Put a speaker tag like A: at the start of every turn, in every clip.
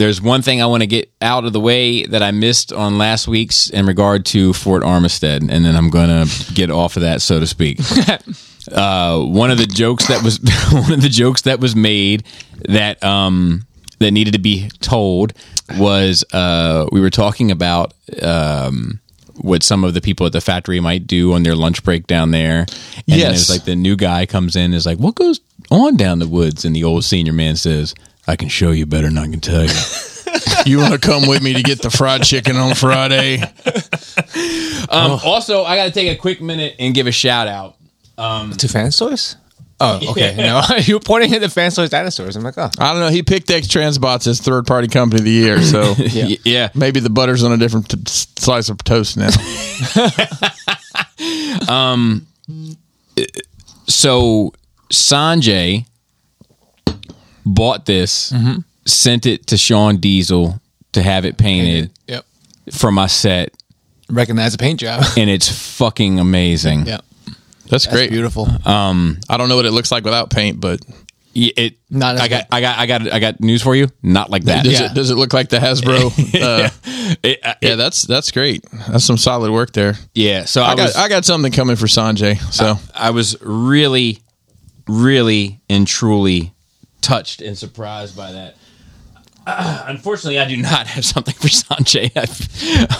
A: There's one thing I want to get out of the way that I missed on last week's in regard to Fort Armistead, and then I'm going to get off of that, so to speak. uh, one of the jokes that was one of the jokes that was made that um, that needed to be told was uh, we were talking about um, what some of the people at the factory might do on their lunch break down there. And then
B: Yes.
A: it's like the new guy comes in and is like, "What goes on down the woods?" And the old senior man says. I can show you better than I can tell you.
B: You want to come with me to get the fried chicken on Friday?
A: Um, Also, I got to take a quick minute and give a shout out.
C: to fan stores? Oh, okay. No, you were pointing at the fan stores dinosaurs. I'm like, oh,
B: I don't know. He picked X Transbots as third party company of the year, so
A: Yeah.
B: maybe the butter's on a different t- slice of toast now.
A: So Sanjay bought this, sent it to Sean Diesel to have it painted
C: yep.
A: for my set,
C: Recognize a paint job.
A: and it's fucking amazing.
C: yep.
B: That's
C: That's Um,
B: great.
C: beautiful.
B: I don't know what it looks like without paint, but
A: Y- It.
C: Not as
A: I got.
C: good.
A: I got. I got. I got news for you. Not like that.
B: does,
C: Yeah.
B: it, does it look like the Hasbro? Uh,
A: It- I-
B: yeah, that's that's great. That's some solid work there.
A: yeah. So I,
B: I got
A: was.
B: I got something coming for Sanjay.
C: Uh,
B: So
A: I was really, really and truly touched and surprised by that. Uh, unfortunately, I do not have something for Sanjay,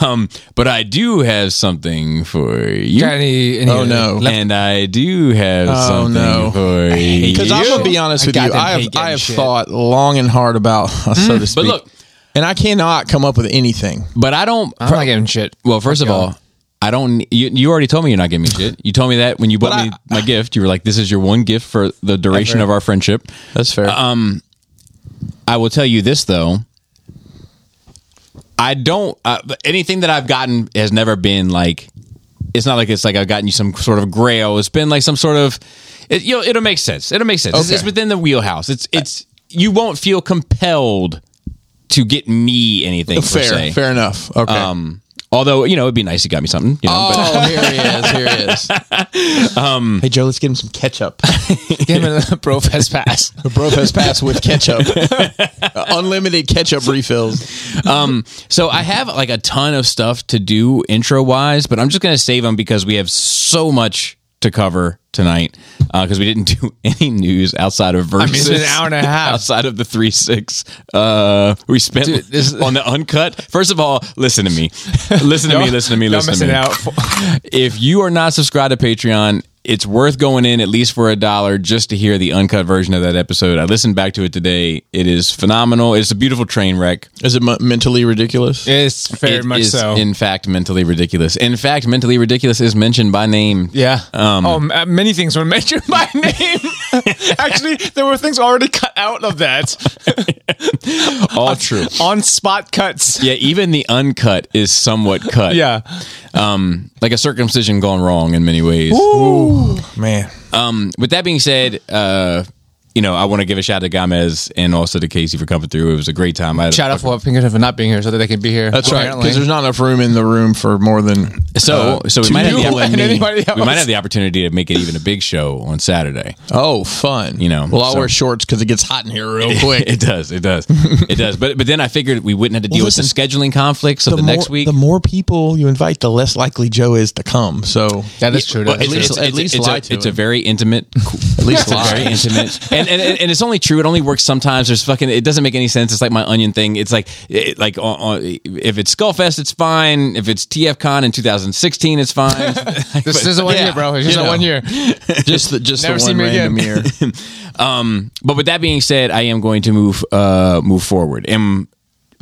A: um, but I do have something for you.
C: Got any- any-
B: Oh, no.
A: And I do have something
B: Oh, no.
A: for you.
B: because I'm gonna be honest
C: I
B: with you,
C: got them
B: I have
C: hate
B: I
C: getting
B: have
C: shit. Mm,
B: thought long and hard about so to speak.
A: look-
B: and I cannot come up with anything.
A: but I don't.
C: I'm not giving shit.
A: well, first of all. I don't. You, you already told me you're not giving me shit. You told me that when you bought
B: But
A: me
B: I-
A: my gift. You were like, "This is your one gift for the duration of our friendship."
B: That's fair.
C: Uh,
A: I will tell you this though. I don't uh, anything that I've gotten has never been like it's not like it's like I've gotten you some sort of grail. It's been like some sort of it, you know, it'll make sense. It'll make sense. It's,
B: Okay.
A: it's within the wheelhouse. It's it's you won't feel compelled to get me anything per
B: fair,
A: se.
B: fair enough. Okay.
A: Um, although you know it'd be nice you got me something. You know, but-
B: oh, here he is. Here he is. hey Joe, let's get him some ketchup.
C: Give him a Brofest pass.
B: A Brofest pass with ketchup, unlimited ketchup refills.
A: Um, So I have like a ton of stuff to do intro wise, but I'm just gonna save them because we have so much to cover tonight. Because we didn't do any news outside of verses.
C: mean, it's been an hour and a half.
A: outside of the three six. Uh, we spent
C: Dude, this-
A: on the uncut. First of all, listen to me, listen to me, listen to me,
C: Y'all
A: listen to
C: missing
A: me.
C: out.
A: If you are not subscribed to Patreon. It's worth going in at least for a dollar just to hear the uncut version of that episode. I listened back to it today. It is phenomenal. It's a beautiful train wreck.
B: Is it m- mentally ridiculous?
C: It's very
A: It
C: much
A: is,
C: so.
A: In fact, mentally ridiculous. In fact, mentally ridiculous is mentioned by name.
C: yeah. oh, m- uh, many things were mentioned by name. Actually, there were things already cut out of that.
A: all true.
C: On spot cuts.
A: Yeah, even the uncut is somewhat cut.
C: Yeah.
A: um, like a circumcision gone wrong in many ways.
B: Man,
A: With that being said, uh, you know, I want to give a shout out to Gomez and also to Casey for coming through. It was a great time. I had a
C: Shout out for Pinkerton for not being here so that they can be here.
B: that's right.
C: Apparently.
B: Because there's not enough room in the room for more than uh,
A: So, so we
B: to
A: might, have
B: you
A: the,
B: and
C: anybody
A: opportunity- we
C: else.
A: might have the opportunity to make it even a big show on Saturday.
B: oh fun.
A: You know,
B: Well, I'll
A: so-
B: wear shorts because it gets hot in here real Oh, quick.
A: It does, it does, it does. But but then I figured we wouldn't have to deal with the scheduling conflicts of the, next week.
B: The more people you invite, the less likely Joe is to come. So
C: that is true.
A: Well,
C: That is
A: it's-
C: true.
B: least-
A: it's-
B: at
A: it's-
B: least
A: it's a-
B: lie to
A: it's a
B: him.
A: very intimate. At
B: least
A: it's a
B: lie.
A: very intimate, and, and and it's only true. It only works sometimes. There's fucking. It doesn't make any sense. It's like my onion thing. It's like it, like on, on, if it's Skullfest, it's fine. If it's TFCon in 2016, it's fine.
C: this is a one
B: yeah,
C: year, bro. It's just
B: you
C: a
B: know.
C: one year.
B: just the, just
C: Never
B: the
C: see
B: one
C: me again.
B: random year.
A: um, but with that being said, I am going to move uh move forward. And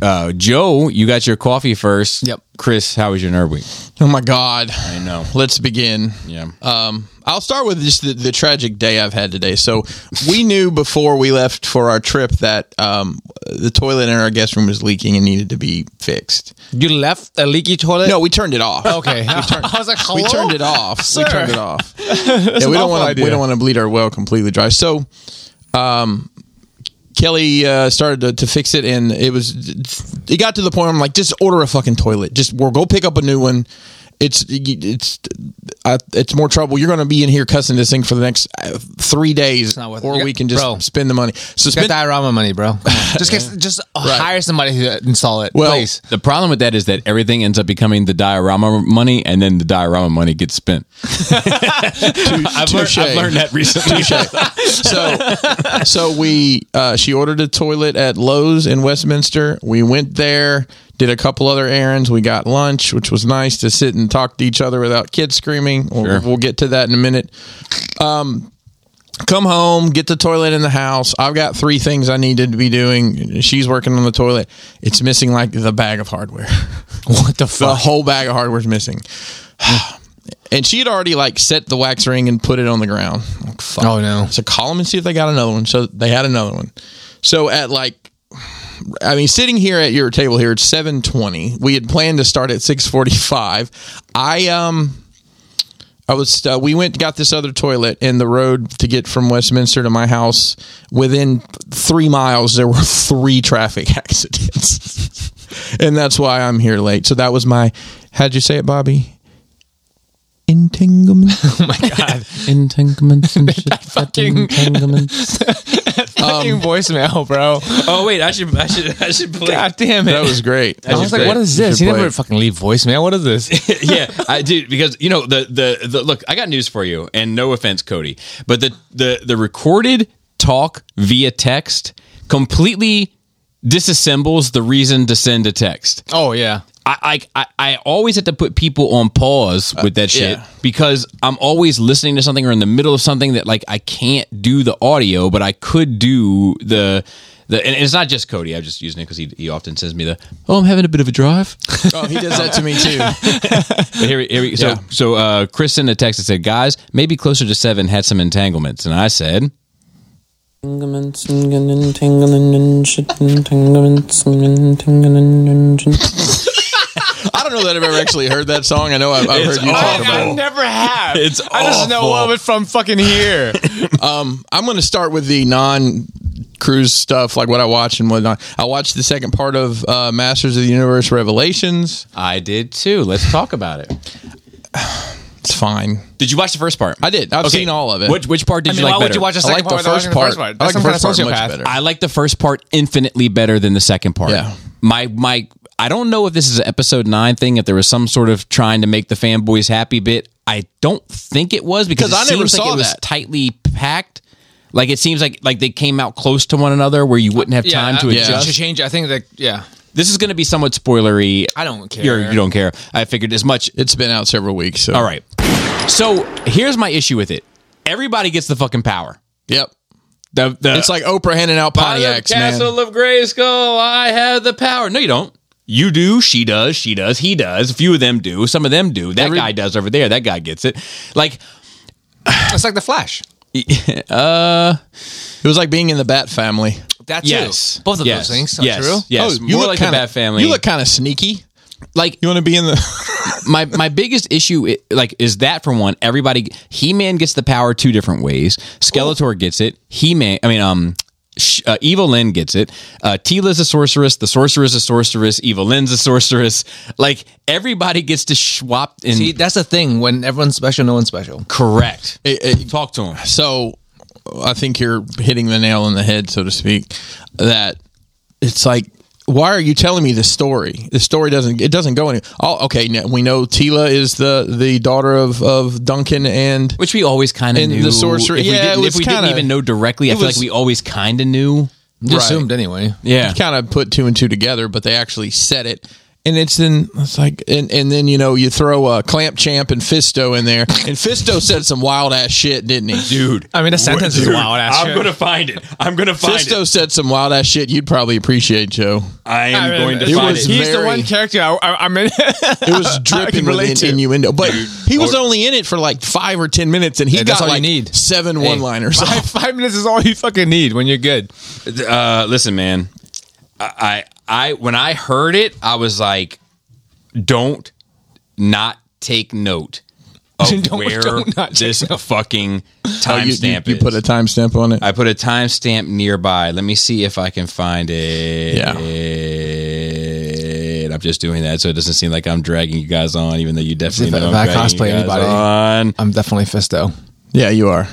A: uh, Joe, you got your coffee first.
C: Yep.
A: Chris, how was your nerd week?
B: Oh my God.
A: I know.
B: Let's begin.
A: Yeah.
B: Um, I'll start with just the, the tragic day I've had today. So we knew before we left for our trip that um, the toilet in our guest room was leaking and needed to be fixed.
C: You left a leaky toilet?
B: No, we turned it off.
C: Okay. I was like, hello?
B: We turned it off.
C: Sir.
B: We turned it off. yeah, we
C: awful
B: don't want to.
C: idea.
B: We don't want to bleed our well completely dry. So, um, Kelly uh, started to, to fix it, and it was. It got to the point. Where I'm like, just order a fucking toilet. Just we'll go pick up a new one. It's it's I, it's more trouble. You're going to be in here cussing this thing for the next uh, three days,
D: not worth it.
B: or
D: You
B: we
D: got-
B: can just
D: bro.
B: spend the money. So
D: Get
B: spend
D: that Rama money, bro. Come on. Just get, just uh, hire somebody to install it,
B: Well,
D: please.
A: The problem with that is that everything ends up becoming the diorama money, and then the diorama money gets spent. I've, learned,
B: touche.
A: I've learned that recently.
B: so so we uh, she ordered a toilet at Lowe's in Westminster. We went there, did a couple other errands. We got lunch, which was nice to sit and talk to each other without kids screaming. We'll, we'll get to that in a minute. Um, come home, get the toilet in the house. I've got three things I needed to be doing. She's working on the toilet. It's missing like the bag of hardware.
D: What the
B: the
D: fuck?
B: whole bag of hardware's missing. And she had already like set the wax ring and put it on the ground. Like, fuck.
D: Oh, no.
B: So call them and see if they got another one. So they had another one. So at like, I mean, sitting here at your table here, it's seven twenty. We had planned to start at six forty five. I um, I was uh, we went got this other toilet in the road to get from Westminster to my house. Within three miles, there were three traffic accidents, and that's why I'm here late. So that was my. How'd you say it, Bobby? Entanglement.
A: Oh Entanglements and shit. Entanglements.
D: Fucking voicemail, bro.
E: Oh wait, I should I should I should play.
D: God damn it.
B: That was great.
D: I was like, what is this? He never fucking leave voicemail. What is this?
A: yeah, I do because you know the, the the look. I got news for you, and no offense, Cody, but the the the recorded talk via text completely disassembles the reason to send a text.
D: oh, yeah.
A: I, I I I always have to put people on pause with that shit
B: yeah.
A: because I'm always listening to something or in the middle of something that like I can't do the audio, but I could do the the. And it's not just Cody. I'm just using it because he he often sends me the oh I'm having a bit of a drive.
B: Oh, he does that to me too.
A: But here, here we- so
B: Yeah.
A: so uh, Chris sent a text that said, "Guys, maybe closer to seven had some entanglements," and I said,
E: Entanglements and gan- entangling and shit, entanglements and entangling and shit.
B: I don't know that I've ever actually heard that song. I know I've, I've heard you talk
C: I, I
B: about it.
C: never have.
A: It's
C: I just know of it from fucking here.
B: Um, I'm going to start with the non cruise stuff, like what I watch and whatnot. I watched the second part of uh, Masters of the Universe Revelations.
A: "I did too. Let's talk about it."
B: It's fine.
A: Did you watch the first part?
B: I did. I've seen all of it.
A: Which which part did
D: I
A: you
D: mean,
A: like
D: why
A: better?
D: would you watch a
B: I
D: second
B: like the
D: part
B: first
D: without
B: part.
D: watching the first part?
B: I like the first
D: That's some
B: part
D: kind of
B: much
D: sociopath.
B: better.
A: I like the first part infinitely better than the second part.
B: Yeah.
A: My my I don't know if this is an episode nine thing, if there was some sort of trying to make the fanboys happy bit. I don't think it was because it
B: Because I never
A: seems like
B: saw
A: it was
B: that.
A: tightly packed. Like it seems like like they came out close to one another where you wouldn't have time to
D: I-
B: yeah.
A: adjust.
D: To change, I think that, yeah.
A: This is going to be somewhat spoilery.
D: I don't care.
A: You're, you don't care. I figured as much.
B: It's been out several weeks. So.
A: All right. So here's my issue with it. Everybody gets the fucking power.
B: Yep.
A: The, the
B: It's like Oprah handing out Pontiacs, man.
A: of Grayskull, I have the power. No, you don't. You do. She does. She does. He does. A few of them do. Some of them do. That guy does over there. That guy gets it. Like
D: It's like The Flash.
B: It was like being in the Bat family.
D: That too.
A: yes,
D: Both of
A: yes.
D: those things are
A: Yes,
D: true.
A: Yes,
B: Oh,
A: you more
B: look
A: like
B: kinda-
A: the Bat Family.
B: You look kind of sneaky.
A: like
B: You want to be in the.
A: my my biggest issue i- like is that for one everybody He Man gets the power two different ways. Skeletor gets it. He Man. I mean um. sh- Uh, Evil Lyn gets it. Uh, Tila's a sorceress. The sorceress is a sorceress. Evil Lyn's a sorceress. Like everybody gets to swap in.
D: See, that's the thing. When everyone's special, no one's special.
A: Correct.
B: It- it-
A: Talk to him.
B: so I think you're hitting the nail on the head, so to speak. That it's like, why are you telling me the story? The story doesn't it doesn't go anywhere. Oh, okay. Now we know Tila is the the daughter of of Duncan and
A: Which we always kind of
B: And the
A: knew.
B: sorcerer-
A: If we,
B: yeah, it
A: didn't,
B: was
A: if we didn't
B: kinda-
A: even know directly, I
B: it
A: feel
B: was-
A: like we always kind of knew.
D: You
B: Right.
D: Assumed anyway.
A: Yeah.
B: kind of put two and two together, but they actually said it. And it's in it's like and, and then you know you throw uh, Clamp Champ and Fisto in there, and Fisto said some wild ass shit, didn't he?
A: Dude.
D: I mean, the sentence is wild ass shit.
A: to find it. I'm going to
B: Fisto said some wild ass shit you'd probably appreciate, Joe.
A: I am
C: I mean,
B: to find
C: he's
B: it.
C: the
B: Very-
C: one character I, I, I'm in.
B: It was dripping with
C: relate
B: in-
C: to.
B: innuendo, but he was only in it for like five or ten minutes, and he
D: Hey, that's
B: got
D: all you
B: like
D: need.
B: seven one-liners.
D: Five, five minutes is all you fucking need when you're good.
A: Uh, listen, man. I, I, I, when I heard it, I was like, don't not take note of
D: Don't-
A: where
D: don't not take
A: this fucking
B: Oh, you, you-
A: timestamp
B: you
A: is.
B: put a timestamp on it.
A: I put a timestamp nearby. Let me see if I can find it.
B: Yeah.
A: I'm just doing that, so it doesn't seem like I'm dragging you guys on, even though you definitely
D: if-
A: know
D: if
A: I'm
D: I
A: dragging you
D: cosplay
A: guys
D: anybody-
A: on.
D: I'm definitely Fisto.
B: Yeah, you are.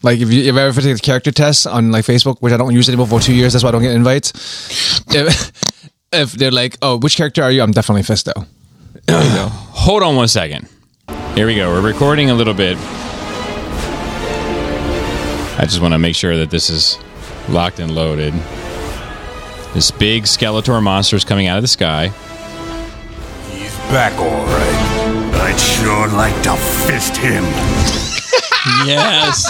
D: Like if you if I ever take the character test on like Facebook, which I don't use anymore for two years, that's why I don't get invites. If, if they're like, "Oh, which character are you?" I'm definitely Fisto.
A: Hold on one second. Here we go. We're recording a little bit. I just want to make sure that this is locked and loaded. This big Skeletor monster is coming out of the sky.
F: He's back all right. I'd sure like to fist him.
B: Yes.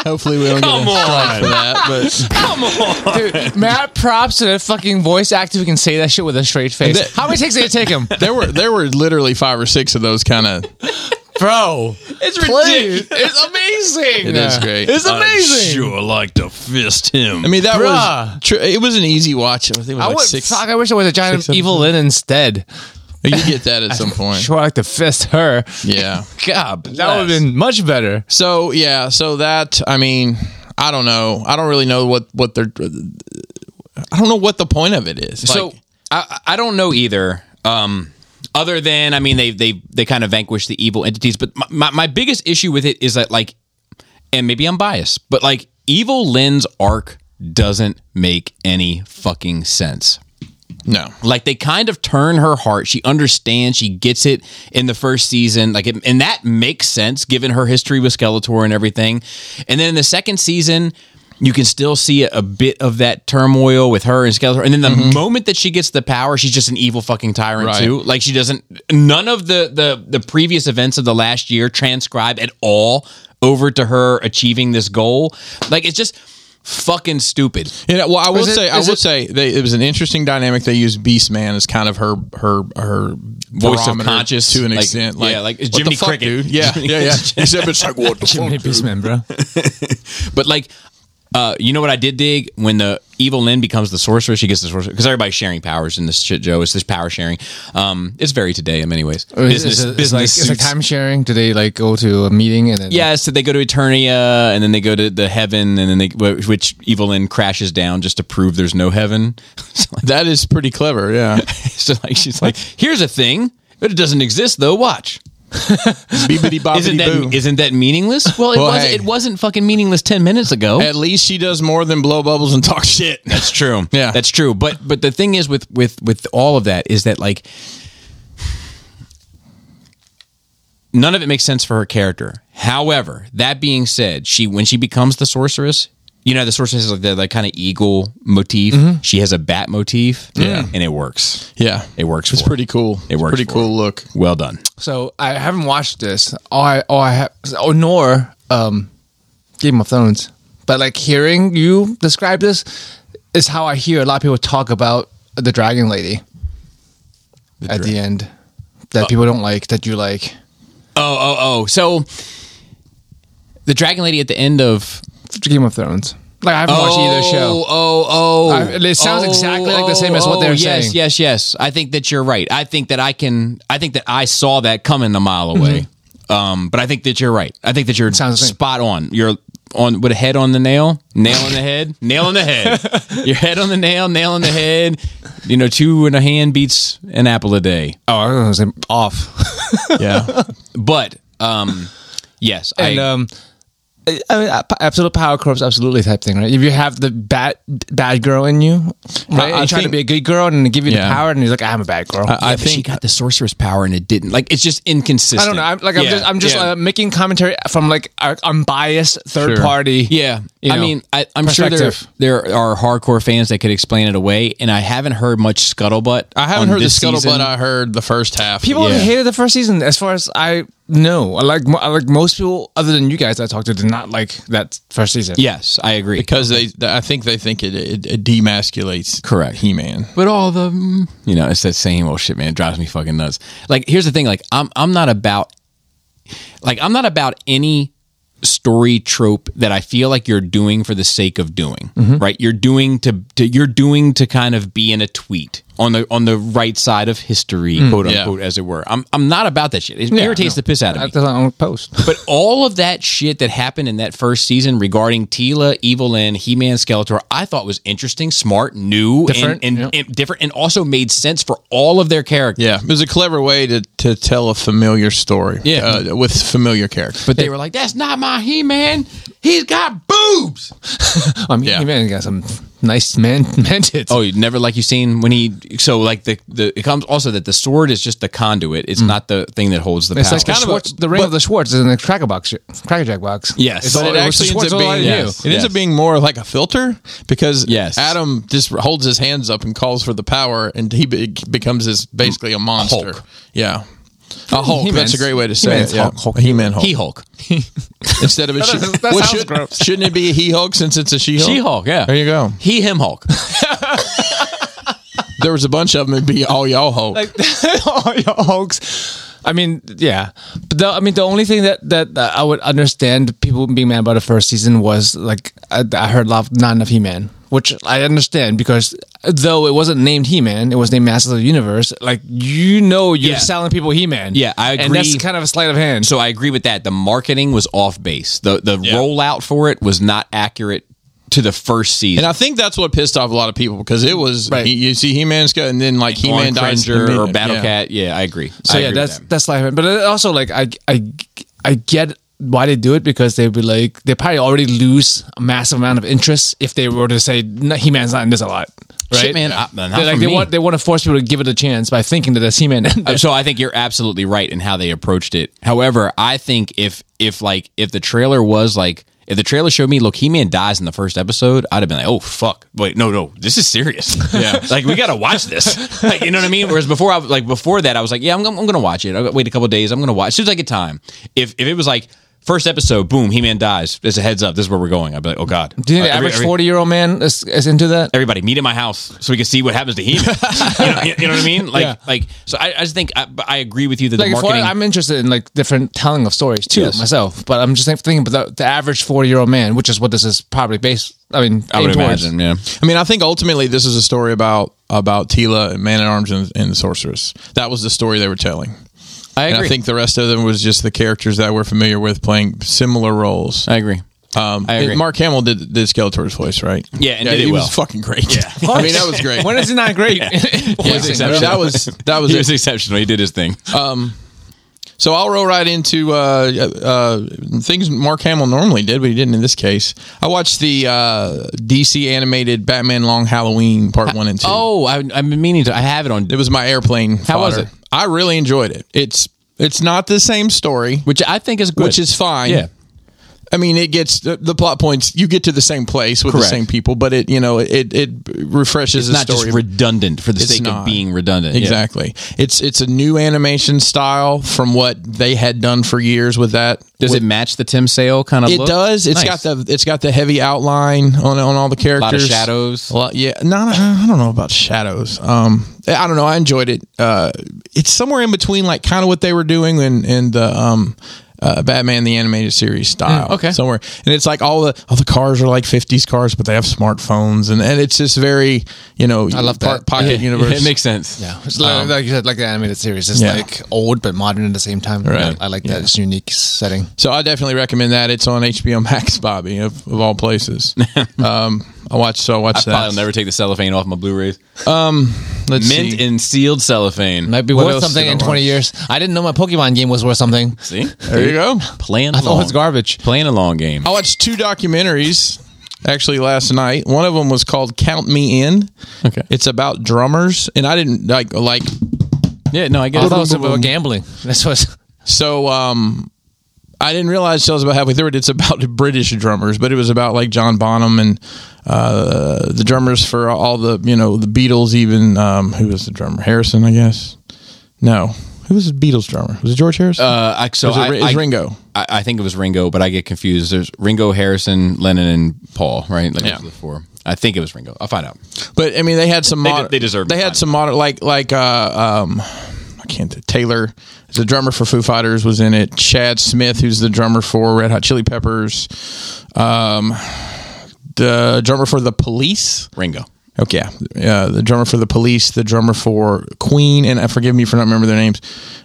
B: Hopefully we don't
A: Come
B: get a strike
A: on.
B: for that, but
C: Dude, Matt props to the fucking voice actor who can say that shit with a straight face.
B: That-
C: How many takes did it take him?
B: there were there were literally five or six of those kind of
C: Bro. It's ridiculous. It's amazing.
B: It is great.
D: Uh,
C: It's amazing.
F: I'd sure like to fist him.
B: I mean that
C: Bruh.
B: was tr- it was an easy watch. I think it was
C: I
B: like
C: would
B: six.
C: fuck. I wish I was a giant
B: six
C: evil Lynn instead.
B: You get that at some point.
C: Sure, I like to fist her.
B: Yeah.
C: God, that would have been much better.
B: So yeah, so that I mean, I don't know. I don't really know what what they're. I don't know what the point of it is.
A: so
B: Like,
A: I, I don't know either. Um, other than I mean, they they they kind of vanquish the evil entities, but my, my, my biggest issue with it is that like, and maybe I'm biased, but like, evil Lynn's arc doesn't make any fucking sense.
B: no,
A: Like they kind of turn her heart. She understands. She gets it in the first season. Like, it, and that makes sense given her history with Skeletor and everything. And then in the second season, you can still see a, a bit of that turmoil with her and Skeletor. And then the moment that she gets the power, she's just an evil fucking tyrant
B: Right.
A: too. Like she doesn't. None of the the the previous events of the last year transcribe at all over to her achieving this goal. Like it's just fucking stupid.
B: you know. Well, I will
C: it-
B: say, I
C: is
B: will
C: it-
B: say, they, it was an interesting dynamic. They used Beast Man as kind of her her her
A: Voice of
B: barometer
A: conscience.
B: to an
A: Like,
B: extent.
A: yeah, like
B: Like, what
A: Jiminy
B: the fuck,
A: Cricket.
B: dude. Yeah,
A: Jiminy-
B: yeah, yeah. Except it's like what the fuck.
C: Jiminy Beastman, bro.
A: But like, uh, you know what I did dig when the evil Lynn becomes the sorcerer, she gets the sorcerer because everybody's sharing powers in this shit. Joe, it's this power sharing. Um, it's very today in many ways. business,
D: it-
A: business
D: like, Oh, is it
A: suits.
D: time sharing? Do they like go to a meeting and then
A: Yeah, so they go to Eternia, and then they go to the heaven, and then they which evil Lynn crashes down just to prove there's no heaven. so, like,
B: That is pretty clever. Yeah,
A: so like she's like, here's a thing, but it doesn't exist though. Watch.
B: beebity
A: Isn't
B: bobbity
A: that
B: boo.
A: isn't that meaningless? Well, it
B: Well,
A: was
B: hey.
A: it wasn't fucking meaningless ten minutes ago.
B: At least she does more than blow bubbles and talk shit.
A: That's true.
B: Yeah.
A: that's true. But but the thing is with with with all of that is that like none of it makes sense for her character. However, that being said, she when she becomes the sorceress, you know the sorceress has like that like kind of eagle motif. She has a bat motif. Mm-hmm. Yeah, and it works.
B: Yeah,
A: It works
B: It's
A: for her.
B: pretty cool.
A: It works
B: Pretty
A: for
B: cool look.
A: Well done.
D: So I haven't watched this. All I all I have or nor um Game of Thrones. But like hearing you describe this is how I hear a lot of people talk about the Dragon Lady at the end. That people don't like, that you like.
A: Oh oh oh. So the dragon lady at the end of
D: Game of Thrones. Like I haven't watched either
A: Oh,
D: show.
A: oh, oh.
D: I- it sounds exactly like the same as what they're
A: yes,
D: saying.
A: Yes, yes, yes. I think that you're right. I think that I can. I think that I saw that coming a mile away. Um, but I think that you're right. I think that you're
D: Mm-hmm. Sounds the same.
A: spot on. You're on with a head on the nail, nail on the head, nail on the head. Your head on the nail, nail on the head. You know, two in a hand beats an apple a day.
D: Oh, I was off.
B: Yeah,
A: But um, yes,
D: And
A: I.
D: um I I mean, a- absolute power corps, absolutely type thing, right? If you have the bad bad girl in you, right?
B: I
D: you try to
B: think-
D: be a good girl and they give you
B: Yeah.
D: the power, and you're like, I'm a bad girl.
A: I think she got the sorceress power and it didn't. Like it's just inconsistent.
D: I don't know. I'm
A: Yeah,
D: like I'm just I'm just
A: yeah.
D: uh, making commentary from like a unbiased third party.
A: Yeah,
D: you
A: I
D: know,
A: mean, I, I'm sure there
D: perspective.
A: there are hardcore fans that could explain it away, and I haven't heard much scuttlebutt.
B: I
A: on
B: haven't heard the
A: this
B: scuttlebutt.
A: season.
B: I heard the first half.
D: People
A: Yeah.
D: hated the first season, as far as I know. Like mo- like most people, other than you guys that I talked to, did not like that first season.
A: yes, I agree.
B: because they, th- I think they think it, it, it demasculates
A: Correct.
B: He Man.
A: but all the you know, it's that same old shit, man. It drives me fucking nuts. Like, here's the thing: like, I'm I'm not about like I'm not about any story trope that I feel like you're doing for the sake of doing. Right? You're doing to, to you're doing to kind of be in a tweet on the on the right side of history, quote unquote, as it were. I'm I'm not about that shit. It irritates the piss out of me.
D: That's on post.
A: But all of that shit that happened in that first season regarding Tila, Evil Lyn, He Man, Skeletor, I thought was interesting, smart, new,
D: Different,
A: and, and,
D: yeah.
A: and different, and also made sense for all of their characters.
B: Yeah, it was a clever way to, to tell a familiar story.
A: Yeah.
B: uh, with familiar characters.
A: But they were like, "That's not my He Man. He's got boobs."
D: I mean,
B: Yeah.
D: he man got some nice man man tits.
A: Oh, you never like you seen when he so like the the it comes also that the sword is just the conduit. It's not the thing that holds the
D: it's
A: power.
D: like the, Schwartz, the ring of the Schwartz is in the cracker box, Cracker Jack box.
A: Yes.
D: it's
A: But
D: all,
A: it
D: it, was the
B: actually
D: Schwartz
B: ends up
D: all I
B: being
D: knew.
A: Yes.
B: it ends up being more like a filter because
A: Yes.
B: Adam just holds his hands up and calls for the power, and he be- becomes this basically a monster.
A: Hulk.
B: Yeah. A Hulk.
A: He-Man's-
B: That's a great way to say
A: He-Man's
B: it. Yeah.
A: Hulk, Hulk.
B: He-Man Hulk.
A: He Hulk.
B: Instead of a she,
C: that sounds gross.
B: shouldn't it be a he Hulk since it's a she Hulk?
A: She Hulk. Yeah.
B: There you go.
A: He him Hulk.
B: There was a bunch of them. It'd be
A: Oh,
B: all y'all Hulk.
D: all your hoax. I mean, yeah. But the, I mean, the only thing that, that that I would understand people being mad about the first season was like I, I heard a lot of not enough He Man, which I understand because though it wasn't named He Man, it was named Masters of the Universe. Like you know, you're
A: Yeah.
D: selling people He Man.
A: Yeah, I
D: And that's
A: agree.
D: kind of a sleight of hand.
A: So I agree with that. The marketing was off base. The the rollout for it was not accurate to the first season.
B: And I think that's what pissed off a lot of people because it was he, you see He Man's got and then like He Man
A: on
B: dies
A: Cringer or
B: Yeah.
A: Battle Cat. Yeah, I agree. I
D: So
A: agree
D: yeah,
A: with
D: that's
A: that.
D: that's life. But it also, like, I I I get why they do it because they'd be like they probably already lose a massive amount of interest if they were to say no, He Man's not in this a lot, right?
A: Shit, man, I- not
D: They're like
A: for
D: they
A: me.
D: want they want to force people to give it a chance by thinking that that's He Man.
A: Uh, so I think you're absolutely right in how they approached it. However, I think if if like if the trailer was like if the trailer showed me, look, He Man dies in the first episode, I'd have been like, oh fuck, wait, no, no, this is serious. Yeah, like we gotta watch this. Like, you know what I mean? Whereas before, I was like before that, I was like, yeah, I'm, I'm gonna watch it. I'll wait a couple days. I'm gonna watch as soon as I get time. If if it was like. First episode, boom! He Man dies. As a heads up, this is where we're going. I'd be like, "Oh God!"
D: Do you
A: Uh,
D: think the
A: every-
D: average
A: every-
D: forty year old man is, is into that?
A: everybody meet at my house so we can see what happens to him. you, know, you- you know what I mean? Like, like. So I, I just think I, but I agree with you that
D: Like,
A: the
D: if
A: marketing.
D: I- I'm interested in like different telling of stories too
A: Yes.
D: myself, but I'm just thinking about the, the average forty year old man, which is what this is probably based. I mean,
A: I would
D: aimed towards.
A: imagine, yeah.
B: I mean, I think ultimately this is a story about about Tila and Man at Arms and, and the Sorceress. That was the story they were telling.
A: I
B: And I think the rest of them was just the characters that we're familiar with playing similar roles.
A: I agree.
B: Um,
A: I agree.
B: and Mark Hamill did, did Skeletor's voice, right?
A: Yeah, and did it
B: he
A: well.
B: was fucking great. Yeah, I mean that was great.
D: When is it not great?
B: Yeah, that was that was
A: He
B: it.
A: was exceptional. He did his thing.
B: So I'll roll right into uh, uh, things Mark Hamill normally did, but he didn't in this case. I watched the uh, DC animated Batman Long Halloween Part One and Two.
A: oh, I, I've been meaning to. I have it on,
B: It was my airplane.
A: How was it?
B: I really enjoyed it. It's it's not the same story,
A: which I think is good.
B: which is fine.
A: Yeah.
B: I mean, it gets the, the plot points. You get to the same place with
A: Correct.
B: the same people, but it you know it it
A: It's
B: refreshes the
A: not
B: story.
A: just redundant for the
B: It's
A: sake of
B: not.
A: being redundant. Yeah.
B: Exactly. It's it's a new animation style from what they had done for years with that.
A: Does it match the Tim Sale kind of?
B: It
A: look?
B: does. It's
A: Nice.
B: got the it's got the heavy outline on on all the characters.
A: shadows.
B: A lot- yeah, no, no, I don't know about shadows. Um, I don't know. I enjoyed it. Uh, it's somewhere in between, like kind of what they were doing and and the um, uh, Batman the animated series style.
A: okay.
B: somewhere, and it's like all the all the cars are like '50s cars, but they have smartphones, and and it's just very you know I
D: love that.
A: Yeah,
B: pocket universe.
A: It makes sense. Yeah.
D: It's like, like you said, like the animated series. It's
B: Yeah.
D: like old but modern at the same time.
B: Right.
D: I, I like that. It's a unique setting.
B: So I definitely recommend that. It's on HBO Max, Bobby, of, of all places. um, I watched. So I watched that.
A: Probably will never take the cellophane off my Blu-rays.
B: Let's
A: Mint
B: see.
A: and sealed cellophane.
D: Might be
B: What
D: worth
B: else
D: something
B: did I
D: in 20
B: watch?
D: years. I didn't know my Pokemon game was worth something.
A: See,
B: there you go.
A: playing.
D: I thought
A: along.
D: it was garbage.
A: Playing a long game.
B: I watched two documentaries actually last night. One of them was called "Count Me In."
A: Okay.
B: It's about drummers, and I didn't like like
A: Yeah. No, I get
D: I
A: it.
D: thought it was about gambling. That's what.
B: so. Um, I didn't realize till I was about halfway through it. It's about British drummers, but it was about like John Bonham and uh, the drummers for all the you know the Beatles. Even um, who was the drummer? Harrison, I guess. No, who was the Beatles drummer? Was it George Harrison?
A: Uh, I, so
B: Or is it
A: I,
B: Ri- is
A: I-
B: Ringo?
A: I, I think it was Ringo, but I get confused. There's Ringo, Harrison, Lennon, and Paul, right? Like
B: Yeah.
A: those are the four. I think it was Ringo. I'll find out.
B: But I mean, they had some.
A: They
B: Modern,
A: de- they deserve to
B: They
A: be
B: had
A: fine.
B: some modern, like like uh, um, I can't. th- Taylor, is the drummer for Foo Fighters, was in it. Chad Smith, who's the drummer for Red Hot Chili Peppers, um, the drummer for the Police.
A: Ringo.
B: Okay, yeah, uh, the drummer for the Police, the drummer for Queen, and uh, forgive me for not remembering their names.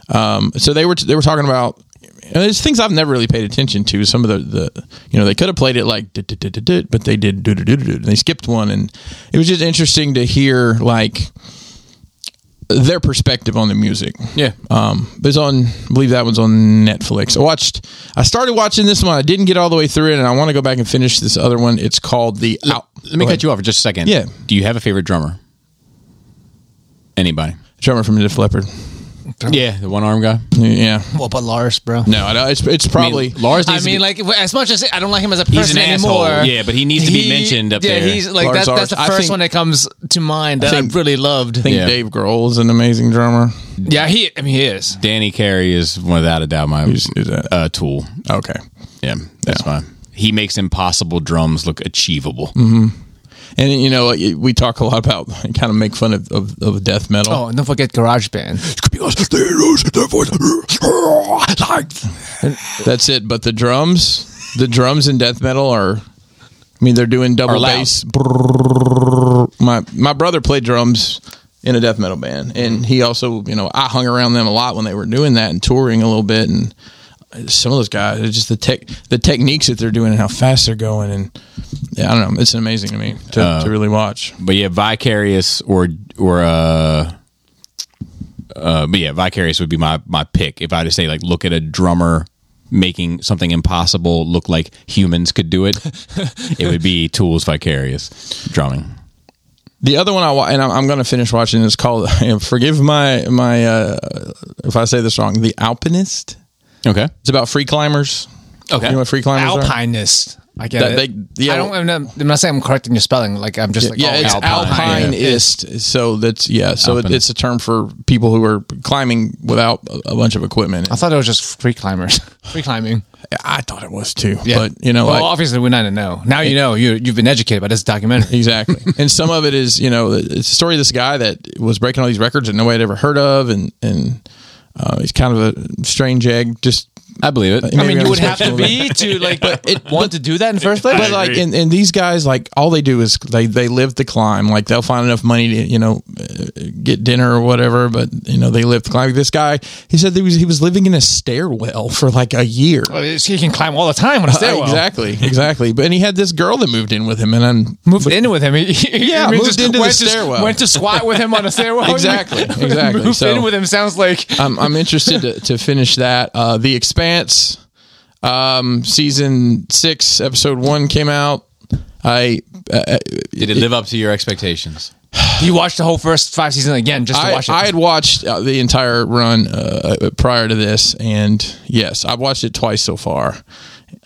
B: Um, so they were they were talking about. and There's things I've never really paid attention to. Some of the, the you know, they could have played it like, "Dut, dut, dut, dut, dut," but they did, "Dut, dut, dut, dut, dut," and they skipped one. And it was just interesting to hear, like, their perspective on the music.
A: Yeah.
B: Um, but it's on, I believe that one's on Netflix. I watched, I started watching this one. I didn't get all the way through it, and I want to go back and finish this other one. It's called The Out.
A: Let me cut you off for just a second.
B: Yeah.
A: Do you have a favorite drummer? Anybody?
B: Drummer from Def Leppard.
A: Yeah, the one arm guy.
B: Yeah.
D: Well, but Lars, bro.
B: No, I don't, it's, it's probably.
A: I mean, Lars
D: I
A: needs
D: mean,
A: to be,
D: like as much as I don't like him as a person
A: He's an
D: anymore.
A: asshole. Yeah, but he needs to be mentioned up
D: yeah,
A: there.
D: he's like
B: Lars
D: that's, that's the
B: Ulrich. I
D: first
B: think-
D: one that comes to mind that I,
B: think-
D: really loved.
B: I think
A: yeah.
B: Dave Grohl is an amazing drummer.
D: yeah, he. I mean, he is.
A: Danny Carey is without a doubt my
B: who's that?
A: uh, tool.
B: Okay.
A: Yeah, that's fine. He makes impossible drums look achievable.
B: And, you know, we talk a lot about, kind of make fun of, of, of death metal.
D: Oh, and don't forget GarageBand.
B: That's it. But the drums, the drums in death metal are. I mean, they're doing double
A: Are loud.
B: bass. My my brother played drums in a death metal band, and he also, you know, I hung around them a lot when they were doing that and touring a little bit. And some of those guys, it's just the tech, the techniques that they're doing and how fast they're going, and yeah, I don't know, it's amazing to me to,
A: Uh,
B: to really watch.
A: But yeah, Vicarious or or uh, uh, but yeah, Vicarious would be my my pick if I had to say like look at a drummer making something impossible look like humans could do it. it would be Tools Vicarious drumming.
B: The other one I wa- and I'm, I'm going to finish watching is called. Forgive my my uh, if I say this wrong. The Alpinist.
A: Okay.
B: It's about free climbers.
A: Okay.
B: You know what free climbers are?
D: Alpinist. I get
B: That-
D: it.
B: they- yeah.
D: I don't. I'm not, I'm not saying I'm correcting your spelling. Like I'm just like
B: yeah,
D: oh,
B: it's
A: alpine.
B: alpinist. So that's yeah. So it,
A: Alpinist.
B: it's a term for people who are climbing without a, a bunch of equipment.
D: I thought it was just free climbers. free climbing.
B: I thought it was too,
D: Yeah.
B: but you know,
D: well,
B: like,
D: obviously we're not to know. Now you know. You you've been educated by this documentary.
B: exactly. and some of it is you know, it's the story of this guy that was breaking all these records that nobody had ever heard of, and and uh, he's kind of a strange egg. Just
A: I believe it.
D: I mean,
B: Maybe
D: you
B: I
D: would have to
B: respect him
D: be to like want to do that in the first place.
B: but like and, and these guys like all they do is they they live the climb like they'll find enough money to you know uh, get dinner or whatever but you know they live the climb this guy he said that he was he was living in a stairwell for like a year
D: Well, it's- he can climb all the time on a stairwell.
B: Uh, exactly exactly but and he had this girl that moved in with him and i'm
D: Moved in with him. He, he-
B: Yeah,
D: he
B: moved
D: just
B: into the
D: went to,
B: stairwell.
D: Went to squat with him on a stairwell.
B: Exactly, exactly.
D: Moved
B: So-
D: in with him sounds like
B: I'm, I'm interested to, to finish that. Uh, the Expanse, um, season six, episode one came out. I
A: Did it live up to your expectations?
D: you watched the whole first five seasons again just to
B: I,
D: watch it.
B: I had watched uh, the entire run uh, uh, prior to this, and yes, I've watched it twice so far.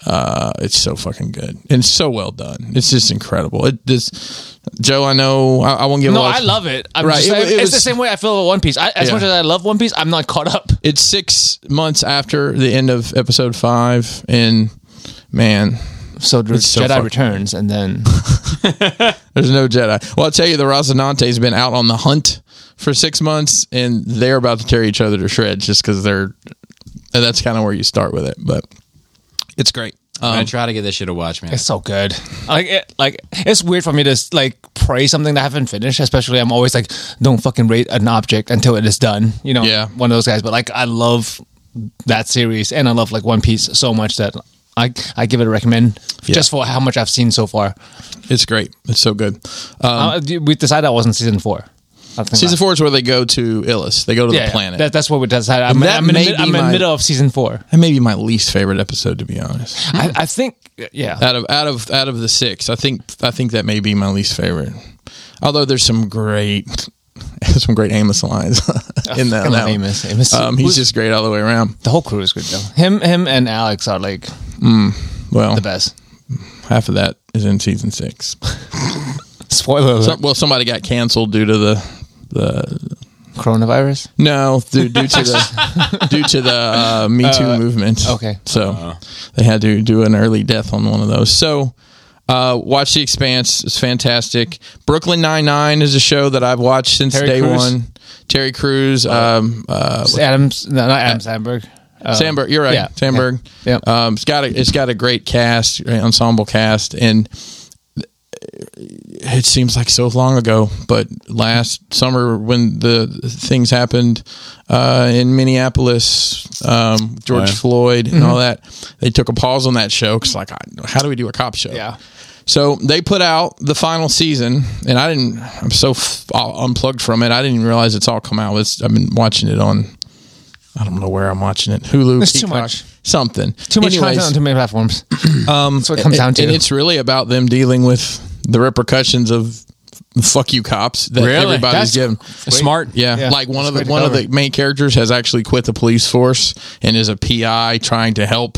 B: Uh, it's so fucking good and so well done. It's just incredible. It this Joe, I know I, I won't give.
D: no,
B: a lot
D: I
B: of-
D: love it. I'm
B: Right,
D: just
B: it-
D: saying,
B: it
D: it's
B: was-
D: the same way I feel about One Piece. I, as
B: Yeah.
D: much as I love One Piece, I'm not caught up.
B: It's six months after the end of episode five, and man, so
D: So, Jedi
B: fuck-
D: returns, and then
B: There's no Jedi. Well, I'll tell you, the Rosinante's been out on the hunt for six months, and they're about to tear each other to shreds just because they're. And that's kind of where you start with it, but it's great.
A: I
B: Um,
A: try to get this shit a watch, man.
D: it's so good. Like, it, like it's weird for me to like praise something that I haven't finished. Especially, I'm always like, don't fucking rate an object until it is done. You know,
B: Yeah.
D: one of those guys. But like, I love that series, and I love like One Piece so much that. I, I give it a recommend just for how much I've seen so far.
B: it's great. It's so good. Um,
D: Uh, we decided I wasn't season four. I think
B: season
D: last-
B: four is where they go to Illus. They go to the planet.
D: That, that's what we decided. I'm,
B: That
D: I'm in, the,
B: may be
D: mid- I'm in the
B: my-
D: middle of season four.
B: that may be my least favorite episode, to be honest.
D: I, I think, yeah.
B: out of out of out of the six, I think I think that may be my least favorite. Although there's some great, there's some great Amos lines in that.
D: I love
B: that one.
D: Amos. Amos-
B: Um, he's just great all the way around.
D: The whole crew is good though. Him, him, and Alex are like
B: Well,
D: the best.
B: half of that is in season six.
D: Spoiler alert.
B: Some, well, somebody got canceled due to the the
D: Coronavirus.
B: no due, due to the due to the uh, Me Too movement.
D: okay. Uh-huh.
B: so they had to do an early death on one of those. So. Uh, watch The Expanse. It's fantastic. Brooklyn Nine Nine is a show that I've watched since
D: Terry
B: day
D: Crews?
B: one. Terry Crews, um, uh,
D: Adams, no, not Adam Sandberg. Uh,
B: Sandberg. You're right,
D: yeah,
B: Sandberg.
D: yeah, yeah.
B: Um, it's got a, it's got a great cast, great ensemble cast, and it seems like so long ago, but last summer when the things happened uh, in Minneapolis, um, George
A: yeah.
B: Floyd
D: Mm-hmm.
B: and all that, they took a pause on that show because, like, I, how do we do a cop show?
D: Yeah.
B: So they put out the final season, and I didn't. I'm so f- unplugged from it. I didn't even realize it's all come out. It's, I've been watching it on. I don't know where I'm watching it. Hulu.
D: It's too
B: Peacock,
D: much.
B: Something.
D: Too much
B: Anyways,
D: content on too many platforms. Um, That's what it comes
B: and,
D: down to.
B: and it's really about them dealing with the repercussions of the fuck you cops that
A: Really?
B: everybody's
A: That's
B: given.
A: Smart.
B: Yeah.
D: Yeah.
B: like one
D: That's
B: of the
D: great
B: one of the
D: cover.
B: main characters has actually quit the police force and is a PI trying to help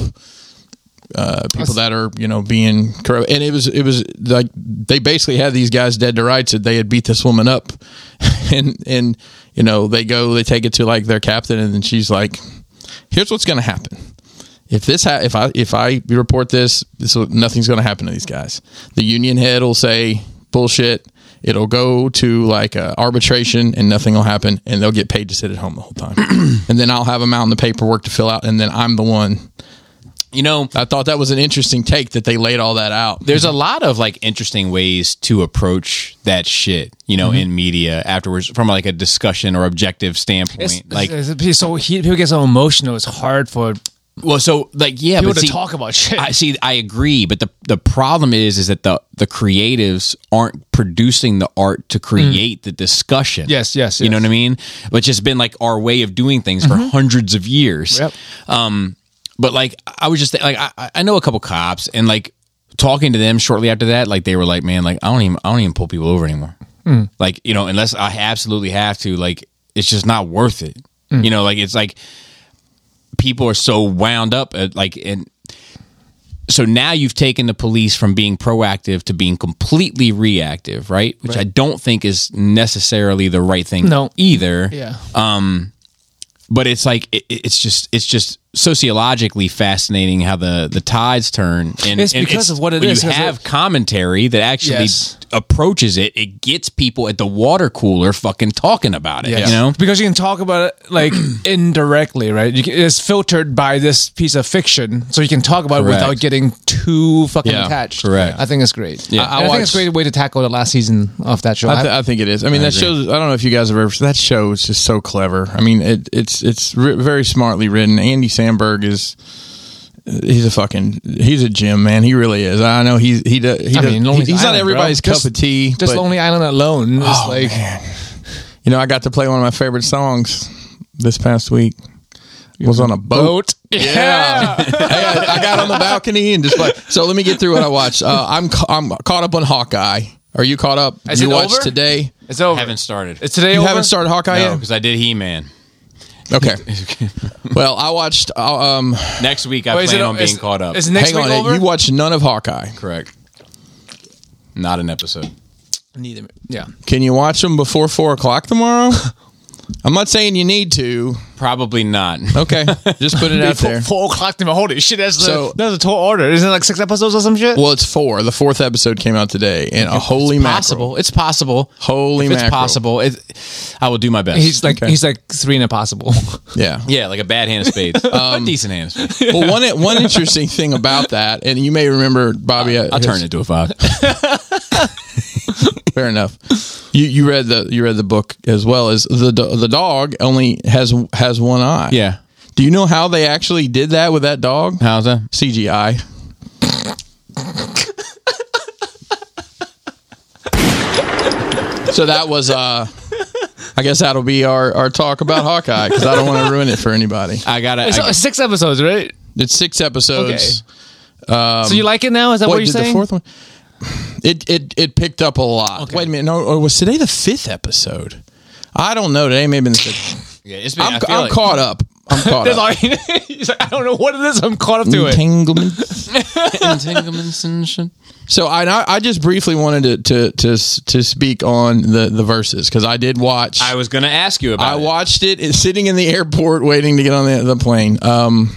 B: uh, people that are you know being corrupt. And it was it was like they basically had these guys dead to rights that they had beat this woman up, and and you know they go they take it to like their captain and then she's like, here's what's going to happen. If this ha- if I if I report this, this will, nothing's going to happen to these guys. The union head will say bullshit. It'll go to like uh, arbitration and nothing will happen, and they'll get paid to sit at home the whole time. and then I'll have them out in the paperwork to fill out, and then I'm the one
A: You know,
B: I thought that was an interesting take that they laid all that out.
A: there's a lot of like interesting ways to approach that shit, you know,
D: Mm-hmm.
A: in media afterwards from like a discussion or objective standpoint.
D: It's-
A: like,
D: it's- it's- so he, people get so emotional. It's hard for
A: well, so like, yeah,
D: people
A: but see,
D: to talk about shit.
A: I see. I agree, but the the problem is, is that the the creatives aren't producing the art to create the discussion.
D: Mm. Yes, yes,
A: you know
D: yes. Mm-hmm.
A: what I mean. Which has been like our way of doing things for hundreds of years.
D: Yep.
A: Um, but like, I was just like, I- I, I know a couple cops, and like talking to them shortly after that, like they were like, man, like I don't even I don't even pull people over anymore. Like you know, unless I absolutely have to, like it's just not worth it.
D: Mm.
A: You know, like it's like people are so wound up at like and so now you've taken the police from being proactive to being completely reactive, right? Which I don't think is necessarily the right thing
D: No.
A: either.
D: yeah.
A: But it's like it, it- it's just it's just sociologically fascinating how the the tides turn and
D: It's
A: and
D: because of what it
A: when
D: is,
A: You
D: 'cause
A: have
D: it-
A: commentary that actually
D: Yes.
A: approaches it. It gets people at the water cooler fucking talking about it, you know?
D: because you can talk about it like indirectly, right? You can, it's filtered by this piece of fiction, so you can talk about
A: Correct.
D: it without getting too fucking
B: Yeah,
D: attached.
A: correct.
D: I think it's great.
A: Yeah.
D: I, I think it's a great way to tackle the last season of that show.
B: I, th- I think it is. I mean, that shows. I don't know if you guys have ever. That show is just so clever. I mean, it, it's it's ri very smartly written. Andy Sandberg is. He's a fucking. He's a gem, man. He really is. I know he's he. Do, he
D: I
B: does-
D: mean, Lonely
B: he's not
D: Island,
B: everybody's
D: bro.
B: cup
D: Just-
B: of tea.
D: just
B: but,
D: Lonely Island alone is
B: Oh,
D: like
B: man. You know, I got to play one of my favorite songs this past week. Was on a boat.
D: boat.
B: Yeah, I, I got on the balcony and just like. So let me get through what I watched. Uh, I'm ca- I'm caught up on Hawkeye. Are you caught up?
D: Is
B: you
D: it
B: watched
D: over?
B: today.
D: It's over.
A: Haven't started.
D: It's today.
B: You
D: over?
B: haven't started Hawkeye
A: no, because I did He Man.
B: yet. Okay. well, I watched. Uh, um,
A: Next week I
D: Or is
A: plan
D: it-
A: on being
D: is-
A: caught up.
D: Is next
B: hang on,
D: week over?
B: you watched none of Hawkeye.
A: Correct. Not an episode.
D: Neither. Yeah.
B: Can you watch them before four o'clock tomorrow? I'm not saying you need to.
A: Probably not.
B: Okay, just put it out there.
D: Four o'clock tomorrow. Holy shit! That's
B: So-
D: so, that's a tall order. Isn't it like six episodes or some shit?
B: Well, it's four. The fourth episode came out today, and a holy mackerel.
A: possible. It's possible.
B: Holy
A: if it's
B: mackerel.
A: possible. It, I will do my best.
D: he's like
B: okay.
D: he's like three and a possible.
B: Yeah.
A: yeah, like a bad hand of spades.
D: Um,
A: a decent hand of spades.
B: Well, one one interesting thing about that, and you may remember Bobby. uh, I,
A: I'll turn it to a five.
B: Fair enough. You you read the you read the book as well as the do- the dog only has has one eye.
A: yeah.
B: Do you know how they actually did that with that dog?
A: How's that?
B: CGI. so that was uh I guess that'll be our, our talk about Hawkeye because I don't want to ruin it for anybody.
A: I gotta. I,
D: It's uh, six episodes, right?
B: It's six episodes.
D: so you like it now? Is that Um, what
B: Wait,
D: you're
B: did the
D: saying?
B: fourth one? It it it picked up a lot. Wait a minute, no, or was today the fifth episode? I don't know. Today may have been the sixth.
A: yeah, it's been,
B: I'm,
A: I
B: I'm
A: feel like-
B: caught up. I'm caught
D: That's
B: up.
D: all he- he's like, I don't know what it is. I'm caught up to it.
B: Entanglements. So I, I I just briefly wanted to to to, s- to speak on the the verses because I did watch.
A: I was gonna ask you
B: I
A: about. it.
B: watched it, it's sitting in the airport waiting to get on the, the plane. Um,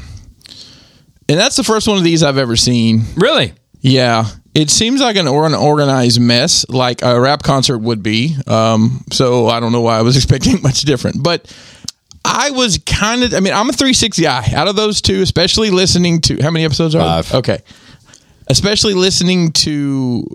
B: and that's the first one of these I've ever seen.
A: Really?
B: Yeah. It seems like an, or an organized mess, like a rap concert would be. Um, so I don't know why I was expecting much different. But I was kind of, I mean, I'm a 360 guy. Out of those two, especially listening to, how many episodes are there?
A: Five.
B: Okay. especially listening to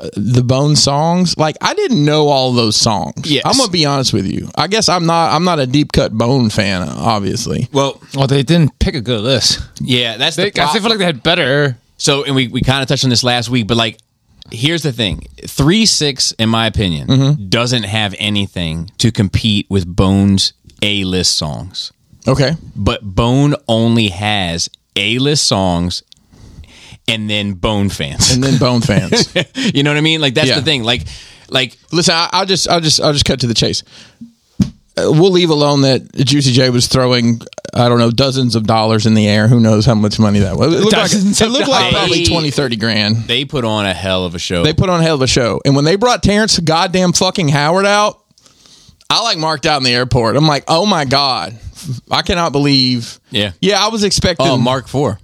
B: uh, the Bone songs. Like I didn't know all those songs.
A: Yes.
B: I'm gonna be honest with you. I guess I'm not. I'm not a deep cut Bone fan, obviously.
A: Well,
D: Well, they didn't pick a good list.
A: yeah, that's
D: They,
A: the pro-
D: I feel like they had better.
A: So, and we, we kind of touched on this last week, but like, here's the thing: three six, in my opinion, doesn't have anything to compete with Bones A list songs.
B: Okay.
A: But Bone only has A list songs, and then Bone fans.
B: And then Bone fans.
A: you know what I mean? Like that's
B: Yeah.
A: the thing. Like, like
B: Listen, I, I'll just, I'll just, I'll just cut to the chase. Uh, we'll leave alone that Juicy J was throwing, I don't know, dozens of dollars in the air. Who knows how much money that was? It looked, like,
D: Dozens
B: it
D: of
B: looked like
A: dollars.
B: probably 20, 30 grand.
A: they put on a hell of a show.
B: They put on a hell of a show. And when they brought Terrence goddamn fucking Howard out, I like marked out in the airport. I'm like, oh my God. I cannot believe.
A: Yeah.
B: Yeah, I was expecting.
A: oh, Mark Four.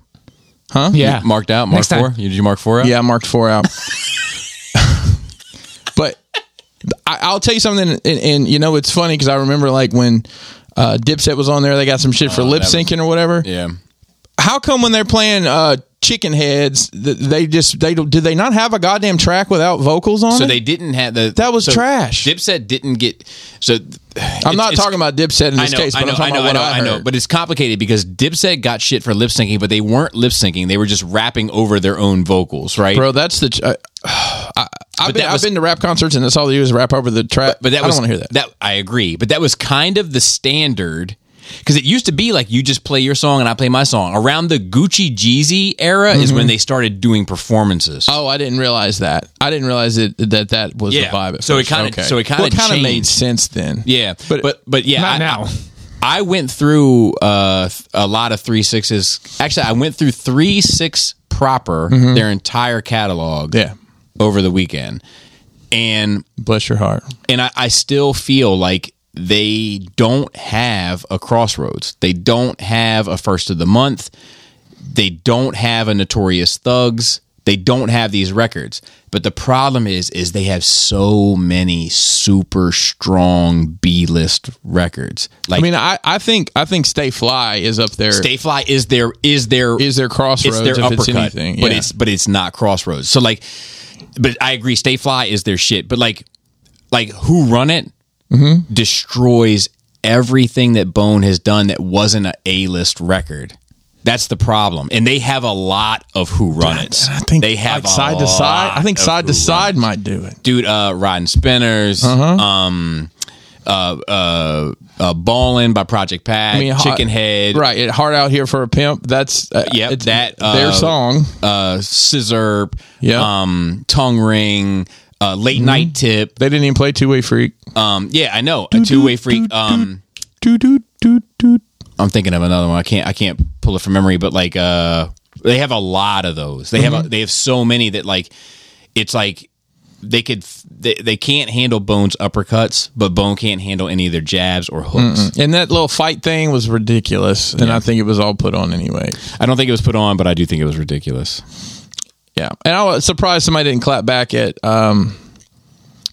D: Yeah,
A: Marked out. Mark
D: Next time.
A: Four. You, did you mark Four out?
B: Yeah, I marked four out. but I, I'll tell you something, and, and you know it's funny because I remember like when uh, Dipset was on there, they got some shit for lip
A: Oh, that was-
B: syncing or whatever.
A: Yeah.
B: How come when they're playing uh, Chicken Heads, th- they just they don't- did they not have a goddamn track without vocals on
A: So
B: it?
A: they didn't have the
B: Mm-hmm. That was
A: so
B: trash.
A: Dipset didn't get so.
B: I'm not talking about Dipset in
A: I
B: this
A: know,
B: case, but
A: I know,
B: I'm talking
A: I know,
B: about what I,
A: I know, I know.
B: heard.
A: But it's complicated because Dipset got shit for lip syncing, but they weren't lip syncing. They were just rapping over their own vocals, right?
B: Bro, that's the. Ch- I, I, I've, been,
A: that
B: I've
A: was-
B: been to rap concerts and that's all they do is rap over the track.
A: but that
B: I
A: was
B: don't want to hear that.
A: I agree, but that was kind of the standard because it used to be like you just play your song and I play my song. Around the Gucci Jeezy era is
B: Mm-hmm.
A: when they started doing performances.
B: Oh, I didn't realize that. I didn't realize it, that that was
A: Yeah.
B: the vibe. At
A: So it
B: first.
A: kinda-
B: Okay.
A: so it kinda
B: well, it kinda made
A: changed.
B: sense then.
A: Yeah,
B: but
A: but but, but yeah,
D: not
A: I,
D: now.
A: I went through uh, th- a lot of three sixes. Actually, I went through three six proper their entire catalog.
B: Yeah.
A: over the weekend, and
B: bless your heart.
A: and I, I still feel like they don't have a crossroads. They don't have a first of the month. They don't have a notorious thugs. They don't have these records. But the problem is, is they have so many super strong B list records. Like
B: I mean, I, I think I think Stay Fly is up there.
A: Stay Fly is their is their
B: is there crossroads
A: it's their
B: if
A: uppercut,
B: it's anything?
A: but
B: Yeah.
A: it's but it's not crossroads. So like, but I agree. Stay Fly is their shit, but like, like who run it
B: Mm-hmm.
A: destroys everything that Bone has done that wasn't an A list record. That's the problem, and they have a lot of who run it.
B: I think
A: they have
B: like side
A: a
B: to side. I think
A: lot of
B: side
A: Who
B: to side might do it.
A: dude uh Rodden Spinners
B: Uh-huh.
A: um uh uh uh Ballin by Project Pat
B: I mean, hot-
A: Chicken Head
B: Right, it, hard out here for a pimp. That's uh,
A: Yep,
B: it's
A: that,
B: their
A: uh,
B: song.
A: uh Scissor
B: Yeah. Mm-hmm.
A: um Tongue Ring uh Late Night Tip
B: They didn't even play Two Way Freak.
A: um yeah I know a two way freak um
B: Doo, doo, doo, doo.
A: I'm thinking of another one I can't I can't pull it from memory but like uh they have a lot of those they
B: Mm-hmm.
A: have a, they have so many that like it's like they could they, they can't handle Bone's uppercuts but Bone can't handle any of their jabs or hooks
B: And that little fight thing was ridiculous, and I think it was all put on anyway.
A: I don't think it was put on, but I do think it was ridiculous.
B: Yeah, and I was surprised somebody didn't clap back at um,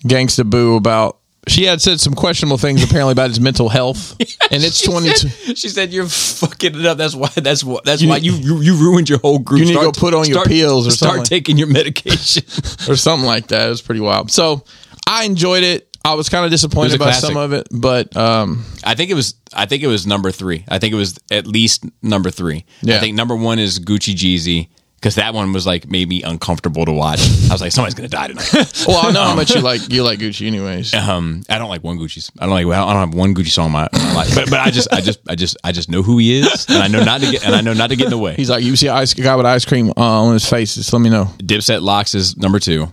B: Gangsta Boo about she had said some questionable things apparently about his mental health, and it's twenty.
A: She said, "You're fucking it up. That's why. That's why. That's
B: You
A: why
B: need-
A: you, you you ruined your whole group.
B: You need to go put on your
A: start-
B: pills or
A: start
B: something.
A: taking your medication."
B: or something like that. It was pretty wild. So I enjoyed it. I was kind of
A: It was
B: disappointed
A: a
B: by
A: classic.
B: some of it, but um,
A: I think it was. I think it was number three. I think it was at least number three.
B: Yeah.
A: I think number one is Gucci Jeezy because that one was like made me uncomfortable to watch. I was like, somebody's gonna die tonight.
B: well, I know how much you like you like Gucci, anyways.
A: um, I don't like one Gucci's. I don't like. I don't have one Gucci song in my, in my life. But but I just I just I just I just know who he is, and I know not to get and I know not to get in the way.
B: He's like, you see a ice, a guy with ice cream uh, on his face. Just let me know.
A: Dipset locks is number two.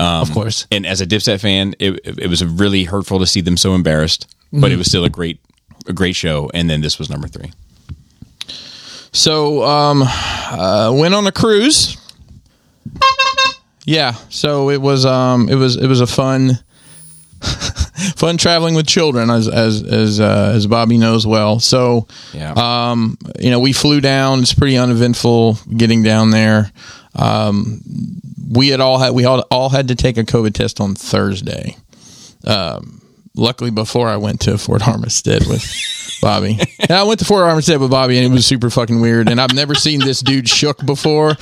D: Of course.
A: and as a Dipset fan, it it was really hurtful to see them so embarrassed, but it was still a great a great show. And then this was number three.
B: So um, uh, went on a cruise. Yeah, so it was um, it was it was a fun, fun traveling with children as as as uh, as Bobby knows well. So
A: Yeah.
B: um, you know, we flew down. It's pretty uneventful getting down there. Um, we had all had we all all had to take a COVID test on Thursday. Um, luckily, before I went to Fort Armistead with Bobby. And I went to Fort Armistead with Bobby, and it was super fucking weird. And I've never seen this dude shook before.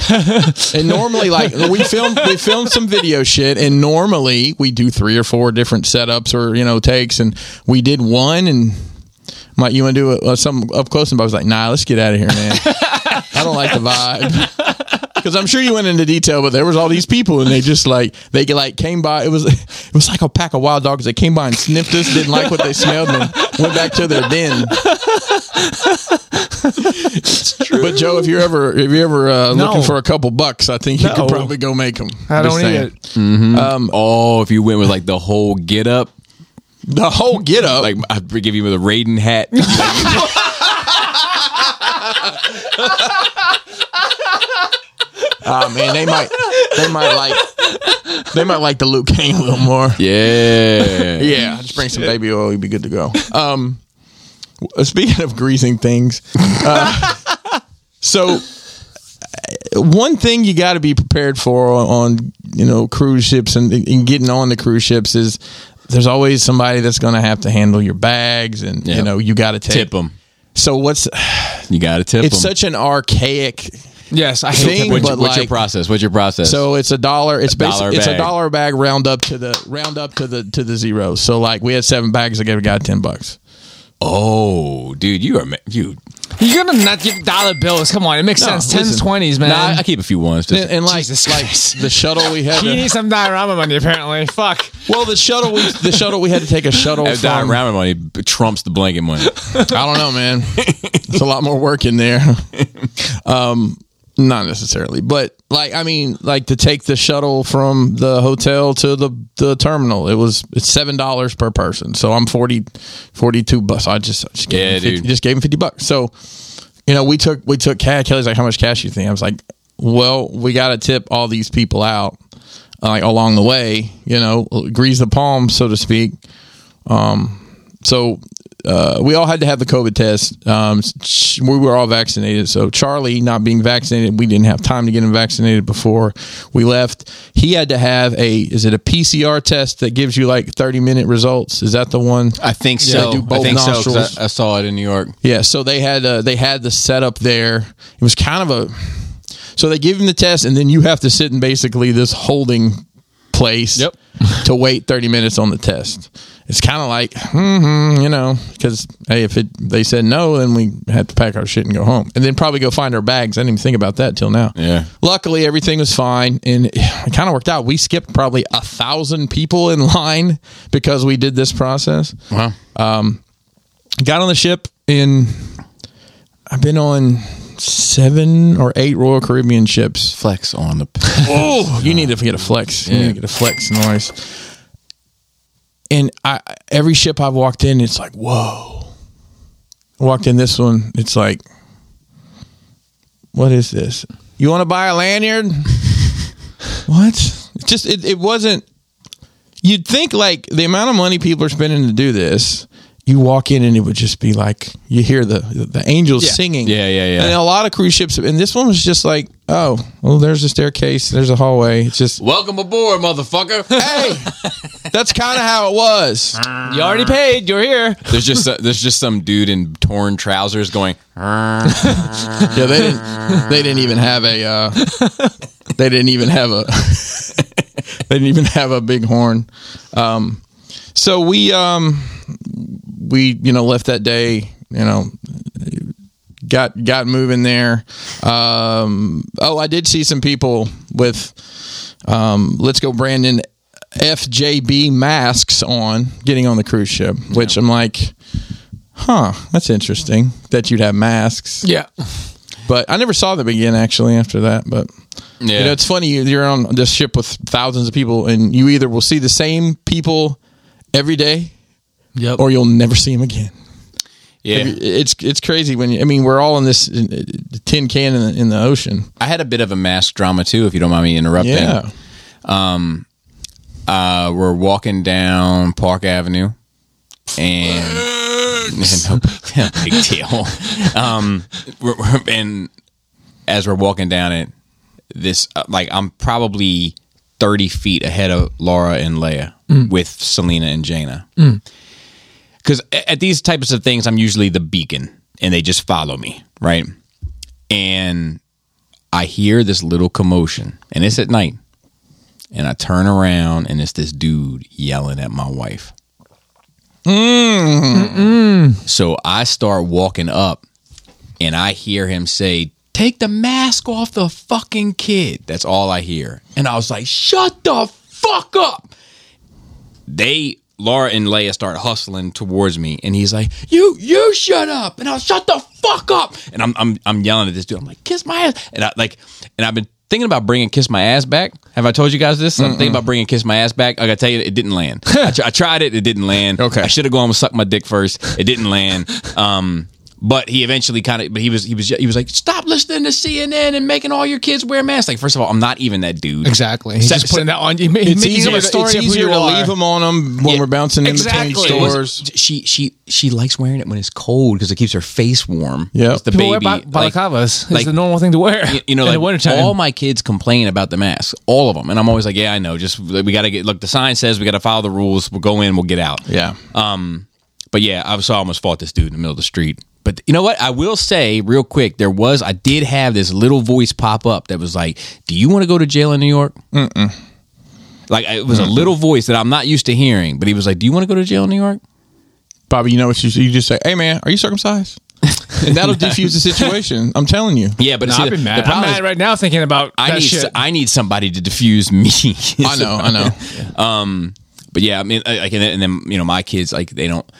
B: And normally, like we filmed, we filmed some video shit, and normally we do three or four different setups or you know takes, and we did one. And my, you want to do a, a, something up close? And Bobby's like, Nah, let's get out of here, man. I don't like the vibe. Because I'm sure you went into detail, but there was all these people, and they just like they like came by. It was it was like a pack of wild dogs. They came by and sniffed us, didn't like what they smelled, and then went back to their den. But Joe, if you're ever if you're ever uh, looking for a couple bucks, I think you
D: No.
B: could probably go make them.
D: I don't need it.
A: Oh, if you went with like the whole get up,
B: The whole get up.
A: like I'd give you with a Raiden hat.
B: Ah man, they might they might like they might like the Luke Kang a little more.
A: yeah.
B: Yeah, just bring some baby oil, you'd be good to go. Um, w- speaking of greasing things, uh, so uh, one thing you got to be prepared for on you know cruise ships and, and getting on the cruise ships is there's always somebody that's going to have to handle your bags and
A: Yeah.
B: you know you got to take.
A: Tip them.
B: So what's
A: You got to tip
B: it's
A: them.
B: such an archaic
C: Yes, I
B: Thing,
C: hate
A: what's,
B: but
A: what's your
B: like-
A: process? What's your process?
B: So it's a dollar. It's
A: dollar
B: basically it's a
A: bag.
B: dollar bag round up to the round up to the to the zero. So like we had seven bags. I gave a guy ten bucks.
A: oh, dude, you are ma- you.
D: You're gonna not give dollar bills. Come on, it makes sense. Tens, twenties, man.
A: Nah, I- I keep a few ones. Just,
B: And, and like like the shuttle we had.
C: He
B: To,
C: needs some diorama money, apparently. Fuck.
B: well, the shuttle we the shuttle we had to take a shuttle.
A: that
B: from-
A: diorama money b- trumps the blanket money.
B: I don't know, man. It's a lot more work in there. Um, not necessarily, but like I mean, like to take the shuttle from the hotel to the the terminal. It was it's seven dollars per person. So I'm 40, 42 bucks. I just I just gave
A: Yeah,
B: him 50,
A: dude.
B: just gave him fifty bucks. So you know, we took we took cash. Kelly's like, how much cash you think? I was like, well, we got to tip all these people out uh, like along the way. You know, grease the palm, so to speak. So uh, we all had to have the COVID test. Um, ch- we were all vaccinated. So Charlie, not being vaccinated, we didn't have time to get him vaccinated before we left. He had to have a is it a PCR test that gives you like thirty minute results? Is that the one?
A: I think
B: Yeah,
A: so.
B: they do both
A: I think so, 'cause
B: nostrils.
A: I, I saw it in New York.
B: Yeah, so they had uh, they had the setup there. It was kind of a so they give him the test, and then you have to sit in basically this holding place
A: Yep.
B: to wait thirty minutes on the test. It's kind of like, hmm you know, because hey, if it they said no, then we had to pack our shit and go home, and then probably go find our bags. I didn't even think about that till now.
A: Yeah.
B: Luckily, everything was fine, and it kind of worked out. We skipped probably a thousand people in line because we did this process
A: Wow.
B: got on the ship in I've been on seven or eight Royal Caribbean ships.
A: Flex on the.
B: Oh, you need to get a flex. You need to get a flex noise. And I every ship I've walked in, it's like, whoa. I walked in this one, it's like, what is this? You want to buy a lanyard? what? It's just it, it wasn't you'd think like the amount of money people are spending to do this you walk in and it would just be like you hear the the angels singing
A: Yeah, yeah, yeah.
B: and a lot of cruise ships and this one was just like oh well there's a staircase there's a hallway it's just
A: Welcome aboard, motherfucker.
B: hey that's kind of how it was
D: you already paid. You're here.
A: there's just uh, there's just some dude in torn trousers going.
B: yeah they didn't they didn't even have a uh, they didn't even have a they didn't even have a big horn um, so we um we you know left that day you know got got moving there um oh i did see some people with um let's go brandon fjb masks on getting on the cruise ship which i'm like huh that's interesting that you'd have masks
D: Yeah.
B: but I never saw them again actually after that. But
A: Yeah.
B: you know, it's funny you- you're on this ship with thousands of people, and you either will see the same people every day,
D: Yep.
B: or you'll never see them again.
A: yeah.
B: It's it's crazy when you, I mean we're all in this uh, tin can in the, in the ocean.
A: I had a bit of a mask drama too, if you don't mind me interrupting.
B: Yeah,
A: Uh, we're walking down Park Avenue, and no big deal. Um, we're, we're- and as we're walking down it, this uh, like I'm probably thirty feet ahead of Laura and Leia with Selena and Jaina. Because because at these types of things, I'm usually the beacon, and they just follow me, right? And I hear this little commotion, and it's at night, and I turn around, and it's this dude yelling at my wife. So I start walking up, and I hear him say. Take the mask off the fucking kid. That's all I hear. And I was like, shut the fuck up they Laura and Leia start hustling towards me, and he's like, "You, you shut up!" And I'll shut the fuck up. And I'm, I'm, I'm yelling at this dude. I'm like, "Kiss my ass!" And I like, and I've been thinking about bringing "Kiss My Ass" back. Have I told you guys this? I'm thinking about bringing "Kiss My Ass" back. I gotta tell you, it didn't land. I, tr- I tried it, it didn't land.
B: Okay.
A: I should have gone with "Suck My Dick" first. It didn't land. Um, but he eventually kind of, but he was, he was, he was like, "Stop listening to CNN and making all your kids wear masks." Like, first of all, I'm not even that dude.
D: Exactly. He's
A: Se-
D: just putting that on you.
B: It's easier, it's easier to leave them on them when
A: Yeah,
B: we're bouncing in between
A: It was-
B: stores.
A: she she she likes wearing it when it's cold because it keeps her face warm.
B: Yep.
A: It's the
D: People
A: baby.
D: wear ba-
A: like-
D: balaclavas. it's
A: like-
D: the normal thing to wear.
A: you- you know,
D: in the
A: like
D: wintertime.
A: all my kids complain about the mask, all of them, and I'm always like, yeah, I know. Just like, we got to get. Look, the sign says we got to follow the rules. We'll go in, we'll get out.
B: Yeah.
A: But yeah, I was so I almost fought this dude in the middle of the street. But you know what? I will say real quick, there was I did have this little voice pop up that was like, "Do you want to go to jail in New York?" Mm-mm. Like it was a little voice that I'm not used to hearing, but he was like, "Do you want to go to jail in New York?"
B: Bobby, you know what you, you just say? Hey, man, are you circumcised? And that'll defuse the situation. I'm telling you.
A: Yeah, but see,
D: I've been
A: the-
D: mad.
A: the
D: I'm
A: problem is-
D: mad right now thinking about
A: I
D: that
A: need
D: shit.
A: I need somebody to defuse me. um,
B: I know, I know.
A: but yeah, I mean, I, I can, and then you know, my kids like they don't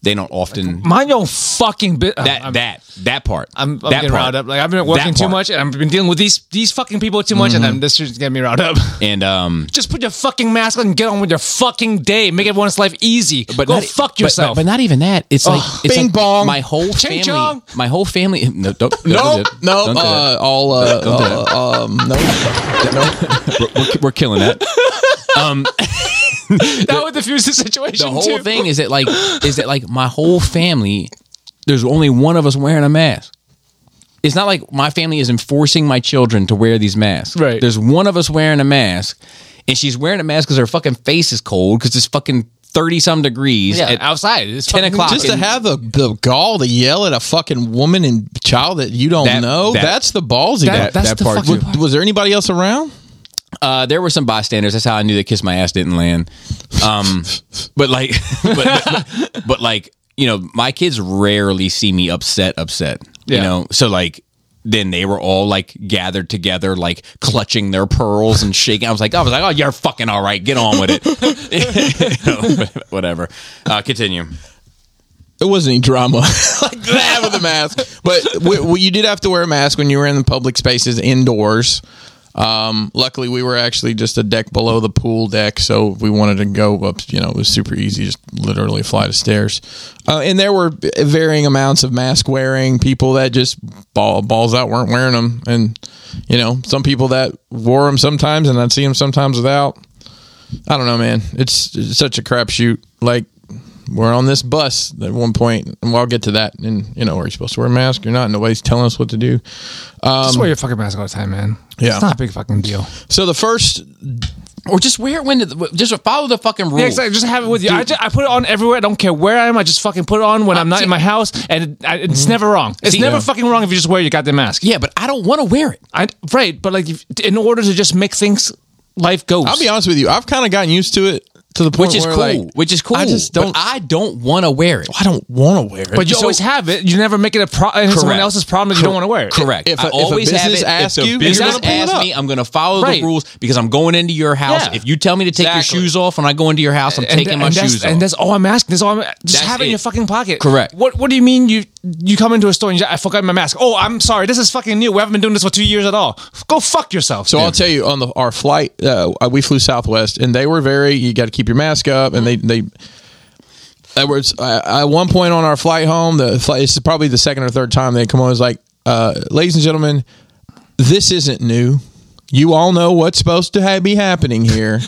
A: they don't often
D: Mind your own fucking bit.
A: that
D: I'm,
A: that that part.
D: I'm, I'm
A: that
D: getting
A: part.
D: riled up. Like I've been working
A: That
D: too
A: part.
D: much, and I've been dealing with these these fucking people too much, and I'm, this is getting me riled up.
A: and um,
D: Just put your fucking mask on and get on with your fucking day. Make everyone's life easy. But go
A: not- e-
D: fuck
A: but-
D: yourself.
A: But, but not even that. It's like it's
B: bing
A: like
B: bong.
A: My whole family.
D: chong.
A: My whole family. No, don't, don't do
B: No,
A: that.
B: no,
A: Don't do that.
B: uh, all, uh, uh, um, no, no.
A: We're- we're, we're killing that.
D: that would diffuse the situation.
A: The whole
D: too.
A: thing is that like is that like my whole family. There's only one of us wearing a mask. It's not like my family is enforcing my children to wear these masks.
D: Right.
A: There's one of us wearing a mask, and she's wearing a mask because her fucking face is cold because it's fucking thirty some degrees.
D: Yeah,
A: at-
D: outside. It's
A: 10
D: fucking-
A: o'clock.
B: Just to have the, the gall to yell at a fucking woman and child that you don't
A: That-
B: know,
A: that-
B: that's the ballsy that,
D: That- that's
B: that
D: the
B: part.
D: fucking
B: Was,
D: part.
B: was there anybody else around?
A: Uh, there were some bystanders. That's how I knew that "Kiss My Ass" didn't land. Um, but like, but, but, but like, you know, my kids rarely see me upset, upset. You
D: Yeah.
A: know, so like, then they were all like gathered together, like clutching their pearls and shaking. I was like, I was like, oh, you're fucking all right. Get on with it. You know, whatever. Uh, continue.
B: There wasn't any drama like that with the mask, but we, we, you did have to wear a mask when you were in the public spaces indoors. Um, luckily, we were actually just a deck below the pool deck, so if we wanted to go up. You know, it was super easy, just literally fly the stairs. Uh, and there were varying amounts of mask wearing people that just ball, balls out weren't wearing them, and you know, some people that wore them sometimes, and I'd see them sometimes without. I don't know, man. It's, it's such a crapshoot. Like we're on this bus at one point, and I'll get to that. And you know, are you supposed to wear a mask or not? Nobody's telling us what to do.
D: Just wear your fucking mask all the time, man.
B: Yeah.
D: It's not a big fucking deal.
B: So the first
A: Or just wear it when the, just follow the fucking rules.
D: Yeah, exactly. Just have it with you. I, just, I put it on everywhere. I don't care where I am. I just fucking put it on when I'm not in my house, and it, I, it's never wrong. It's never fucking wrong if you just wear your goddamn mask.
A: Yeah, but I don't want to wear it.
D: I, right. But like, if, in order to just make things, life goes.
B: I'll be honest with you. I've kind of gotten used to it to the point
A: Which is
B: where,
A: cool.
B: like,
A: which is cool.
B: I just
A: but
B: don't. I,
A: I don't want to wear it.
B: don't want to wear it.
D: But you
A: So-
D: always have it. You never make it a pro- and it's someone
A: Correct.
D: else's problem that you don't want to wear. it.
A: Correct.
B: If
A: I
B: a- if a
A: always have
B: business
A: it.
B: asks
A: if the
B: you, you're
A: business
B: gonna pull it
A: asks
B: up.
A: me, I'm going to follow
D: Right.
A: the rules because I'm going into your house.
D: Yeah.
A: If you tell me to take
B: Exactly.
A: your shoes off when I go into your house, I'm
D: And
A: taking
D: tha-
A: my
D: and that's-
A: shoes off.
D: And that's all I'm asking. That's all I'm just
A: That's
D: have it in
A: it.
D: your fucking pocket.
A: Correct.
D: What What do you mean you you come into a store and you, I forgot my mask? Oh, I'm sorry. This is fucking new. We haven't been doing this for two years at all. Go fuck yourself.
B: So I'll tell you on the our flight, uh, we flew Southwest, and they were very. You got to keep your mask up, and they they. There was uh, at one point on our flight home. The flight, this is probably the second or third time they come on. It's like, uh, ladies and gentlemen, this isn't new. You all know what's supposed to ha- be happening here.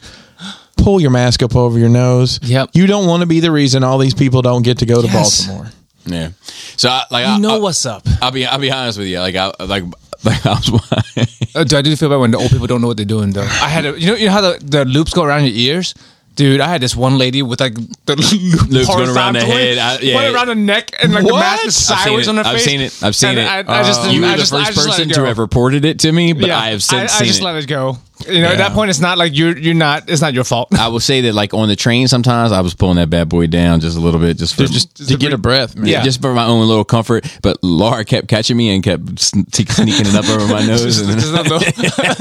B: Pull your mask up over your nose.
D: Yep.
B: You don't want to be the reason all these people don't get to go to
D: Yes.
B: Baltimore.
A: yeah. So I, like I,
D: you know
A: I,
D: what's up.
A: I'll be I'll be honest with you. Like I like, like I was.
D: Uh, do I do feel bad when the old people don't know what they're doing though? I had a, you know you know how the, the loops go around your ears. Dude, I had this one lady with like the loop
A: Loops going around the
D: horizontally,
A: head. I- yeah.
D: went around the neck and like the
B: What?
D: mask is
A: I've seen
D: sideways
A: it.
D: on her
A: I've
D: face.
A: seen it. I've seen
D: And
A: it. Um,
D: I, I just,
A: you were
D: I
A: the
D: just, I
A: first
D: just let it
A: person
D: go.
A: to have reported it to me, but
D: Yeah.
A: I have since
D: I,
A: seen
D: I just
A: it.
D: let it go. You know, at that
A: Yeah.
D: point, it's not like you're you're not. It's not your fault.
A: I will say that, like on the train, sometimes I was pulling that bad boy down just a little bit, just for
B: just to get a breath, man.
A: Yeah. just for my own little comfort. But Laura kept catching me and kept sne- sneaking it up over my nose. And
D: Just a little-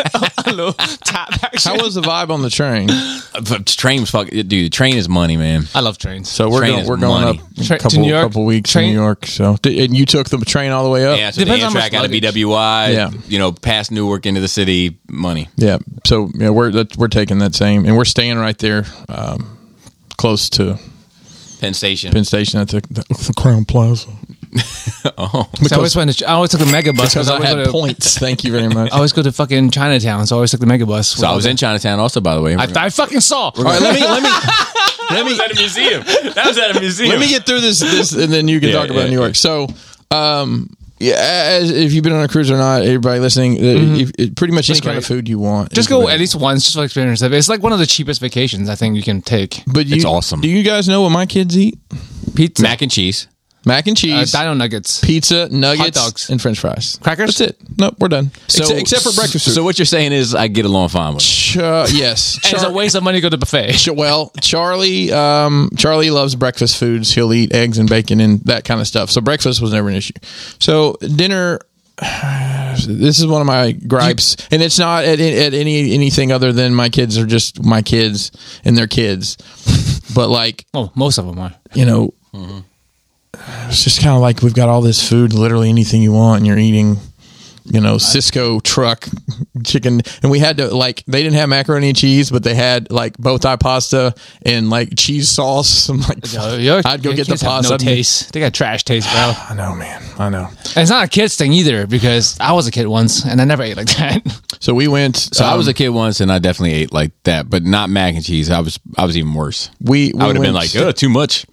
D: a little tap action.
B: How was the vibe on the train?
A: the train was fucking dude. The train is money, man.
D: I love trains.
B: So we're
A: Train
B: going,
A: is
B: we're going
A: money.
B: up a
D: Tra- to
B: couple,
D: New York?
B: couple weeks
D: Train-
B: in New York. So D- and you took the train all the way up.
A: Yeah, so
D: Depends
A: the
D: how much
A: Amtrak out of
D: luggage.
A: BWI,
B: Yeah.
A: you know, past Newark into the city, money.
B: Yeah. So yeah, we're that, we're taking that same, and we're staying right there, um, close to
A: Penn Station.
B: Penn Station at the, the, the Crown Plaza.
A: oh,
D: So I always went. To, I always took the mega bus
B: Because I
D: because
B: had Oh, points. Thank you very much.
D: I always go to fucking Chinatown, so I always took the mega bus.
A: so I was in Chinatown also, by the way.
D: I, I fucking saw.
B: all right, let me let me let me
A: at a museum. That was at a museum.
B: let me get through this this, and then you can
A: Yeah,
B: talk about
A: yeah,
B: New York. So. um yeah, as, if you've been on a cruise or not, everybody listening, uh, if, it, pretty much any kind of food you want.
D: Just
B: is
D: go
B: available.
D: at least once, just for experience. It's like one of the cheapest vacations I think you can take.
B: But you,
A: It's awesome.
B: Do you guys know what my kids eat?
D: Pizza,
A: mac and cheese.
B: Mac and
D: uh,
B: cheese.
D: Dino Nuggets.
B: pizza, nuggets,
D: Hot dogs.
B: and French fries.
D: Crackers?
B: That's it. Nope, we're done. except, except for breakfast.
A: So
B: food.
A: what you're saying is I get along fine with. it.
B: Ch- uh, yes,
D: And it's a
B: Char-
D: waste of money to go to buffet.
B: Ch- well, Charlie, um, Charlie loves breakfast foods. He'll eat eggs and bacon and that kind of stuff. So breakfast was never an issue. So dinner. This is one of my gripes, and it's not at, at any anything other than my kids are just my kids and their kids. But like
D: Oh, most of them are.
B: you know,
A: Mm-hmm.
B: it's just kind of like we've got all this food, literally anything you want, and you're eating, you know, Cisco truck chicken. And we had to like they didn't have macaroni and cheese, but they had like both eye pasta and like cheese sauce. I'm like,
D: Uh, your-
B: I'd go
D: your
B: get the
D: kids have
B: pasta.
D: No taste. They got trash taste, bro.
B: I know, man. I know.
D: And it's not a kids thing either because I was a kid once and I never ate like that.
B: So we went. uh,
A: So I was a kid once, and I definitely ate like that, but not mac and cheese. I was I was even worse.
B: we, we
A: I would have been
B: went-
A: like, oh, too much.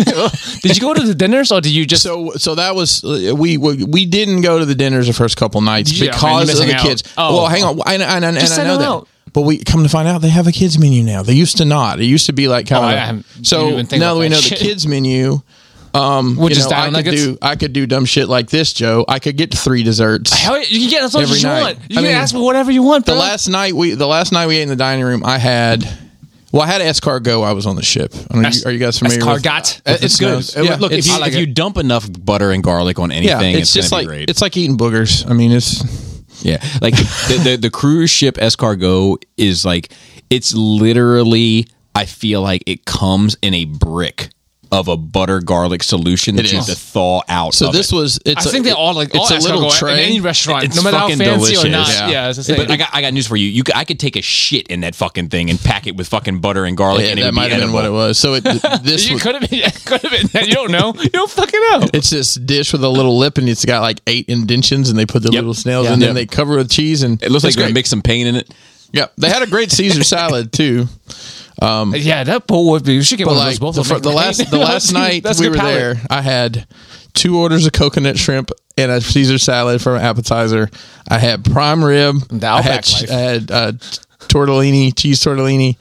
D: did you go to the dinners or did you just?
B: So, so that was uh, we, we we didn't go to the dinners the first couple nights
D: Yeah, man,
B: because
D: you're
B: of the
D: missing out.
B: kids.
D: Oh.
B: Well, hang on, I, I, I, and
D: Just
B: I
D: send
B: know
D: them
B: that,
D: out.
B: but we come to find out they have a kids menu now. They used to not. It used to be like
D: Oh, I
B: kind
D: haven't-
B: of.
D: didn't
B: So
D: even think
B: now
D: about
B: that we
D: that
B: know
D: shit.
B: the kids menu,
D: Which
B: you know,
D: is Dino
B: I could
D: Nuggets.
B: do I could do dumb shit like this, Joe. I could get three desserts.
D: Hell, yeah, you can get as much
B: Every
D: as you
B: night.
D: want. You
B: I
D: can
B: mean,
D: ask for whatever you want.
B: the
D: bro.
B: last night we the last night we ate in the dining room, I had. Well, I had escargot. I was on the ship. I mean, are, you, are you guys familiar? with-
D: Escargot.
B: with
A: it's
B: the
A: good.
B: smells?
A: It-
B: Yeah,
A: Look, if,
B: it's-
A: you,
B: I like
A: if
B: it.
A: you dump enough butter and garlic on
B: yeah,
A: anything,
B: it's,
A: it's,
B: just
A: gonna
B: like
A: be great.
B: it's like eating boogers. I mean, it's
A: Yeah, like the, the the cruise ship escargot is like it's literally. I feel like it comes in a brick of a butter garlic solution that
B: It
A: you have
B: is.
A: to thaw out.
B: So
A: of
B: this
A: it.
B: was. It's
D: I think they all like
B: it's
D: all
B: a little
D: escargot
B: tray.
D: in any restaurant,
A: It's
D: no matter how
A: fucking
D: fancy
A: delicious.
D: or not.
A: Yeah.
D: Yeah, it's the same.
A: But I got I got news for you. You c- I could take a shit in that fucking thing and pack it with fucking butter and garlic,
B: Yeah,
A: and it
B: that
A: would be
B: might have been
A: edible.
B: what it was. So it this
D: you
B: was,
D: could have been. Could have been. that. You don't know. You don't fucking know.
B: it's this dish with a little lip, and it's got like eight indentions, and they put the
A: Yep.
B: little snails,
A: Yeah.
B: and
A: Yep.
B: then they cover with cheese, and
A: It looks like
B: it's
A: you're gonna
B: great.
A: mix some paint in it.
B: Yeah, they had a great Caesar salad too.
D: Yeah, that bowl would be. You should get
B: But
D: one
B: like
D: of those. Both
B: the, fir-
D: of them
B: the
D: make
B: last
D: great.
B: the last night
D: That's
B: we
D: good
B: were
D: palate.
B: there, I had two orders of coconut shrimp and a Caesar salad for an appetizer. I had prime rib.
D: The
B: I had,
D: Outback life.
B: I had uh, tortellini, cheese tortellini.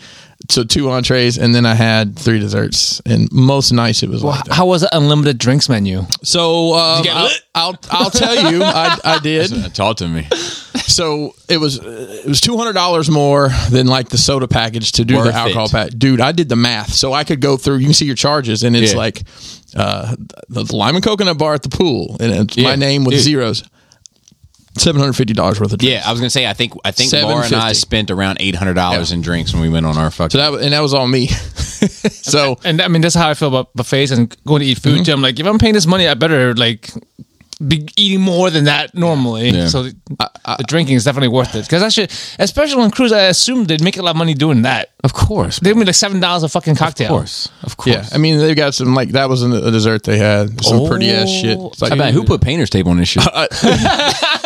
B: So two entrees, and then I had three desserts. And most nights it was
D: Well,
B: like that.
D: how was the unlimited drinks menu?
B: So um,
D: get
B: I'll,
D: lit?
B: I'll I'll tell you I, I did.
A: Talk to me.
B: So it was uh, it was two hundred dollars more than like the soda package to do
A: Worth
B: the alcohol
A: it.
B: pack. Dude, I did the math, so I could go through. You can see your charges, and it's
A: Yeah.
B: like uh, the, the lime and coconut bar at the pool, and it's
A: Yeah,
B: my name with
A: dude.
B: zeros. Seven hundred fifty dollars worth of drinks.
A: Yeah, I was gonna say I think I think Laura and I
B: $7.50.
A: spent around eight hundred dollars in drinks when we went on our fucking.
B: So that was- and that was all me. so
D: And I mean, that's how I feel about buffets and going to eat
B: Mm-hmm.
D: food. Too. I'm like, if I'm paying this money, I better like be eating more than that normally.
A: Yeah.
D: So the, the drinking is definitely worth it because actually, especially on cruise, I assume they'd make a lot of money doing that.
A: of course,
D: They would be like seven dollars a fucking cocktail.
A: of course, of course. Oh,
B: yeah, I mean they got some like that was an- a dessert they had some pretty ass shit. It's like-
A: I bet who put painter's tape on this shit?
B: Uh,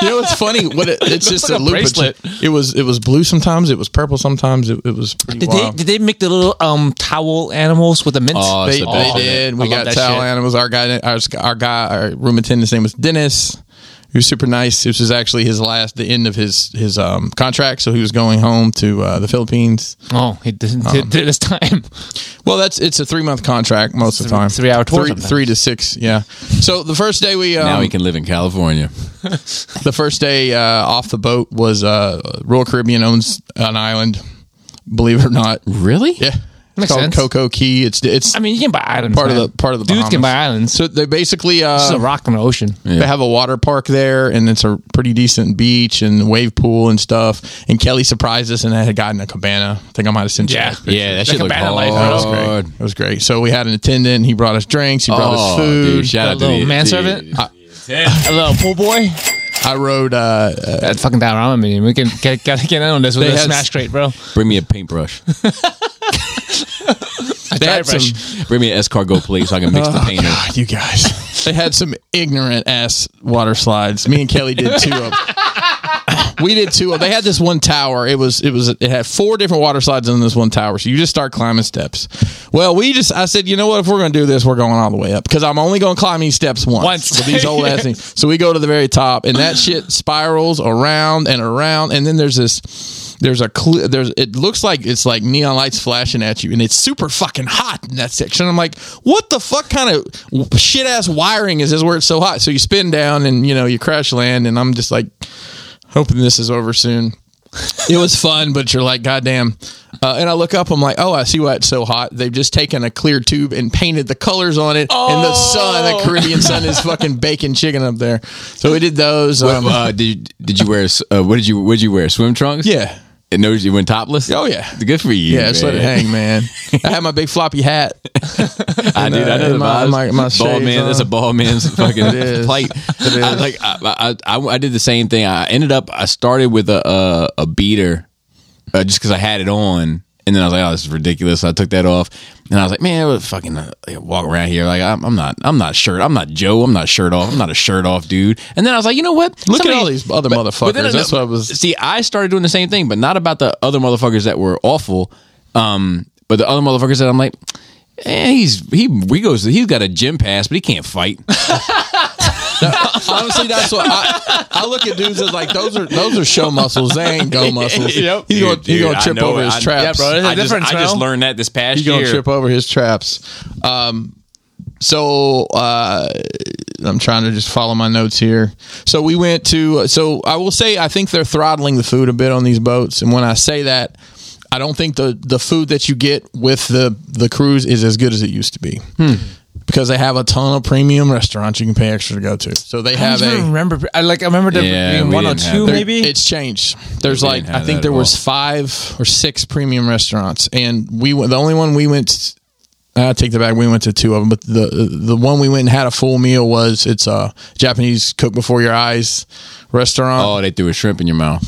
B: You know what's funny? What it, it's just
D: like
B: a
D: a
B: loop.
D: bracelet.
B: It was it was blue sometimes. It was purple sometimes. It, it was pretty
D: Did
B: wild.
D: they did they make the little um towel animals with the mint?
A: Oh, it's
B: They,
A: the
B: they
A: best.
B: did.
D: I
B: We
D: love
B: got
D: that
B: towel
D: shit.
B: animals. Our guy, our, our guy, our room attendant's name was Dennis. He was super nice. This was actually his last, the end of his his um, contract, so he was going home to uh, the Philippines.
D: Oh, he didn't
B: uh-huh.
D: did did this time.
B: Well, that's it's a three month contract most of the
D: Three-
B: time.
D: three-hour tour
B: three,
D: sometimes.
B: three to six. Yeah. So the first day we um,
A: now he can live in California.
B: the first day uh, off the boat was uh, Royal Caribbean owns an island. Believe it or not,
A: Really?
B: yeah, it's
D: Makes
B: called
D: sense.
B: Coco Key. It's it's
D: I mean, you can buy islands.
B: part
D: man.
B: of the part of the
D: dudes can buy
B: Bahamas.
D: islands.
B: So they basically uh,
D: It's a rock in the ocean.
B: They have a water park there, and it's a pretty decent beach and wave pool and stuff. And Kelly surprised us, and I had gotten a cabana. I think I might have sent you.
D: Yeah.
B: that picture. Oh,
A: Yeah, that shit looked
D: cabana
A: hard.
D: life,
B: That was great. It was great. So we had an attendant. He brought us drinks. He brought
A: Oh,
B: us food.
A: dude, shout
D: That
A: out to
D: little
A: the
D: manservant?
A: the-
D: A little pool boy.
B: I rode. Uh, uh,
D: That's fucking down on me. We can get, gotta get in on this with
B: They
D: a
B: had-
D: smash crate, bro.
A: Bring me a paintbrush.
B: they had
D: dry brush.
B: some-
A: Bring me an escargot plate so I can mix the paint. in.
B: God, you guys. They had some ignorant ass water slides. Me and Kelly did two of them. We did two of They had this one tower. It was it was it had four different water slides in this one tower. So you just start climbing steps. Well, we just I said, you know what, if we're gonna do this, we're going all the way up. Because I'm only gonna climb these steps once,
D: Once.
B: with these old ass things. So we go to the very top and that shit spirals around and around and then there's this there's a cl- there's it looks like it's like neon lights flashing at you and it's super fucking hot in that section. I'm like, what the fuck kind of shit ass wiring is this where it's so hot? So you spin down and you know you crash land and I'm just like hoping this is over soon. It was fun, but you're like, goddamn. Uh, and I look up, I'm like, oh, I see why it's so hot. They've just taken a clear tube and painted the colors on it, and the sun, the Caribbean sun, is fucking baking chicken up there. So we did those. Um,
A: Uh, did you, did you wear a s- uh, what did you what did you wear swim trunks?
B: yeah,
A: it knows you went topless.
B: Oh, yeah.
A: good for you.
B: yeah, just let it
A: man.
B: hang, man. I had my big floppy hat.
A: I did. I
B: uh,
A: know the
B: my-
A: vibes.
B: my- my
A: bald
B: shades
A: man. That's a
B: on.
A: bald man's fucking
B: is.
A: plight. I, like I, I, I, I did the same thing. I ended up. I started with a a, a beater, uh, just because I had it on, and then I was like, "Oh, this is ridiculous." So I took that off, and I was like, "Man, I would fucking uh, walk around here like I'm, I'm not. I'm not shirt. I'm not Joe. I'm not shirt off. I'm not a shirt off dude." And then I was like, "You know what?
B: Look at all these other motherfuckers.
A: then I-
B: That's what I was.
A: See, I started doing the same thing, but not about the other motherfuckers that were awful. Um, but the other motherfuckers that I'm like, eh, he's he we goes he's got a gym pass, but he can't fight.
B: Honestly, that's what I, I look at dudes as like those are those are show muscles. They ain't go muscles.
A: Yep.
B: He's gonna,
A: Dude,
B: he's
A: dude,
B: gonna
A: I
B: trip
A: know
B: over
A: it.
B: his
A: I-
B: traps.
A: yeah,
D: bro, There's a
A: I just,
D: difference,
A: I just
D: bro.
A: learned that this past
B: He's gonna
A: year.
B: trip over his traps. Um, so uh, I'm trying to just follow my notes here. So we went to. So I will say I think they're throttling the food a bit on these boats, and when I say that, I don't think the the food that you get with the the cruise is as good as it used to be. Because they have a ton of premium restaurants you can pay extra to go to. So they
D: I
B: have
D: don't even
B: a
D: remember. I like. I remember there
A: Yeah,
D: being
A: we
D: one or
A: didn't have
D: two,
A: that.
B: there-
D: maybe.
B: It's changed. There's
A: We
B: like
A: didn't have
B: I think
A: that
B: there
A: at
B: was
A: all.
B: five or six premium restaurants, and we went. The only one we went. I take the back. We went to two of them, but the the one we went and had a full meal was it's a Japanese cook before your eyes restaurant.
A: Oh, they threw a shrimp in your mouth.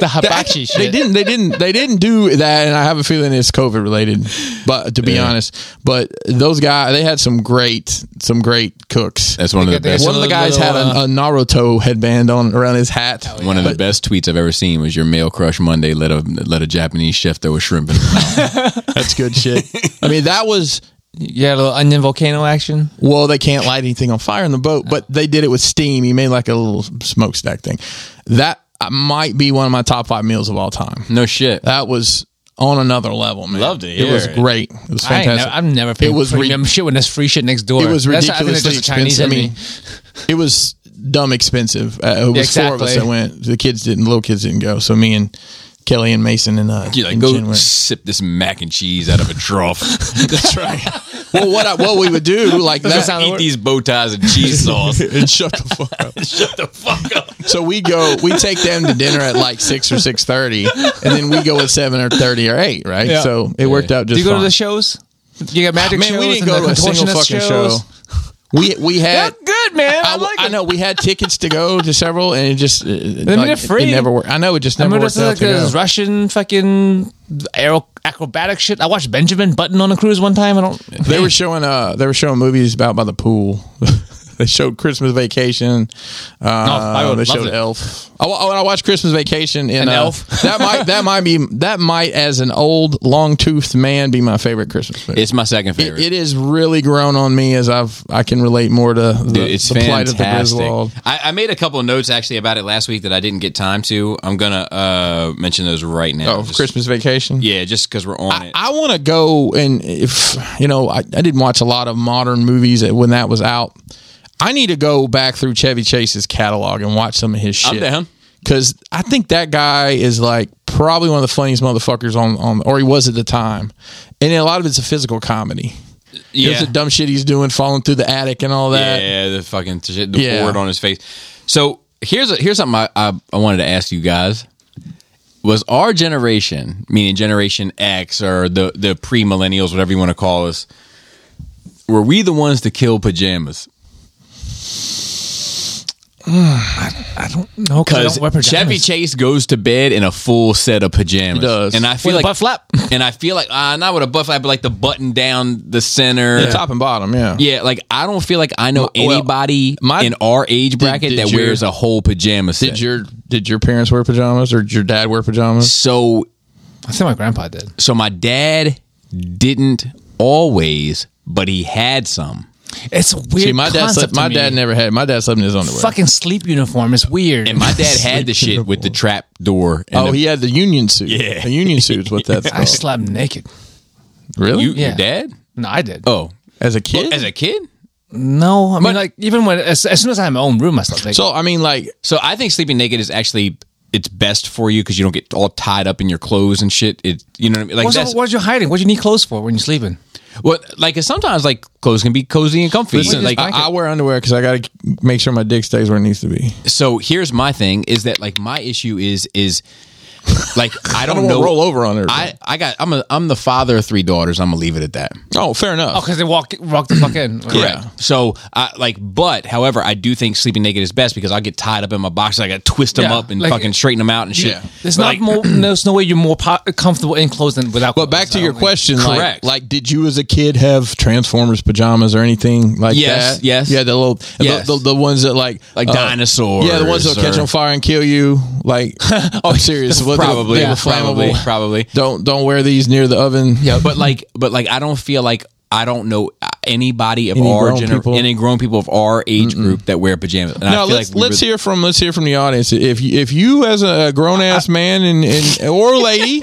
D: the hibachi
B: Actually,
D: shit.
B: They didn't. They didn't. They didn't do that, and I have a feeling it's COVID related. But to be honest, but those guys, they had some great, some great cooks.
A: That's one of the
D: got
A: best.
D: that
B: One of the guys
D: little,
B: had a,
D: uh,
B: a Naruto headband on around his hat.
A: One of the best tweets I've ever seen was your male crush Monday let a let a Japanese chef throw a shrimp in. His mouth.
B: That's good shit. I mean, that was
D: Yeah, a little onion volcano action.
B: Well, they can't light anything on fire in the boat, but they did it with steam. He made like a little smokestack thing. That uh, might be one of my top five meals of all time.
A: No shit.
B: That was on another level, man.
A: Love to
B: It was
A: hear it.
B: great. It was
D: I ain't
B: fantastic.
D: never, I've never paid
B: It was re-
D: premium shit when there's free shit next door.
B: it was
D: That's- I think that's
B: ridiculously
D: just a Chinese
B: expensive. I
D: in
B: mean,
D: me.
B: it was dumb expensive. Uh, it was four of us
D: exactly.
B: that went. The kids didn't. Little kids didn't go. So me and Kelly and Mason and uh,
A: You like
B: and
A: go
B: Jen went.
A: sip this mac and cheese out of a trough. That's right.
B: Well, what I, what we would do like that.
D: sound-
A: Eat these bow ties and cheese sauce.
B: and shut the fuck up.
A: Shut the fuck up.
B: So we go, we take them to dinner at like six or six thirty, and then we go at seven or thirty or eight, right?
D: Yeah.
B: So it worked out
D: Do
B: just
D: you go
B: fine.
D: to the shows? You got magic
B: Man,
D: shows
B: we didn't
D: and
B: go
D: the
B: to a single
D: contortionist
B: fucking
D: shows?
B: show. We we had.
D: That's good, man. I,
B: I,
D: like it.
B: I know we had tickets to go to several, and it just uh,
D: they're
B: like,
D: free.
B: It never worked. I know it just
D: I
B: never
D: remember
B: worked
D: this
B: out
D: like
B: to go.
D: this Russian fucking aero- acrobatic shit. I watched Benjamin Button on a cruise one time. I don't.
B: They were showing uh they were showing movies about by the pool. They showed Christmas Vacation. Uh,
D: Oh, I would
B: they
D: love
B: showed
D: it.
B: Elf. I, wa- I watched Christmas Vacation in
D: And
B: uh,
D: Elf?
B: that might that might be that might as an old long toothed man be my favorite Christmas movie.
A: It's my second favorite.
B: It, it is really grown on me as I've I can relate more to the,
A: Dude, it's
B: the plight of
A: fantastic.
B: the Griswold.
A: I, I made a couple of notes actually about it last week that I didn't get time to. I'm gonna uh, mention those right now.
B: Oh,
A: Just-
B: Christmas Vacation.
A: Yeah, just because we're on it.
B: I want to go and if you know, I, I didn't watch a lot of modern movies when that was out. I need to go back through Chevy Chase's catalog and watch some of his shit.
A: I'm down.
B: Because I think that guy is like probably one of the funniest motherfuckers on, on or he was at the time. And a lot of it's a physical comedy.
A: yeah.
B: It's the dumb shit he's doing, falling through the attic and all that.
A: Yeah, the fucking shit, the
B: Yeah.
A: board on his face. So here's a, here's something I, I I wanted to ask you guys. Was our generation, meaning Generation X or the the pre millennials, whatever you want to call us, were we the ones to kill pajamas?
D: I don't know
A: Because Chevy Chase goes to bed in a full set of pajamas.
B: He does.
A: and I feel
D: With a
A: like
D: butt flap.
A: and I feel like uh, not with a butt flap, but like the button down the center.
B: The Top and bottom, yeah.
A: Yeah, like I don't feel like I know
B: well,
A: anybody
B: my-
A: in our age bracket
B: did
A: that
B: your-
A: wears a whole pajama set.
B: Did your did your parents wear pajamas or did your dad wear pajamas?
A: so
D: I think my grandpa did.
A: so my dad didn't always, but he had some.
D: It's a weird.
B: See, my dad
D: concept
B: slept,
D: to
B: my
D: me.
B: dad never had my dad slept in his underwear.
D: fucking sleep uniform is weird.
A: And my dad had the shit with the trap door. And
B: Oh,
A: the-
B: he had the union suit.
A: Yeah.
B: the union suits. What that's
D: I
B: called.
D: slept naked.
B: really?
A: you,
D: Yeah.
A: your dad?
D: No, I did.
A: Oh,
B: as a kid?
A: as a kid?
D: No, I mean like even when as, as soon as I had my own room, I slept naked.
B: so I mean, like,
A: So I think sleeping naked is actually it's best for you because you don't get all tied up in your clothes and shit. It you know what I mean? Like
D: what's,
A: that's
D: what you hiding? What you need clothes for when you're sleeping?
A: what like 'cause sometimes like clothes can be cozy and comfy.
B: listen,
A: like
B: like I, I wear underwear because I got to make sure my dick stays where it needs to be.
A: so here's my thing is that like my issue is is like I don't,
B: wanna
A: know
B: roll over on everything.
A: I I got I'm a I'm the father of three daughters. I'm gonna leave it at that.
B: Oh, fair enough.
D: Oh, because they walk walk the fuck in.
A: Yeah. So I like, but however, I do think sleeping naked is best because I get tied up in my boxes. I got to twist them
D: Yeah,
A: up and
D: like-
A: fucking straighten them out and shit.
B: Yeah.
D: There's
A: But,
D: not
A: like,
D: more. There's no way you're more po- comfortable in clothes than without.
B: But back to your question,
A: Correct.
B: like, like, did you as a kid have Transformers pajamas or anything like
A: Yes,
B: that?
A: yes.
B: yeah, the little, and
A: Yes.
B: the, the, the ones that like, uh,
A: Like dinosaurs
B: yeah, the ones that catch
A: or-
B: on fire and kill you. Like, oh, serious, What, they're-
A: probably,
B: they're
A: probably,
B: flammable.
A: probably.
B: Don't don't wear these near the oven.
A: Yeah, but like, but like, I don't feel like I don't know uh, anybody of
B: Any
A: our
B: grown
A: gener-
B: people?
A: any grown people of our age group that wear pajamas. And I
B: No,
A: feel
B: let's
A: like we
B: let's
A: were-
B: hear from let's hear from the audience. If you, if you as a grown ass man and, and or lady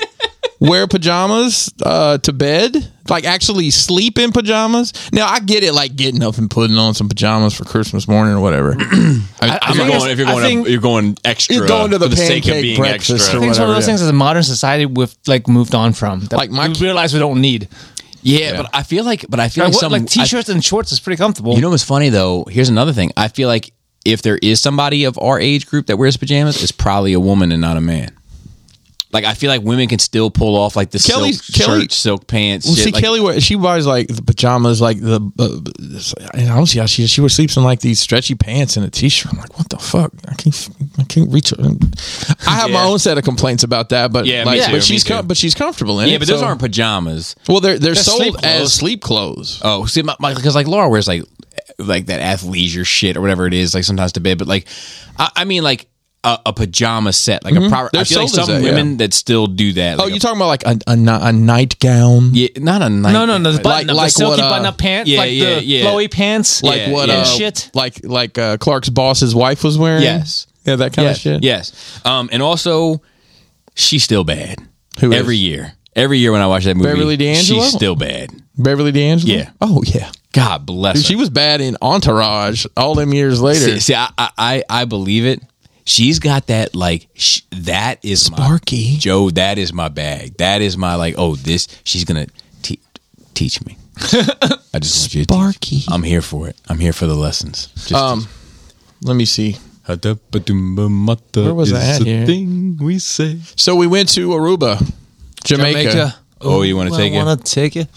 B: wear pajamas uh, to bed, like actually sleep in pajamas. Now I get it, like getting up and putting on some pajamas for Christmas morning or whatever.
A: if you're
D: think
A: going,
D: it's-
A: if you're
D: I
A: going,
D: think-
A: up, you're going extra.
B: You're going to the
A: for the sake of
B: pancake
A: being
B: breakfast
A: extra.
B: or
D: I think it's one of those
B: whatever, yeah.
D: things as a modern society we've like moved on from. That
B: Like my
D: we
B: ki-
D: realize we don't need.
A: yeah, but I feel like, but I feel like,
D: Like, what,
A: some
D: like
A: I-
D: t-shirts and shorts is pretty comfortable.
A: You know what's funny though? Here's another thing. I feel like if there is somebody of our age group that wears pajamas, it's probably a woman and not a man. Like I feel like women can still pull off like the
B: Kelly's-
A: silk
B: Kelly-
A: shirt, silk pants.
B: Well,
A: shit.
B: see,
A: like,
B: Kelly, wear- she buys like the pajamas, like the. Uh, I don't see how she she wears sleeps in like these stretchy pants and a t-shirt. I'm like, what the fuck? I can't, I can't reach. Her. I have my
A: Yeah.
B: own set of complaints about that, but
A: Yeah, me
B: like,
A: too,
B: but she's
A: me too.
B: com- but she's comfortable in it.
A: yeah, but those
B: so-
A: aren't pajamas.
B: Well, they're they're,
D: They're
B: sold
D: sleep clothes.
B: as sleep clothes.
A: Oh, see, because my, because like Laura wears like like that athleisure shit or whatever it is, like sometimes to bed. But like, I, I mean, like a, a pajama set, like a proper. I
B: They're
A: feel like
B: sold as
A: some
B: that, yeah.
A: women that still do that.
B: Oh,
A: like
B: you
A: a-
B: talking about like a a, ni- a nightgown?
A: yeah, not a night.
D: no, no, no. The button up,
B: like
D: the silky
B: what, uh,
D: button-up pants,
A: yeah,
D: like
A: yeah,
D: the
A: yeah.
D: flowy pants,
B: Like
A: yeah,
B: what?
A: yeah.
B: Uh,
D: Shit.
B: Like like uh, Clark's boss's wife was wearing.
A: Yes.
B: Yeah, that kind
A: yes,
B: of shit.
A: Yes. Um, and also, she's still bad.
B: Who is?
A: Every year. Every year when I watch that movie,
B: Beverly D'Angelo?
A: she's still bad.
B: Beverly D'Angelo.
A: Yeah.
B: Oh yeah.
A: God bless
B: Dude,
A: her.
B: she was bad in Entourage. All them years later.
A: see, see, I, I, I- I believe it. She's got that, like, sh- that is my...
B: Sparky.
A: Joe, that is my bag. That is my, like, oh, this... She's going to te- teach me. I just want you to
B: Sparky.
A: teach. I'm here for it. I'm here for the lessons. Just
B: Um, let me see.
A: Where
B: where was I at here?
A: Thing we say.
B: So we went to Aruba, Jamaica,
A: Oh, you want to take
D: I
A: it?
D: want to take it.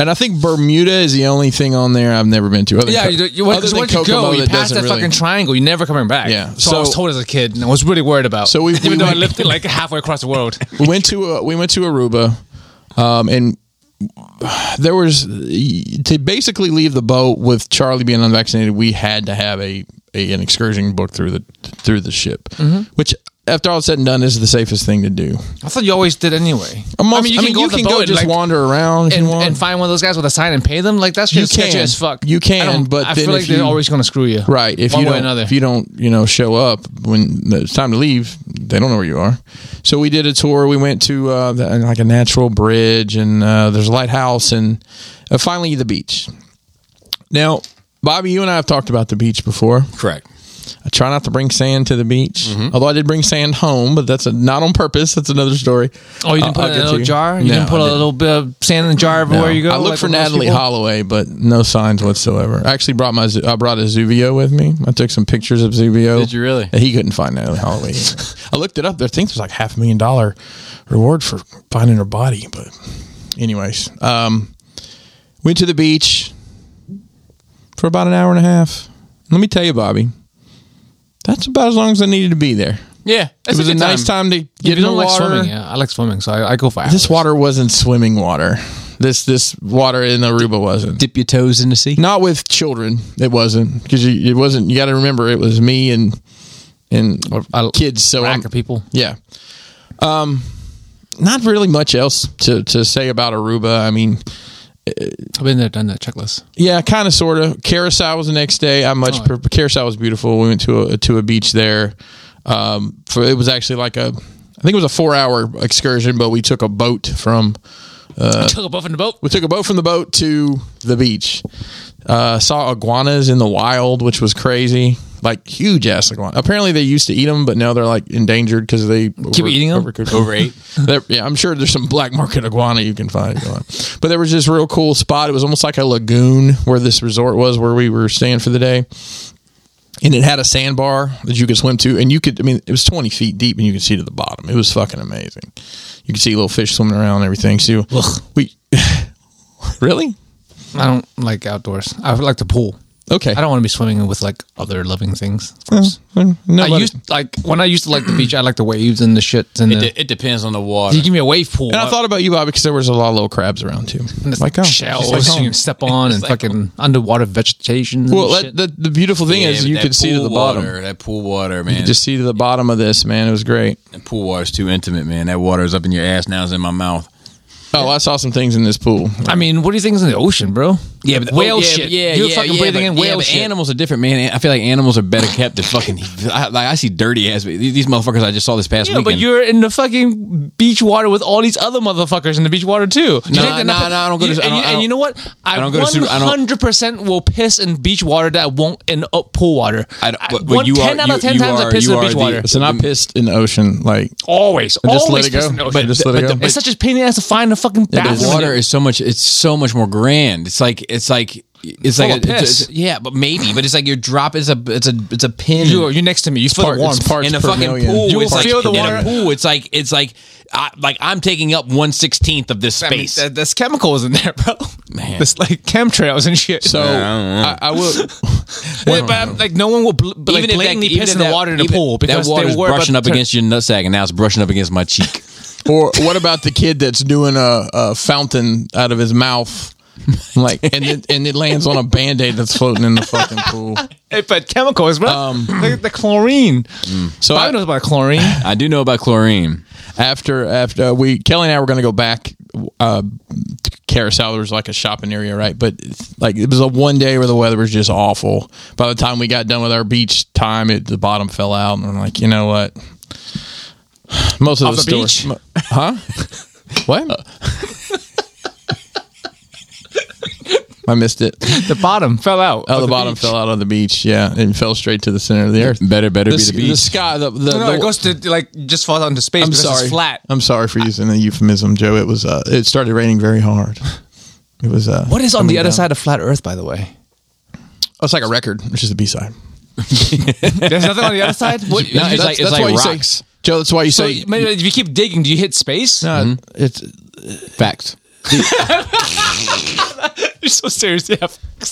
B: and I think Bermuda is the only thing on there I've never been to. Other than
D: Yeah,
B: Co-
D: you, you, once
B: other
D: once
B: than
D: you
B: Kokomo
D: go, you
B: that
D: pass
B: doesn't
D: that
B: really-
D: fucking triangle. You're never coming back.
B: Yeah,
D: So, I was
B: so-
D: told as a kid, and I was really worried about.
B: So we-
D: even
B: we
D: though I
B: went-
D: lived like halfway across the world,
B: we went to uh, we went to Aruba, um, and there was to basically leave the boat with Charlie being unvaccinated. We had to have a, a an excursion book through the through the ship,
D: Mm-hmm.
B: which after all said and done is the safest thing to do.
D: I thought you always did anyway.
B: Amongst- I mean, you can,
D: on the boat and,
B: just
D: like,
B: wander around if
D: and,
B: you want.
D: and find one of those guys with a sign and pay them. Like that's just
B: You
D: sketchy
B: can.
D: as fuck.
B: You can,
D: I don't-
B: but
D: I
B: then
D: feel like
B: if
D: they're
B: you-
D: always going to screw you.
B: Right. If
D: one
B: you
D: way or
B: don't,
D: another.
B: if you don't, you know, show up when it's time to leave, they don't know where you are. So we did a tour. We went to uh, the, like a natural bridge, and uh, there's a lighthouse, and uh, finally the beach. Now, Bobby, you and I have talked about the beach before.
A: Correct.
B: I try not to bring sand to the beach,
D: Mm-hmm.
B: although I did bring sand home, but that's a, not on purpose. That's another story.
D: oh, you didn't
B: I'll-
D: put
B: I'll
D: it in
B: get
D: a
B: to
D: little
B: you.
D: jar. You
B: No,
D: didn't put
B: I
D: a
B: didn't.
D: little bit of sand in the jar everywhere you go.
B: I looked
D: like
B: for
D: most
B: Natalie
D: people?
B: Holloway, but no signs whatsoever. I actually brought my Zu- I brought a Zuvio with me. I took some pictures of Zuvio.
A: Did you really?
B: And He couldn't find Natalie Holloway. either. I looked it up. There, I think there's like half a million dollar reward for finding her body. But, anyways, um, went to the beach for about an hour and a half. Let me tell you, Bobby, that's about as long as I needed to be there.
C: Yeah,
B: it was a, nice time, to
D: If
B: get
D: you
B: in the
D: don't like
B: water.
D: swimming, yeah, I like swimming, so I, I go for hours.
B: This water wasn't swimming water. This this water in Aruba wasn't.
A: Dip your toes in the sea.
B: Not with children. It wasn't because it wasn't. You got to remember, it was me and and
D: a
B: kids. So
D: rack
B: I'm-
D: of people.
B: yeah. Um, not really much else to to say about Aruba. I mean,
D: I've been there, done that checklist.
B: yeah, kind of, sort of. Carousel was the next day. I much
D: Oh.
B: pre- Carousel was beautiful. We went to a to a beach there. Um, for it was actually like a, I think it was a four hour excursion, but we took a boat from
D: Took a buff in the boat.
B: we took a boat from the boat to the beach. Uh, saw iguanas in the wild, which was crazy. Like huge ass iguana. Apparently they used to eat them, but now they're like endangered because they keep
D: eating 'em?
A: Over eight.
B: There- yeah, I'm sure there's some black market iguana you can find. Going. But there was this real cool spot. It was almost like a lagoon where this resort was where we were staying for the day. And it had a sandbar that you could swim to. And you could, I mean, it was 20 feet deep and you could see to the bottom. It was fucking amazing. You could see little fish swimming around and everything. So we, really?
D: I don't like outdoors. I would like the pool.
B: Okay.
D: I don't want to be swimming with like other living things.
B: No,
D: I used like when I used to like the beach. I like the waves and the shit. And
A: It,
D: the,
A: de- it depends on the water.
D: you give me a wave pool.
B: and
D: uh,
B: I thought about you, Bobby, because there was a lot of little crabs around too.
D: it's
B: Like,
D: like
B: oh,
D: shells
B: just like
D: you
B: home.
D: can step on and fucking
A: oh.
D: underwater vegetation.
B: Well,
D: Well,
B: that, the, the beautiful thing
A: Yeah,
B: is
A: but
B: you
A: that
B: could see to
A: pool
B: the bottom.
A: water, That pool water, man.
B: Just see to the bottom of this, man. It was great.
A: that pool water's too intimate, man. That water is up in your ass. Now it's in my mouth.
B: Oh, I saw some things in this pool.
D: I mean, what do you think is in the ocean, bro? whale
A: oh, yeah,
D: shit.
A: Yeah,
D: You're
A: yeah,
D: fucking
A: yeah,
D: breathing
A: but-
D: in
A: yeah,
D: whale
A: but
D: shit.
A: Animals are different, man. I feel like animals are better kept than fucking. I, like I see dirty ass. These motherfuckers I just saw this past
D: Yeah,
A: weekend.
D: but you're in the fucking beach water with all these other motherfuckers in the beach water too. You
A: Nah,
D: think they're not-
A: nah, nah, I don't go to-
D: You,
A: I
D: and,
A: don't-
D: you,
A: I
D: and you
A: don't-
D: know what? I,
A: I don't go to super- I don't-
D: 100 percent will piss in beach water that I won't in uh, pool water.
A: I don't- but- but
D: one-
A: you
D: 10
A: are-
D: out of
A: you-
D: 10
A: you
D: times I
A: are-
D: piss in
A: you
D: beach
A: are the-
D: water.
B: So not pissed in the ocean, like
D: Always,
B: just
D: always
B: let it
D: piss
B: go.
D: in the ocean.
B: But- Just let it
D: but
B: go.
D: the- It's such a pain in the ass to find a fucking
A: the
D: bathroom.
A: water is so much. It's so much more grand. It's like it's like it's like
D: Full of
A: a- it's-
D: piss.
A: it's- yeah, but maybe. But it's like you're dropping. It's a it's a it's a pin.
D: You, you're next to me. You feel
B: part-
D: the warmth.
B: it's part- parts
A: in a
B: per
A: fucking
B: million.
A: pool.
B: You
A: it's
D: will
A: like,
D: feel the
A: in
D: water.
A: a pool. It's like it's like I, like I'm taking up one sixteenth of this
D: I mean,
A: space.
D: that- that's chemicals in there, bro.
A: Man.
D: It's like chemtrails and shit.
B: so. I, I will.
D: Yeah, but I'm- like no one will bl- but, like,
A: if that-
D: blatantly
A: even
D: piss
A: if
D: in the
A: that-
D: water in the
A: even-
D: pool because
A: that water's
D: they were
A: brushing
D: about
A: up
D: to turn-
A: against your nutsack, and now it's brushing up against my cheek.
B: Or what about the kid that's doing a, a fountain out of his mouth, like and it, and it lands on a band aid that's floating in the fucking pool.
D: Hey, but chemicals, bro. the, the chlorine.
B: So
D: Bobby knows
B: I,
D: about chlorine.
A: I do know about chlorine.
B: after after uh, we Kelly and I were going to go back. Uh, Carousel there was like a shopping area, right? But like it was a one day where the weather was just awful. By the time we got done with our beach time, it the bottom fell out, and I'm like, you know what? Most of
D: Off
B: the, Uh.
D: the
B: stores,
D: beach?
B: mo- huh? what? I missed it.
D: the bottom fell out.
B: Oh, the, bottom fell out on the beach. Yeah, and fell straight to the center of the earth.
A: Better, better
B: The,
A: be the beach.
B: the sky, the, the,
D: No,
B: the-
D: it goes to like just falls out into space.
B: I'm
D: because
B: sorry.
D: It's flat.
B: I'm sorry for using the euphemism, Joe. It was uh, it started raining very hard. It was uh,
D: What is on
B: coming
D: the other
B: down.
D: side of flat Earth, by the way?
B: Oh, it's like a record, which is the B side.
D: There's nothing on the other side. What,
A: No, it's like- it's like rocks.
B: Joe. That's why you
D: so,
B: say Mm-hmm.
D: maybe if you keep digging, do you hit space?
B: uh, it's
A: Fact.
C: You're so serious, yeah.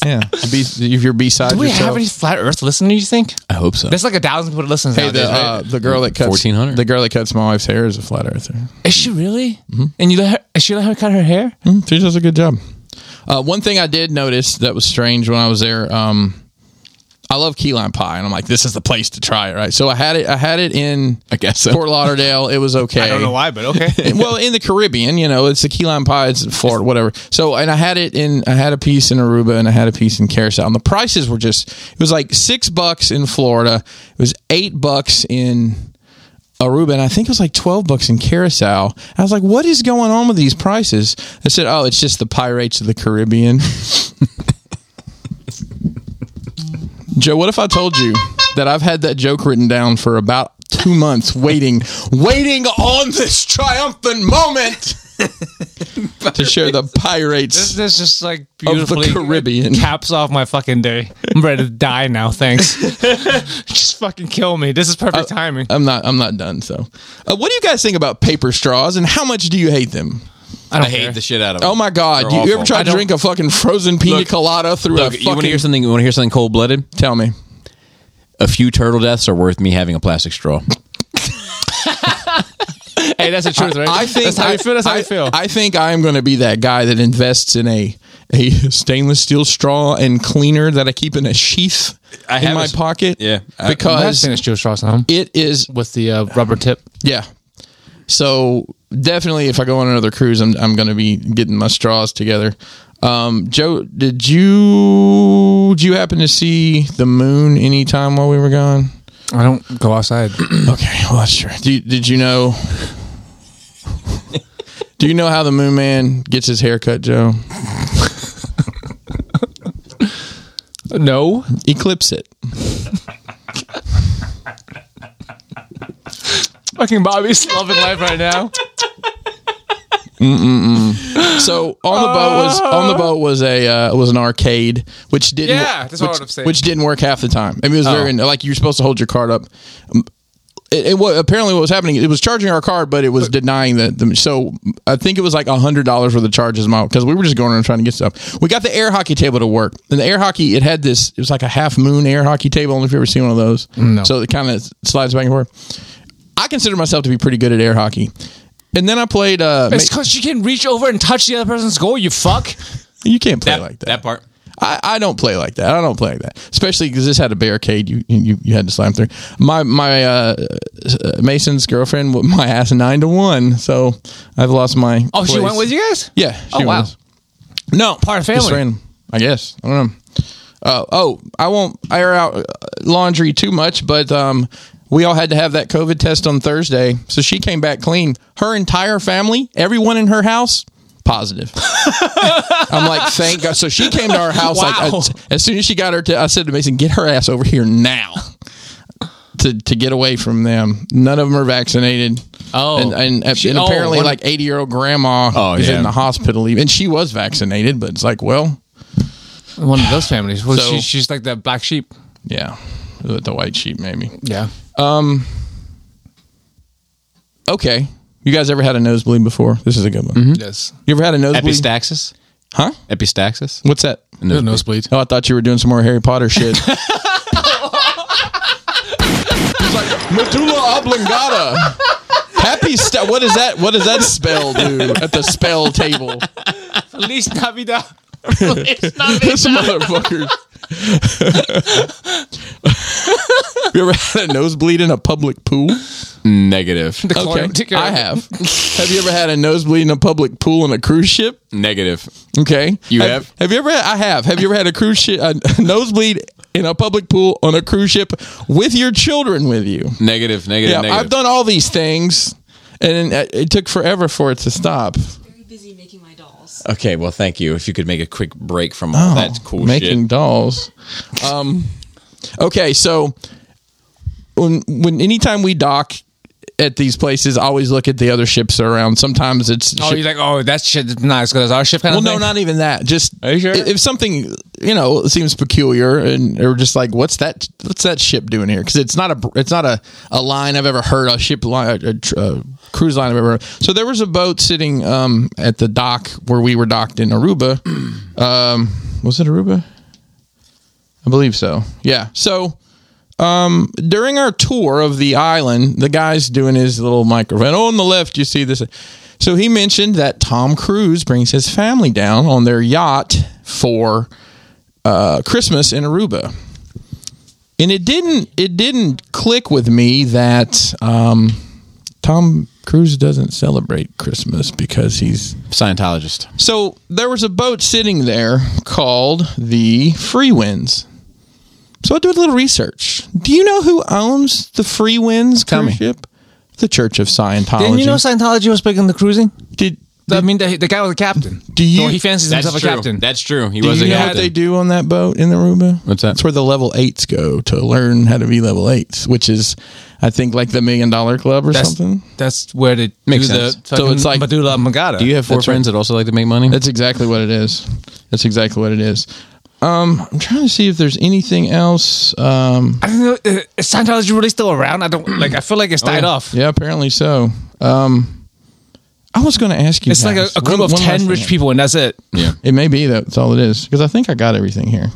B: Yeah, be, if you're beside
D: Do we
B: yourself.
D: have any flat Earth listeners? You think
A: I hope so.
D: there's like a thousand people listeners
B: hey,
D: nowadays,
B: the, uh,
D: right?
B: the girl that cuts
A: 1400.
B: the girl that cuts my wife's hair is a flat earther.
D: Is she really? And you let her? Is she let her cut her hair?
B: Mm, She does a good job. Uh, one thing I did notice that was strange when I was there. Um, I love key lime pie, and I'm like, this is the place to try it, right? So I had it. I had it in
A: I guess so.
B: Fort Lauderdale. It was okay.
C: I don't know why, but okay.
B: well, in the Caribbean, you know, it's the key lime pie, it's in Florida, whatever. So, and I had it in, I had a piece in Aruba and I had a piece in Carousel. And the prices were just, it was like six bucks in Florida, it was eight bucks in Aruba, and I think it was like 12 bucks in Carousel. I was like, what is going on with these prices? I said, oh, it's just the pirates of the Caribbean. Joe, what if I told you that I've had that joke written down for about two months, waiting, waiting on this triumphant moment to share the pirates?
C: this just like
B: beautifully Caribbean.
C: caps off my fucking day. I'm ready to die now. Thanks. just fucking kill me. This is perfect
B: Uh,
C: timing.
B: I'm not. I'm not done. So, uh, what do you guys think about paper straws, and how much do you hate them?
A: I, hate the shit out of it.
B: Oh my God! You, you ever tried to drink a fucking frozen pina colada through
A: Look,
B: a
A: you want
B: fucking?
A: to hear something? You want to hear something cold blooded?
B: Tell me.
A: A few turtle deaths are worth me having a plastic straw.
C: hey, that's the truth, right?
B: I think
C: that's how
B: I,
C: you feel. That's how
B: I,
C: you feel.
B: I think I am going to be that guy that invests in a a stainless steel straw and cleaner that I keep in a sheath
A: I
B: in
A: have
B: my
A: a-
B: pocket.
A: yeah. I-
D: I've
B: because
D: seen it's Joe Strauss now
B: it is
D: with the uh, rubber tip.
B: yeah. So definitely, if I go on another cruise, I'm I'm going to be getting my straws together. Um, Joe, did you did you happen to see the moon anytime while we were gone?
D: I don't go outside.
B: Okay, well that's true. Do you, did you know? do you know how the Moon Man gets his haircut, Joe?
D: no,
B: Eclipse it.
D: fucking Bobby's loving life right now.
B: So on the boat was on the boat was a uh, was an arcade which didn't
C: Yeah, that's what I
B: which,
C: would've said.
B: which didn't work half the time. I mean, it was very like you're supposed to hold your card up. Um, It, it wa- apparently what was happening it was charging our card, but it was denying that. The, so I think it was like hundred dollars worth of charges because we were just going around trying to get stuff. We got the air hockey table to work, and the air hockey it had this. It was like a half moon air hockey table. I don't know if you ever seen one of those. No. So it kind of slides back and forth. I consider myself to be pretty good at air hockey, and then I played. Uh,
D: It's because you can reach over and touch the other person's goal. You fuck.
B: ma- you can't play like that.
A: That part.
B: I, I don't play like that. I don't play like that, especially because this had a barricade. You you, you had to slam through. My my uh, Mason's girlfriend with my ass nine to one. So I've lost my.
D: Oh, she
B: place.
D: went with you guys.
B: Yeah. She
D: Oh, wow.
B: was. No,
D: Part of
B: just
D: family.
B: random, I guess. I don't know. Uh, oh, I won't air out uh, laundry too much, but um, we all had to have that COVID test on Thursday, so she came back clean. Her entire family, everyone in her house, positive. I'm like, thank God. So she came to our house.
D: Wow.
B: Like I- as soon as she got her, t- I said to Mason, "Get her ass over here now." To, to get away from them, none of them are vaccinated.
D: Oh.
B: and and, and
D: She- oh,
B: apparently,
D: one-
B: like eighty year old grandma
A: Oh,
B: is
A: yeah.
B: in the hospital, even and she was vaccinated, but it's like, well,
D: One of those families. Well,
B: So-
D: she, she's like the black sheep.
B: yeah, the, the white sheep maybe.
D: Yeah.
B: Okay, you guys ever had a nosebleed before? This is a good one.
A: Mm-hmm.
D: Yes.
B: You ever had a nosebleed?
A: Epistaxis?
B: huh?
A: Epistaxis?
B: What's that?
D: No nosebleed.
B: Oh, I thought you were doing some more Harry Potter shit. it's like medulla oblongata. Happy sta What is that? What does that spell do at the spell table?
D: Feliz Navidad.
B: this motherfucker. you ever had a nosebleed in a public pool?
A: Negative.
D: Chlorine-
B: I have. have you ever had a nosebleed in a public pool in a cruise ship?
A: Negative.
B: Okay.
A: You have?
B: Have you ever had, I have. Have you ever had a cruise ship a nosebleed in a public pool on a cruise ship with your children with you?
A: Negative. Negative.
B: Yeah,
A: negative.
B: I've done all these things and it it took forever for it to stop.
G: very busy making my dolls.
A: Okay, well, thank you. If you could make a quick break from all that cool
B: Oh, making
A: shit.
B: dolls. Um, okay, so when when anytime we dock at these places, I always look at the other ships around. Sometimes it's
D: Oh,
B: ship-
D: you're like, oh, that shit's not as good as our ship. Kind
B: well,
D: of
B: no,
D: thing?
B: not even that. Just
D: Are you sure?
B: if if something you know seems peculiar and or just like what's that what's that ship doing here? Because it's not a it's not a, a line I've ever heard a ship line a, a, tr- a cruise line I've ever. So there was a boat sitting um, at the dock where we were docked in Aruba. Um, was it Aruba? I believe so. Yeah. So um, during our tour of the island, the guy's doing his little microphone. Oh, on the left, you see this. So he mentioned that Tom Cruise brings his family down on their yacht for uh, Christmas in Aruba. And it didn't it didn't click with me that um, Tom Cruise doesn't celebrate Christmas because he's
A: Scientologist.
B: so there was a boat sitting there called the Free Winds. So I did a little research. Do you know who owns the Free Winds
A: Tell
B: cruise
A: me.
B: ship? The Church of Scientology.
D: Didn't you know Scientology was big on the cruising?
B: did,
D: I mean, the, the guy was a captain.
B: Do you-
D: So he fancies
A: That's
D: himself
A: true.
D: a captain.
A: That's true. He
B: do
A: was
B: you
A: a
B: know what
A: captain.
B: they do on that boat in Aruba?
A: What's that?
B: That's where the level eights go to learn how to be level eights, which is, I think, like the Million Dollar Club or
D: That's,
B: something.
D: that's where they
A: Makes
D: do
A: sense.
D: the
B: So it's like-
D: medulla Magada.
A: Do you have four
B: That's right.
A: friends that also like to make money?
B: That's exactly what it is. That's exactly what it is. Um, I'm trying to see if there's anything else. Um,
D: I don't know. uh, Is Scientology really still around? I don't like. I feel like it's died off.
B: Yeah, apparently so. Um, I was going to ask you.
D: It's like a,
B: guys,
D: a group
B: one-
D: of
B: one last
D: ten
B: thing.
D: rich people, and that's it.
A: yeah.
B: It may be that that's all it is because I think I got everything here.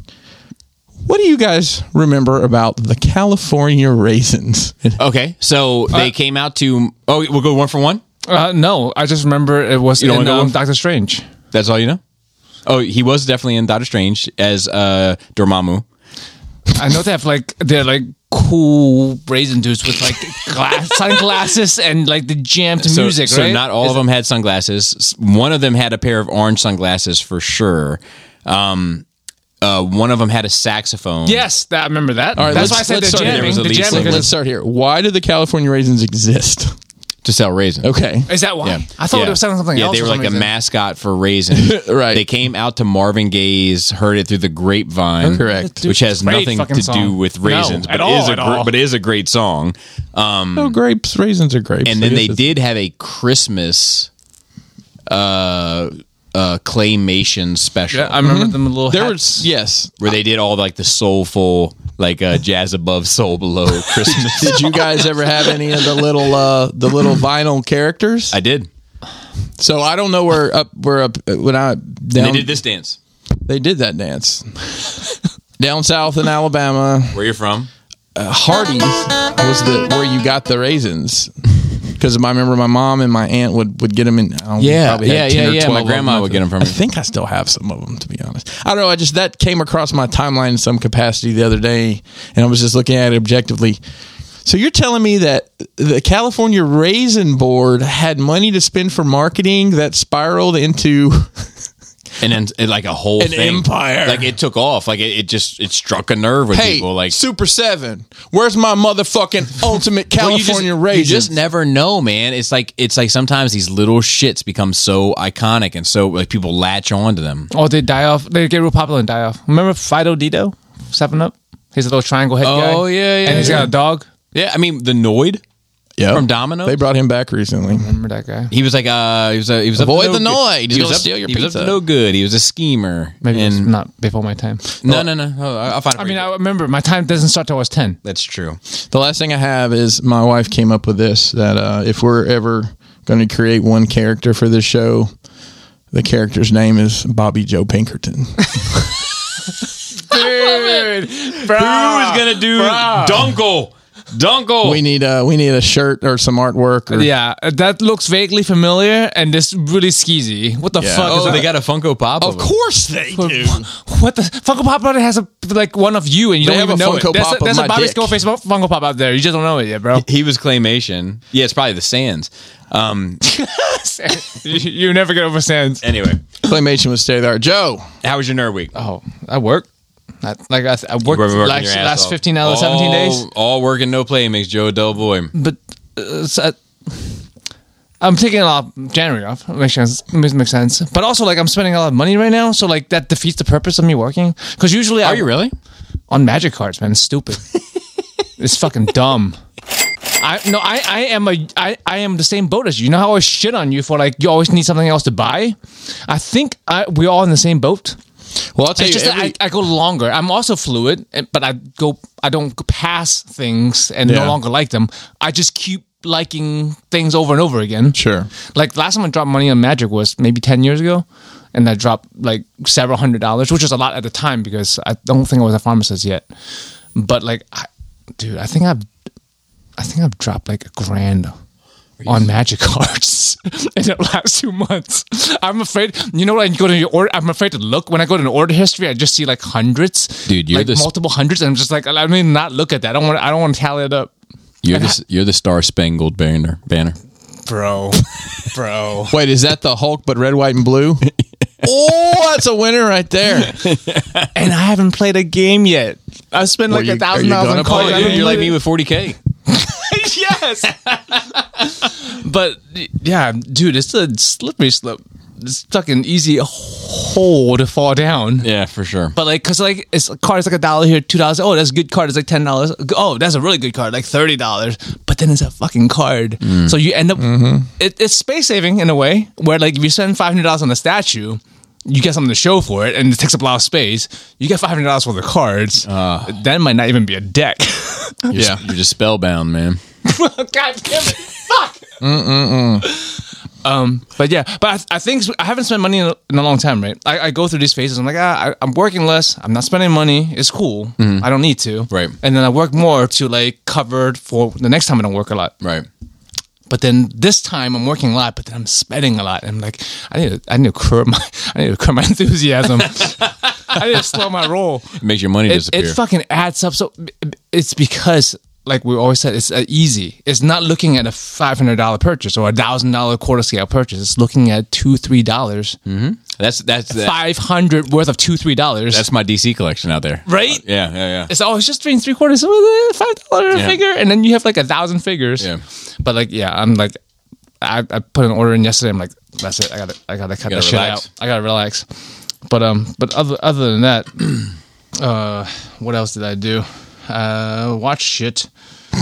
B: What do you guys remember about the California raisins?
A: Okay. So
B: Uh,
A: they came out to. Oh, we'll go one for one.
D: Uh, no, I just remember it was
A: You don't
D: in
A: know?
D: um, Doctor Strange.
A: That's all you know. Oh, he was definitely in Doctor Strange as uh, Dormammu.
D: I know they have like they're like cool raisin dudes with like glass, sunglasses and like the jammed
A: So,
D: music.
A: so
D: right?
A: not all of them had sunglasses. S- One of them had a pair of orange sunglasses for sure. Um, uh, one of them had a saxophone.
D: Yes, that, I remember that.
B: All right,
D: that's
B: let's-
D: why I said
B: let's
D: the
B: start here.
D: jamming.
A: There
D: The
A: was a lead
D: jamming.
A: singer.
B: Let's
D: is-
B: start here. Why do the California raisins exist?
A: to sell raisins.
B: Okay,
D: Is that why?
A: Yeah.
D: I thought
A: Yeah.
D: it was something
A: Yeah,
D: else.
A: they
D: for
A: were
D: some
A: like a
D: reason.
A: mascot for Raisin.
B: Right.
A: They came out to Marvin Gaye's "Heard It Through the Grapevine,"
B: Correct.
A: Which has
D: Great
A: nothing
D: fucking
A: to do
D: song.
A: with
D: No,
A: raisins,
D: at
A: but
D: all,
A: is a
D: at
A: gr-
D: all.
A: but is a great song. Um,
B: no grapes. Raisins are grapes.
A: and then
B: I
A: they
B: guess it's-
A: did have a Christmas uh, uh, claymation special
D: Yeah, I remember them a little.
B: There
D: hats.
B: was yes.
A: where they did all like the soulful, like uh, jazz above, soul below Christmas.
B: Did you guys ever have any of the little uh, the little vinyl characters?
A: I did.
B: So I don't know where up where up uh, when I down,
A: They did this dance.
B: They did that dance. Down south in Alabama,
A: Where you're from?
B: Hardee's was the where you got the raisins. Because I remember my mom and my aunt would, would get them in. I don't know, probably had 10 or
A: My
B: 12 of them.
A: grandma would get them from
B: I
A: me.
B: think I still have some of them, to be honest. I don't know. I just that came across my timeline in some capacity the other day, and I was just looking at it objectively. So you're telling me that the California Raisin Board had money to spend for marketing that spiraled into
A: and then it, like a whole
B: An
A: thing.
B: empire.
A: Like it took off. Like it, it just it struck a nerve with
B: hey
A: people. Like
B: Super Seven. Where's my motherfucking ultimate
A: Well,
B: California
A: you
B: Raisin?
A: just, you just never know, man. It's like it's like sometimes these little shits become so iconic and so like people latch onto them.
D: Or they Oh, die off. They get real popular and die off. Remember Fido Dido, Seven Up? He's a little triangle head guy.
A: Oh, yeah, yeah,
D: And he's
A: yeah.
D: got a dog.
A: Yeah, I mean the Noid
B: Yep.
A: from Domino.
B: They brought him back recently.
D: Remember that guy?
A: he was like uh he was uh, he was
B: Avoid
A: up
B: the
A: to no
B: Noid.
A: good.
B: He's
A: He was
B: gonna
A: up,
B: steal your
A: he was up to
B: pizza.
A: no good. He was a schemer.
D: Maybe it's
A: and,
D: not before my time.
A: no, no, no. Oh, I- I'll find. it
D: I
A: for
D: mean,
A: you.
D: I remember my time doesn't start till I was ten.
A: that's true.
B: The last thing I have is my wife came up with this that uh, if we're ever going to create one character for this show, the character's name is Bobby Joe Pinkerton.
D: Dude,
A: Who is gonna do Dunkle? Dunkle.
B: we need a we need a shirt or some artwork. Or,
D: Yeah, that looks vaguely familiar and it's really skeezy. What the
B: Yeah.
D: fuck? is
A: oh,
D: that?
A: they got a Funko Pop. Of, him.
B: course they do.
D: What the Funko Pop brother has a like one of you and you
B: They
D: don't
B: have
D: even
B: a
D: know
B: Funko
D: it. There's
B: Pop of
D: a, there's
B: my
D: a Bobby
B: dick.
D: Skullface Funko Pop out there. You just don't know it yet, bro.
A: He was claymation. Yeah, it's probably the Sands. Um.
D: you you never get over Sans.
A: Anyway,
B: Claymation would stay there. Joe,
A: how was your nerd week?
D: Oh, I work. I, like I, I worked
A: Working your
D: last,
A: ass
D: last
A: off.
D: fifteen out of
B: Oh.
D: seventeen days,
A: All- All work and no play makes Joe a dull boy.
D: but uh, so I, I'm taking a lot of January off. Makes sense. Makes makes sense. But also, like I'm spending a lot of money right now, so like that defeats the purpose of me working. Because usually, I,
A: Are you really?
D: on magic cards, man? It's stupid. it's fucking dumb. I no, I, I am a I, I am the same boat as you. You know how I shit on you for like you always need something else to buy. I think I, we're all in the same boat.
B: well I'll tell
D: It's
B: you.
D: just
B: every-
D: that I, I go longer. I'm also fluid, and- but I go. I don't pass things and
B: Yeah.
D: no longer like them. I just keep liking things over and over again.
B: Sure.
D: Like last time I dropped money on Magic was maybe ten years ago, and I dropped like several hundred dollars, which was a lot at the time because I don't think I was a pharmacist yet. But like, I, dude, I think I've, I think I've dropped like a grand on Magic cards in the last two months. I'm afraid, you know, when you go to your order, I'm afraid to look. When I go to an order history, I just see like hundreds,
A: Dude, you're
D: like
A: the sp-
D: multiple hundreds, and I'm just like, I mean, not look at that. I don't want, I don't want to tally it up,
A: You're the you're the star spangled banner banner.
D: bro, bro.
B: Wait, is that the Hulk but red, white, and blue? oh, that's a winner right there.
D: and I haven't played a game yet. I spent
B: Well,
D: like
B: you-
D: a
B: are
D: thousand
B: you
D: dollars
B: gonna
D: on Call of
B: play it?
D: Duty.
A: Oh, You're like me with 40k.
D: yes, but yeah, dude, it's a slippery slope. It's fucking easy hole to fall down.
A: Yeah, for sure.
D: But like, cause like, it's a card. It's like a dollar here, two dollars. Oh, that's a good card. It's like ten dollars. Oh, that's a really good card, like thirty dollars. But then it's a fucking card. So you end up, it, it's space saving in a way where like if you spend five hundred dollars on a statue, you get something to show for it, and it takes up a lot of space. You get five hundred dollars worth of cards. that might not even be a deck. God
A: You're,
B: Yeah.
A: you're just spellbound, man.
D: damn it! Fuck. Um, but yeah, but I, I think I haven't spent money in a, in a long time, right? I, I go through these phases. I'm like, ah, I, I'm working less. I'm not spending money. It's cool. I don't need to.
A: Right.
D: And then I work more to like cover for the next time I don't work a lot.
A: Right.
D: But then this time I'm working a lot, but then I'm spending a lot. And I'm like, I need to, I need to curb my, I need to curb my enthusiasm. I need to slow my roll.
A: It makes your money
D: It,
A: disappear.
D: it fucking adds up. So it's because, like we always said, it's uh, easy. It's not looking at a five hundred dollar purchase or a thousand dollar quarter scale purchase. It's looking at two three dollars,
A: Hmm. that's that's that-
D: five hundred worth of two three dollars.
A: that's my DC collection out there.
D: right.
A: Yeah, yeah, yeah.
D: It's always just three and three quarters of a five dollar
A: Yeah.
D: figure, and then you have like a thousand figures.
A: Yeah.
D: But like, yeah, I'm like, I, I put an order in yesterday. I'm like, that's it. I gotta, I gotta cut
A: gotta
D: that shit
A: relax.
D: out. I gotta relax. But um, but other other than that, uh, what else did I do? Uh, watch shit.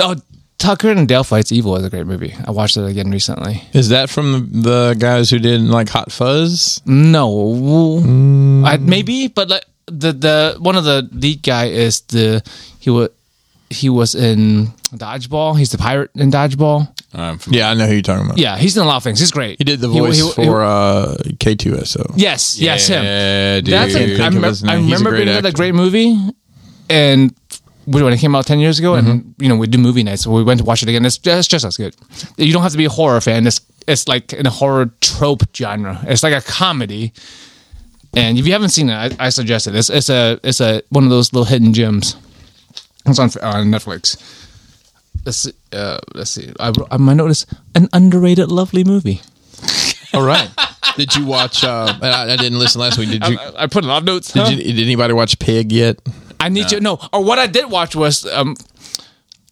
D: oh, Tucker and Dale fights evil is a great movie. I watched it again recently.
B: Is that from the, the guys who did like Hot Fuzz?
D: No, I, maybe, but like the the one of the lead guy is the he was he was in Dodgeball. He's the pirate in Dodgeball.
A: Um, from-
B: Yeah, I know who you're talking about.
D: Yeah, he's in a lot of things. He's great.
B: He did the
D: he-
B: voice
D: he-
B: for uh, K2SO.
D: Yes, yes, him.
A: Yeah, dude.
D: That's a, I,
B: Think of
D: remember,
B: his name.
D: I
B: He's a
D: remember
B: great
D: being at a
B: actor.
D: great movie, and we- when it came out ten years ago, and
B: Mm-hmm.
D: you know we do movie nights, so we went to watch it again. It's just, just as good. You don't have to be a horror fan. It's it's like in a horror trope genre. It's like a comedy, and if you haven't seen it, I, I suggest it. It's it's a it's a one of those little hidden gems. It's on on Netflix. Let's see, uh, let's see. I, I might notice an underrated, lovely movie.
B: All right. Did you watch? Uh, and I, I didn't listen last week. Did you?
D: I, I put a lot of notes.
B: Did,
D: huh?
B: you, did anybody watch Pig yet?
D: I need to know. Or what I did watch was um,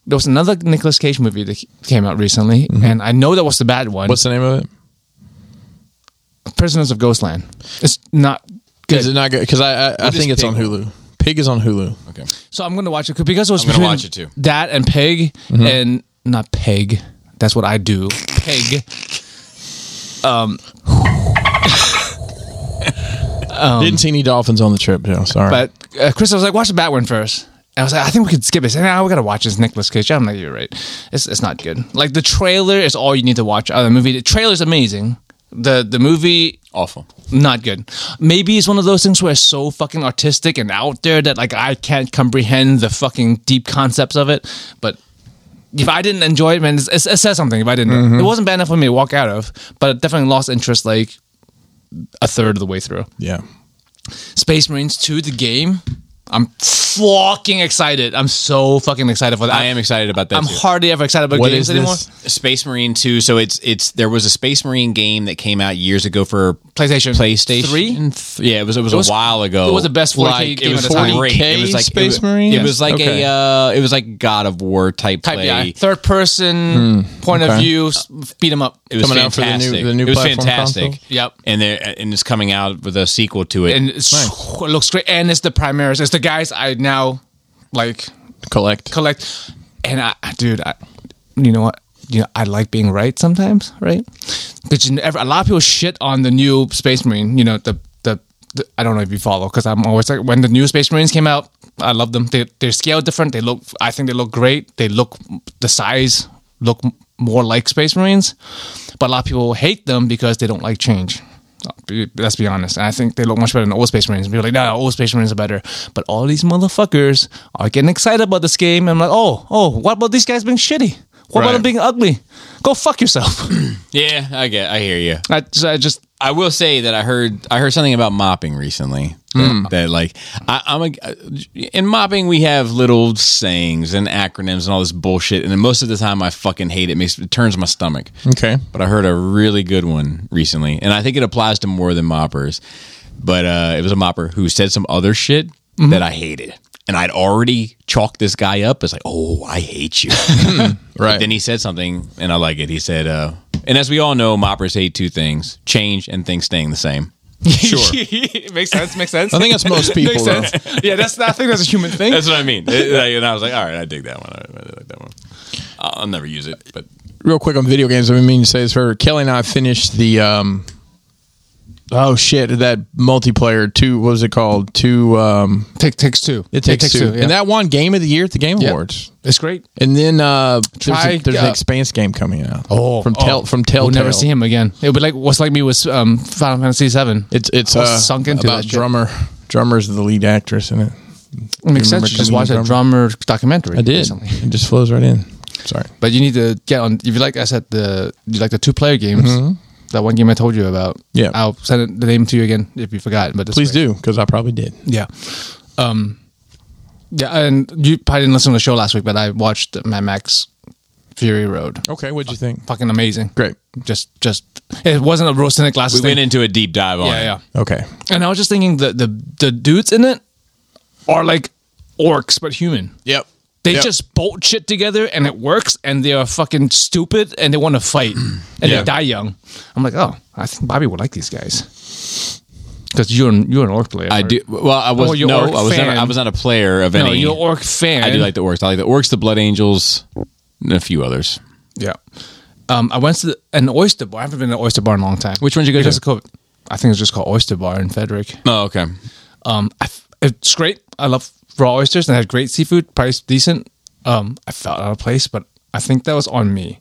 D: there was another Nicolas Cage movie that came out recently,
A: Mm-hmm.
D: and I know that was the bad one.
B: What's the name of it?
D: Prisoners of Ghostland? It's not good.
B: Is it not good? Because I I, I think it's on Hulu. Pig is on Hulu.
A: okay.
D: so I'm going to watch it because it was
A: I'm gonna
D: between
A: watch it too. Mm-hmm.
D: That and Pig and not Pig. That's what I do. Pig.
B: Didn't see any dolphins on the trip, Joe. Sorry.
D: Um, But uh, Chris was like, watch the bad one first. And I was like, I think we could skip it. He said, nah, we gotta watch this Nicolas Cage. I'm like, you're right. It's, it's not good. Like the trailer is all you need to watch. Uh, the movie, the trailer's amazing. The the movie
A: Awful.
D: not good. Maybe it's one of those things where it's so fucking artistic and out there that like I can't comprehend the fucking deep concepts of it. But if I didn't enjoy it, man, it, it says something. If I didn't, it wasn't bad enough for me to walk out of, but it definitely lost interest like a third of the way through.
B: yeah.
D: Space Marines 2, the game. I'm fucking excited. I'm so fucking excited for that.
A: I am excited about that.
D: I'm
A: too.
D: hardly ever excited about
B: What
D: games
B: is
D: anymore.
B: this?
A: Space Marine 2. So it's it's there was a Space Marine game that came out years ago for
D: PlayStation
A: PlayStation
D: three?
A: Th- yeah, it was it was,
D: was-
A: a while ago.
D: it was the best 4K
A: like,
D: game
A: it was
D: at the time.
A: great.
B: 4K
A: It was like
B: Space
A: it, wa-
B: Marine?
A: It was like
B: Okay.
A: a uh, it was like God of War type,
D: Type
A: play.
D: yeah, third person point of
B: okay.
D: view, s- beat 'em up.
A: It was
B: Coming out for the new-
A: fantastic.
B: the new
A: it was
B: platform
A: fantastic.
B: console?
D: Yep.
A: And there and it's coming out with a sequel to it.
D: and it's, it looks great. And it's the Primaris. It's the guys I now like
B: Collect.
D: collect. And I, dude, I, you know what? You know, I like being right sometimes, right? But you never, a lot of people shit on the new Space Marine. You know, the the, the I don't know if you follow because I'm always like when the new Space Marines came out, I love them. They they're scale different. They look. I think they look great. They look the size look m- more like Space Marines, but a lot of people hate them because they don't like change. Be- Let's be honest. And I think they look much better than old Space Marines. People are like, no, old Space Marines are better. But all these motherfuckers are getting excited about this game. And I'm like, oh, oh, what about these guys being shitty? What about
A: Right.
D: them being ugly? Go fuck yourself.
A: Yeah, I get. I hear you.
D: I, just- I just
A: I will say that I heard I heard something about mopping recently. That, that, like I, I'm a in mopping we have little sayings and acronyms and all this bullshit, and then most of the time I fucking hate it. it makes it turns my stomach.
B: Okay.
A: But I heard a really good one recently, and I think it applies to more than moppers. But uh, it was a mopper who said some other shit
D: Mm-hmm.
A: that I hated, and I'd already chalked this guy up as like, "Oh, I hate you."
B: Right.
A: Then he said something, and I like it. He said, uh, "And as we all know, moppers hate two things: change and things staying the same."
B: sure.
D: makes sense. Makes sense.
B: I think that's most people,
D: makes
B: though.
D: sense. Yeah, that's I think that's a human thing.
A: That's what I mean. It- like, and I was like, "All right, I dig that one. I, I like that one. I'll, I'll never use it." But
B: Real quick on video games, I mean to say this for Kelly and I finished the um oh shit, that multiplayer two what was it called? Two um
D: Take takes two.
B: it takes, two.
D: yeah.
B: And that won game of the year at the game awards.
D: it's great.
B: And then uh there's,
D: Try,
B: a, there's an
D: uh,
B: expanse game coming out. Oh from Tell from Telltale.
D: We'll never see him again. It would be like what's like me with um, Final Fantasy Seven.
B: It's it's
D: I was
B: uh,
D: sunk into
B: about
D: that shit.
B: drummer drummer's the lead actress in it.
D: makes
B: remember
D: sense. You just
B: Coming
D: watch
B: in
D: a drummer documentary. I
B: It just flows right in. Sorry.
D: but you need to get on. If you like, I said the you like the two player games. That one game I told you about.
B: Mm-hmm. Yeah.
D: I'll send it, the name to you again if you forgot. But it's
B: Please
D: great.
B: do, because I probably did.
D: Yeah. Um, yeah, and you probably didn't listen to the show last week, but I watched Mad Max Fury Road.
B: Okay, what'd you think?
D: Fucking amazing.
B: Great.
D: Just, just it wasn't a real cynic last
A: we
D: thing.
A: went into a deep dive on
D: yeah,
A: it.
D: yeah.
B: Okay.
D: And I was just thinking the the the dudes in it are like orcs but human.
B: Yep.
D: They
B: Yep.
D: just bolt shit together and it works, and they are fucking stupid and they want to fight and
A: Yeah.
D: they die young. I'm like, oh, I think Bobby would like these guys because you're an, you're an orc player.
A: I
D: right?
A: do. Well, I was
D: Oh, you're
A: no,
D: orc
A: I was not.
D: fan.
A: I was not a player of
D: No,
A: any.
D: you're an orc fan.
A: I do like the orcs. I like the orcs, the blood angels, and a few others.
D: Yeah. Um, I went to the, an oyster bar. I haven't been to an oyster bar in a long time.
A: Which one'd you go
D: Because
A: to?
D: of COVID. I think it's just called Oyster Bar in Frederick.
A: Oh, okay.
D: Um, I f- it's great. I love raw oysters and I had great seafood, price decent. Um, I felt out of place, but I think that was on me.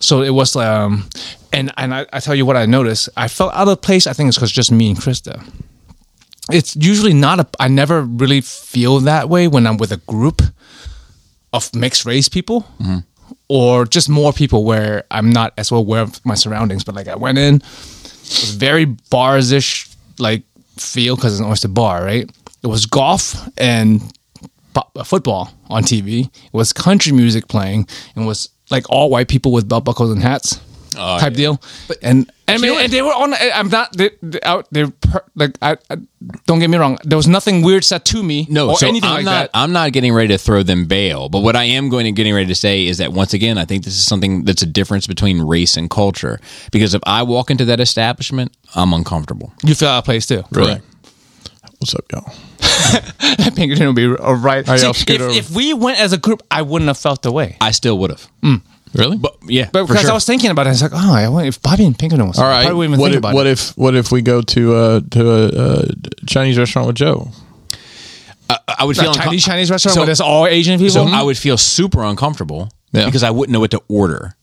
D: So it was um, and and I, I tell you what I noticed. I felt out of place. I think it's because just me and Krista. It's usually not a. I never really feel that way when I'm with a group of mixed race people. Or just more people where I'm not as well aware of my surroundings, but like I went in, was very bars ish like feel because it's an oyster bar, right? It was golf and bu- football on TV. It was country music playing and was like all white people with belt buckles and hats
A: Oh,
D: type deal. But, and and, I mean, and they were on. I- I'm not they, they out. They're per, like I, I. Don't get me wrong. There was nothing weird said to me.
A: No,
D: or
A: so
D: anything
A: I'm
D: like
A: not.
D: that.
A: I'm not getting ready to throw them bail. But what I am going to getting ready to say is that once again, I think this is something that's a difference between race and culture. Because if I walk into that establishment, I'm uncomfortable.
D: you feel out of place too.
B: Correct. What's up, y'all?
D: Pinkerton would be all right.
B: right,
D: See,
B: I'll scoot
D: if,
B: over.
D: if we went as a group, I wouldn't have felt the way.
A: I still would have.
B: Really?
A: But yeah,
D: Hmm. But
A: for
D: because
A: sure.
D: I was thinking about it, I was like, oh, I wonder if Bobby and Pinkerton was,
B: All right.
D: I wouldn't even
B: what
D: think
B: if,
D: about
B: what
D: it.
B: if what if we go to uh, to a uh, Chinese restaurant with Joe?
A: I would feel
D: a Chinese
A: uncom-
D: Chinese restaurant
A: So-
D: where there's all Asian people.
A: So I would feel super uncomfortable
B: Yeah.
A: because I wouldn't know what to order.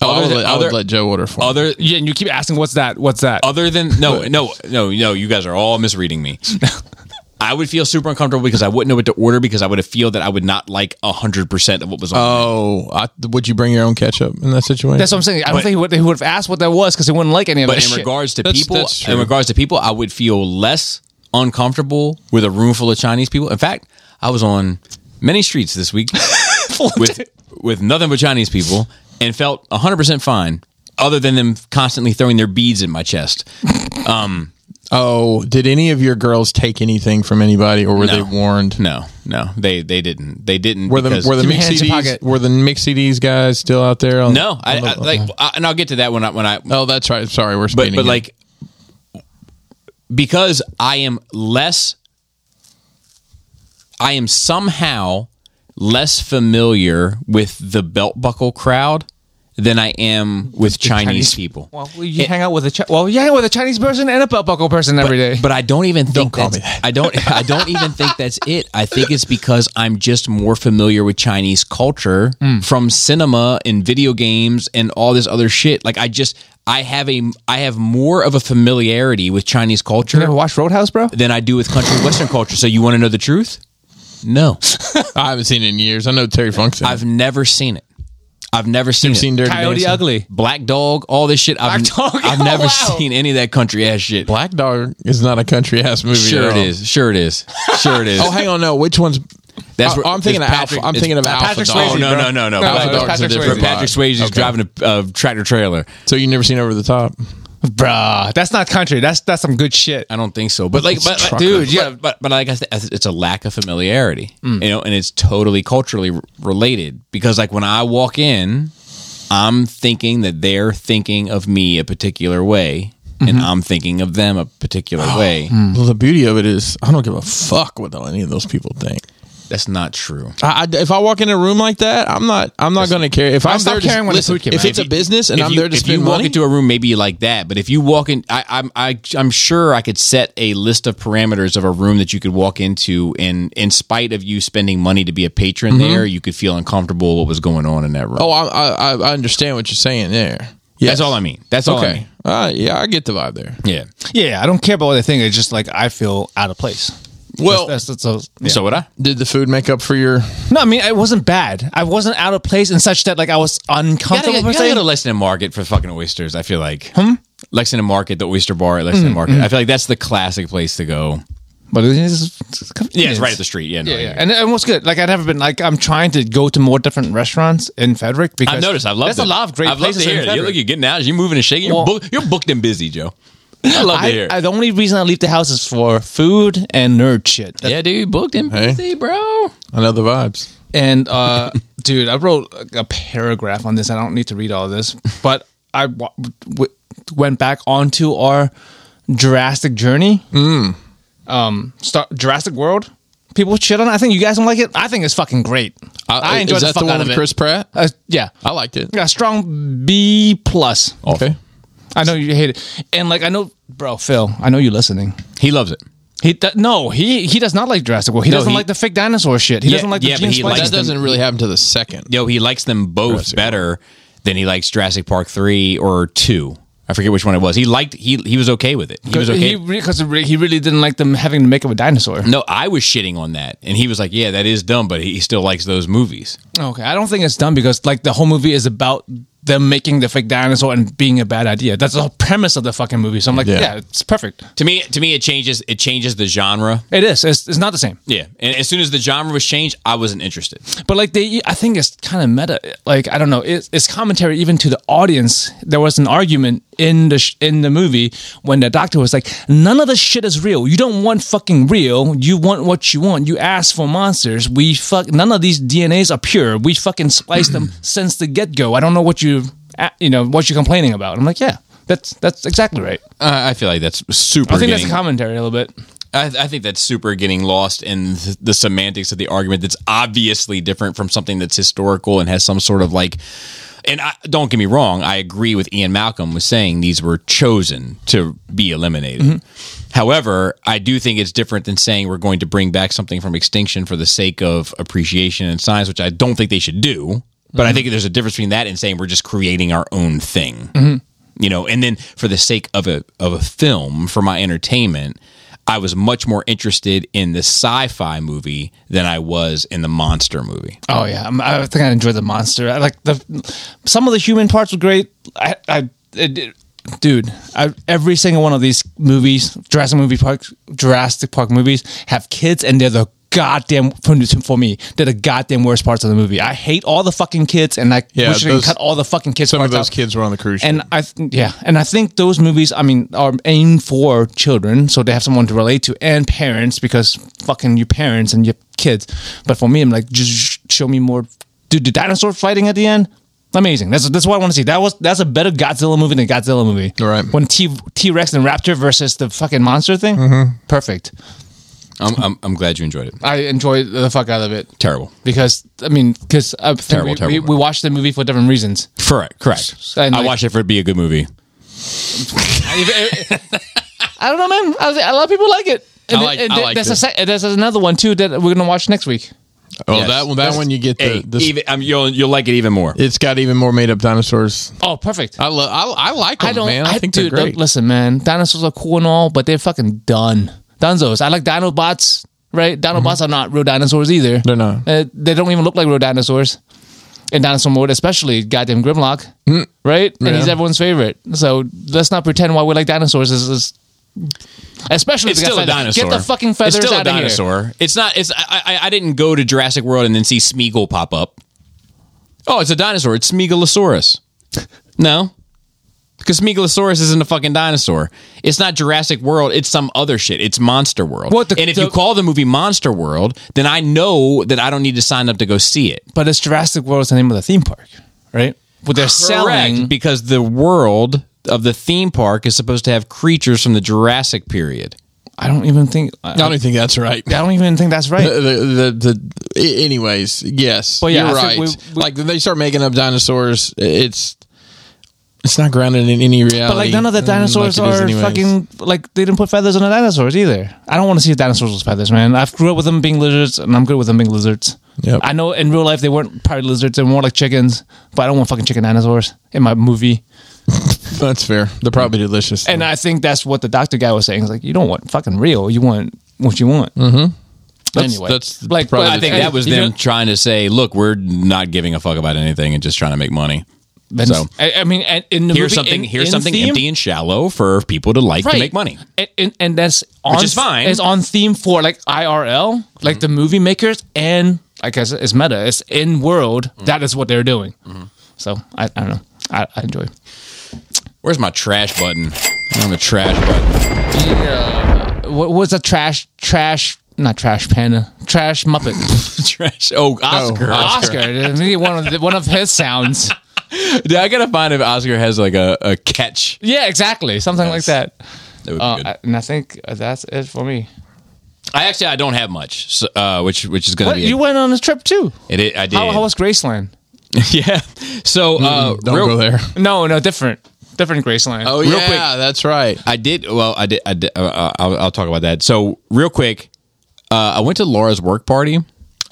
B: Oh, I would
A: Other
B: let-
A: than-
B: I would
A: other-
B: let Joe order for.
A: Other
D: yeah, and you keep asking, what's that? What's that?
A: other than no, no, no, no, you guys are all misreading me. I would feel super uncomfortable because I wouldn't know what to order because I would have feel that I would not like hundred percent of what was on.
B: Oh, I, would you bring your own ketchup in that situation?
D: That's what I'm saying. I don't
A: But-
D: think he would, he would have asked what that was because he wouldn't like any of
A: but
D: that
A: in
D: shit.
A: regards to
B: That's-
A: people,
B: that's true.
A: in regards to people, I would feel less uncomfortable with a room full of Chinese people. In fact, I was on many streets this week with with nothing but Chinese people and felt 100% fine other than them constantly throwing their beads in my chest.
B: oh, did any of your girls take anything from anybody, or were
A: No.
B: they warned?
A: No, no, they they didn't. They didn't
B: Were the
A: because-
B: were the
D: Keep your
B: mix
D: hands in your
B: CDs
D: pocket.
B: were the mix CDs guys still out there? On,
A: No, I,
B: on the-
A: I like I, and I'll get to that when I when I
B: oh, that's right. Sorry, we're
A: but
B: speeding.
A: but
B: here.
A: like because I am less I am somehow less familiar with the belt buckle crowd than I am with Chinese,
D: Chinese-
A: people.
D: Well, you hang out with a Chi- well, you hang out with a Chinese person and a belt buckle person every day.
A: But I don't even think
B: call
A: that's-
B: me that.
A: I don't I don't even think that's it. I think it's because I'm just more familiar with Chinese culture
B: Hmm.
A: from cinema and video games and all this other shit. Like I just I have a I have more of a familiarity with Chinese culture
D: you ever watch Roadhouse, bro?
A: than I do with country and western culture. So you want to know the truth? No.
B: I haven't seen it in years. I know Terry Funk's in. it.
A: I've never seen it. I've never seen
B: You've
A: it.
B: seen Dirty
D: Coyote
B: Dancing.
D: Ugly.
A: Black Dog, all this shit. I've,
D: Black Dog?
A: I've
D: Oh,
A: never
D: wow.
A: seen any of that country ass shit.
B: Black Dog is not a country ass movie.
A: Sure
B: at
A: it
B: all.
A: is. Sure it is. Sure it is.
B: Oh, hang on. No, which one's?
A: That's
B: That's.
A: where-
B: I'm thinking of
A: it's Patrick-
B: Alpha. I'm
A: it's
B: thinking of
D: Patrick
B: Alpha Dog.
A: Oh
D: Swayze,
A: no
D: bro.
A: no no no!
D: No,
A: Patrick,
D: no, it's
A: Dog's a
D: Patrick
A: different
D: Swayze.
A: vibe. Patrick Swayze is driving a uh, tractor trailer.
B: So you never seen Over the Top?
D: Bruh, that's not country. That's that's some good shit.
A: I don't think so, but like, but, but
B: Trucker.
A: dude, yeah, but but like I said, it's a lack of familiarity, you know, and it's totally culturally r- related because like when I walk in, I'm thinking that they're thinking of me a particular way, and I'm thinking of them a particular way.
B: Well, the beauty of it is, I don't give a fuck what any of those people think.
A: That's not true.
B: I, I- if I walk in a room like that, I'm not. I'm not going to care. If I'm,
D: stop
B: there to-
D: caring when the
B: listen,
D: food came
B: if
D: out.
B: it's a business and
A: if
B: I'm
A: you,
B: there to
A: if
B: spend
A: you walk
B: money,
A: into a room, maybe like that. But if you walk in, I, I'm I, I'm sure I could set a list of parameters of a room that you could walk into, and in spite of you spending money to be a patron there, you could feel uncomfortable what was going on in that room.
B: Mm-hmm. oh, I, I I understand what you're saying there. Yeah,
A: that's all I mean. That's all. I
B: Okay.
A: mean.
B: Uh, yeah, I get the vibe there.
A: Yeah.
D: Yeah, I don't care about what they think. It's just like I feel out of place.
B: Well,
D: That's that's, that's a,
A: So would I?
B: did the food make up for your?
D: no. I mean, it wasn't bad. I wasn't out of place in such that like I was
A: Gotta,
D: uncomfortable.
A: gotta,
D: per
A: gotta
D: se.
A: go to Lexington Market for fucking oysters. I feel like
B: Hmm?
A: Lexington Market, the oyster bar at
B: Mm,
A: Lexington Market. I feel like that's the classic place to go.
D: but it is, it's
A: Yeah,
D: convenience.
A: it's right at the street. Yeah, no,
D: Yeah,
A: I
D: yeah.
A: agree.
D: And, and what's good? Like I've never been like I'm trying to go to more different restaurants in Frederick because
A: I've noticed. I've loved.
D: There's
A: it.
D: a lot of great
A: I've loved
D: places
A: to hear it.
D: in
A: You look,
D: Frederick.
A: you're getting out. You're moving and shaking. You're,
D: Well-
A: book, you're booked and busy, Joe. I love to hear.
D: I,
A: it.
D: I, the only reason I leave the house is for food and nerd shit. That's-
A: yeah, dude, booked and
B: Hey.
A: busy, bro.
B: I know the vibes.
D: And uh, dude, I wrote like, a paragraph on this. I don't need to read all this, but I wa- w- went back onto our Jurassic journey.
A: Mm.
D: Um, Star- Jurassic World. People shit on. it. I think you guys don't like it. I think it's fucking great.
A: Uh,
D: I, enjoyed
B: is
D: the
B: that
D: fuck
B: the one
D: out of
B: with
D: it.
B: Chris Pratt?
D: Uh, yeah,
B: I liked it.
D: a strong B plus.
A: Oh.
B: Okay.
D: I know you hate it, and like I know, bro, Phil. I know you're listening.
A: He loves it.
D: He do- no, he he does not like Jurassic World. He
A: No,
D: doesn't
A: he-
D: like the fake dinosaur shit. He
A: Yeah,
D: doesn't like the
A: yeah, but
D: gene
A: he
D: splicing.
A: likes
B: That doesn't really happen to the second.
A: Yo, he likes them both
B: Jurassic
A: better than he likes Jurassic Park three or two. I forget which one it was. He liked. He he was okay with it. He was okay.
D: because he, really didn't like them having to make up a dinosaur.
A: no, I was shitting on that, and he was like, "Yeah, that is dumb," but he still likes those movies.
D: Okay, I don't think it's done because like the whole movie is about them making the fake dinosaur and being a bad idea. That's the whole premise of the fucking movie. So I'm like, yeah,
B: Yeah.
D: it's perfect.
A: To me, to me, it changes. It changes the genre.
D: It is. It's, it's not the same.
A: Yeah, and as soon as the genre was changed, I wasn't interested.
D: But like they, e, I think it's kind of meta. Like I don't know, it, it's commentary even to the audience. There was an argument in the sh- in the movie when the doctor was like, "None of this shit is real. You don't want fucking real. You want what you want. You ask for monsters. We fuck. None of these DNAs are pure. We fucking spliced them since the get go. I don't know what you, uh, you know, what you're complaining about." I'm like, yeah. That's that's exactly right.
A: Uh, I feel like that's super.
D: I think that's
A: getting,
D: a commentary a little bit.
A: I, I think that's super getting lost in th- the semantics of the argument that's obviously different from something that's historical and has some sort of like. And I, don't get me wrong, I agree with Ian Malcolm was saying these were chosen to be eliminated. However, I do think it's different than saying we're going to bring back something from extinction for the sake of appreciation and science, which I don't think they should do. But I think there's a difference between that and saying we're just creating our own thing you know and then for the sake of a of a film for my entertainment i was much more interested in the sci-fi movie than i was in the monster movie
D: Oh yeah, I'm, I think I enjoyed the monster. I like the some of the human parts were great. I, I it, it- dude, I, every single one of these movies, Jurassic movie park, Jurassic Park movies, have kids, and they're the goddamn for, for me. They're the goddamn worst parts of the movie. I hate all the fucking kids, and I
B: Yeah,
D: wish I could
B: those-
D: cut all the fucking kids.
B: Some of those
D: parts out.
B: kids were on the cruise ship.
D: And I th- yeah, and I think those movies, I mean, are aimed for children, so they have someone to relate to, and parents because fucking you parents and your kids. But for me, I'm like, just sh- show me more. Dude, the dinosaur fighting at the end, amazing. That's that's what I want to see. That was that's a better Godzilla movie than Godzilla movie.
B: Right.
D: When T T Rex and Raptor versus the fucking monster thing, perfect.
A: I'm, I'm, I'm glad you enjoyed it.
D: I enjoyed the fuck out of it
A: Terrible.
D: because I mean, because I think
A: Terrible,
D: we,
A: terrible
D: we, we watched the movie for different reasons.
A: Correct. Correct.
D: And,
A: I
D: like-
A: watched it for it to be a good movie. eh,
D: I don't know, man. I was, a lot of people like it. And
B: I
D: th-
B: like-
D: and
B: I
D: th-
B: liked
D: there's
B: it.
D: a sec- and there's another one too that we're gonna watch next week.
B: Oh,
A: Yes.
B: that one. That one you get the.
A: Hey,
B: the
A: eh, even, I mean, you'll you'll like it even more.
B: it's got even more made up dinosaurs.
D: Oh, perfect.
B: I love. I, I like them,
D: I don't.
B: Oh, man. I, think
D: dude,
B: they're
D: look,
B: great.
D: listen, man. Dinosaurs are cool and all, but they're fucking done. Dunzos. I like Dinobots. Right? Dinobots are not real dinosaurs either.
B: Mm-hmm. They're not.
D: Uh, they don't even look like real dinosaurs. In dinosaur mode, especially goddamn Grimlock, right? And he's
B: Mm. Yeah.
D: everyone's favorite. So let's not pretend why we like dinosaurs. Is, is especially
A: It's
D: if we
A: still
D: got
A: a
D: feathers.
A: dinosaur.
D: Get the fucking feathers
A: It's still a
D: out of here.
A: dinosaur. It's not. It's. I, I. I didn't go to Jurassic World and then see Smeagol pop up. Oh, it's a dinosaur. It's Smeagolosaurus. No, because Smeagolosaurus isn't a fucking dinosaur. It's not Jurassic World. It's some other shit. It's Monster World.
D: What the-
A: and if you call the movie Monster World, then I know that I don't need to sign up to go see it.
D: But it's Jurassic World is the name of the theme park, right? Well, they're selling.
A: Correct, because the world of the theme park is supposed to have creatures from the Jurassic period.
D: I don't even think. I
B: I don't even think that's right.
D: I don't even think that's right.
B: the, the, the, the anyways yes
D: But yeah,
B: you're
D: I
B: right
D: think we- we-
B: like they start making up dinosaurs it's it's not grounded in any reality
D: But like none of the
B: mm, like
D: dinosaurs
B: it is
D: are
B: anyways.
D: fucking like they didn't put feathers on the dinosaurs either. I don't want to see dinosaurs with feathers, man. I've grew up with them being lizards, and I'm good with them being lizards.
B: Yep.
D: I know in real life they weren't probably lizards; they were more like chickens. But I don't want fucking chicken dinosaurs in my movie.
B: that's fair they're probably delicious
D: And uh, I think that's what the doctor guy was saying. He's like, you don't want fucking real; you want what you want. Mm-hmm.
B: That's-
D: anyway,
B: that's
D: like
B: probably
D: but-
A: I think that was
D: You
A: them
D: know-
A: trying to say, "Look, we're not giving a fuck about anything and just trying to make money."
D: Then-
A: so
D: I, I mean, and in the
A: here's
D: movie,
A: something
D: in-
A: here's
D: in
A: something
D: theme-
A: empty and shallow for people to like to
D: Right.
A: make money.
D: and, and, and that's on,
A: is fine.
D: It's on theme for like IRL, like the movie makers, and like I said, it's meta. It's in world. That is what they're doing. So I, I don't know. I, I enjoy.
A: Where's my trash button? I don't have a trash button. uh,
D: What was a trash trash? Not trash panda, trash Muppet.
A: trash. Oh, Oscar.
D: Oscar, I need one of the, one of his sounds.
A: Dude, I gotta find if Oscar has like a, a catch.
D: Yeah, exactly, something like that.
A: That would be
D: Uh,
A: good.
D: I, and I think that's it for me.
A: I actually I don't have much, so, uh, which which is gonna
D: But
A: be.
D: you went on a trip too.
A: it, it, I did.
D: How, how was Graceland?
A: yeah. So uh,
B: don't
A: real,
B: go there
D: No, no, different, different Graceland.
B: oh
A: Real
B: yeah
A: quick.
B: that's right
A: I did. Well, I did. I did uh, I'll, I'll talk about that. So real quick, uh, I went to Laura's work party.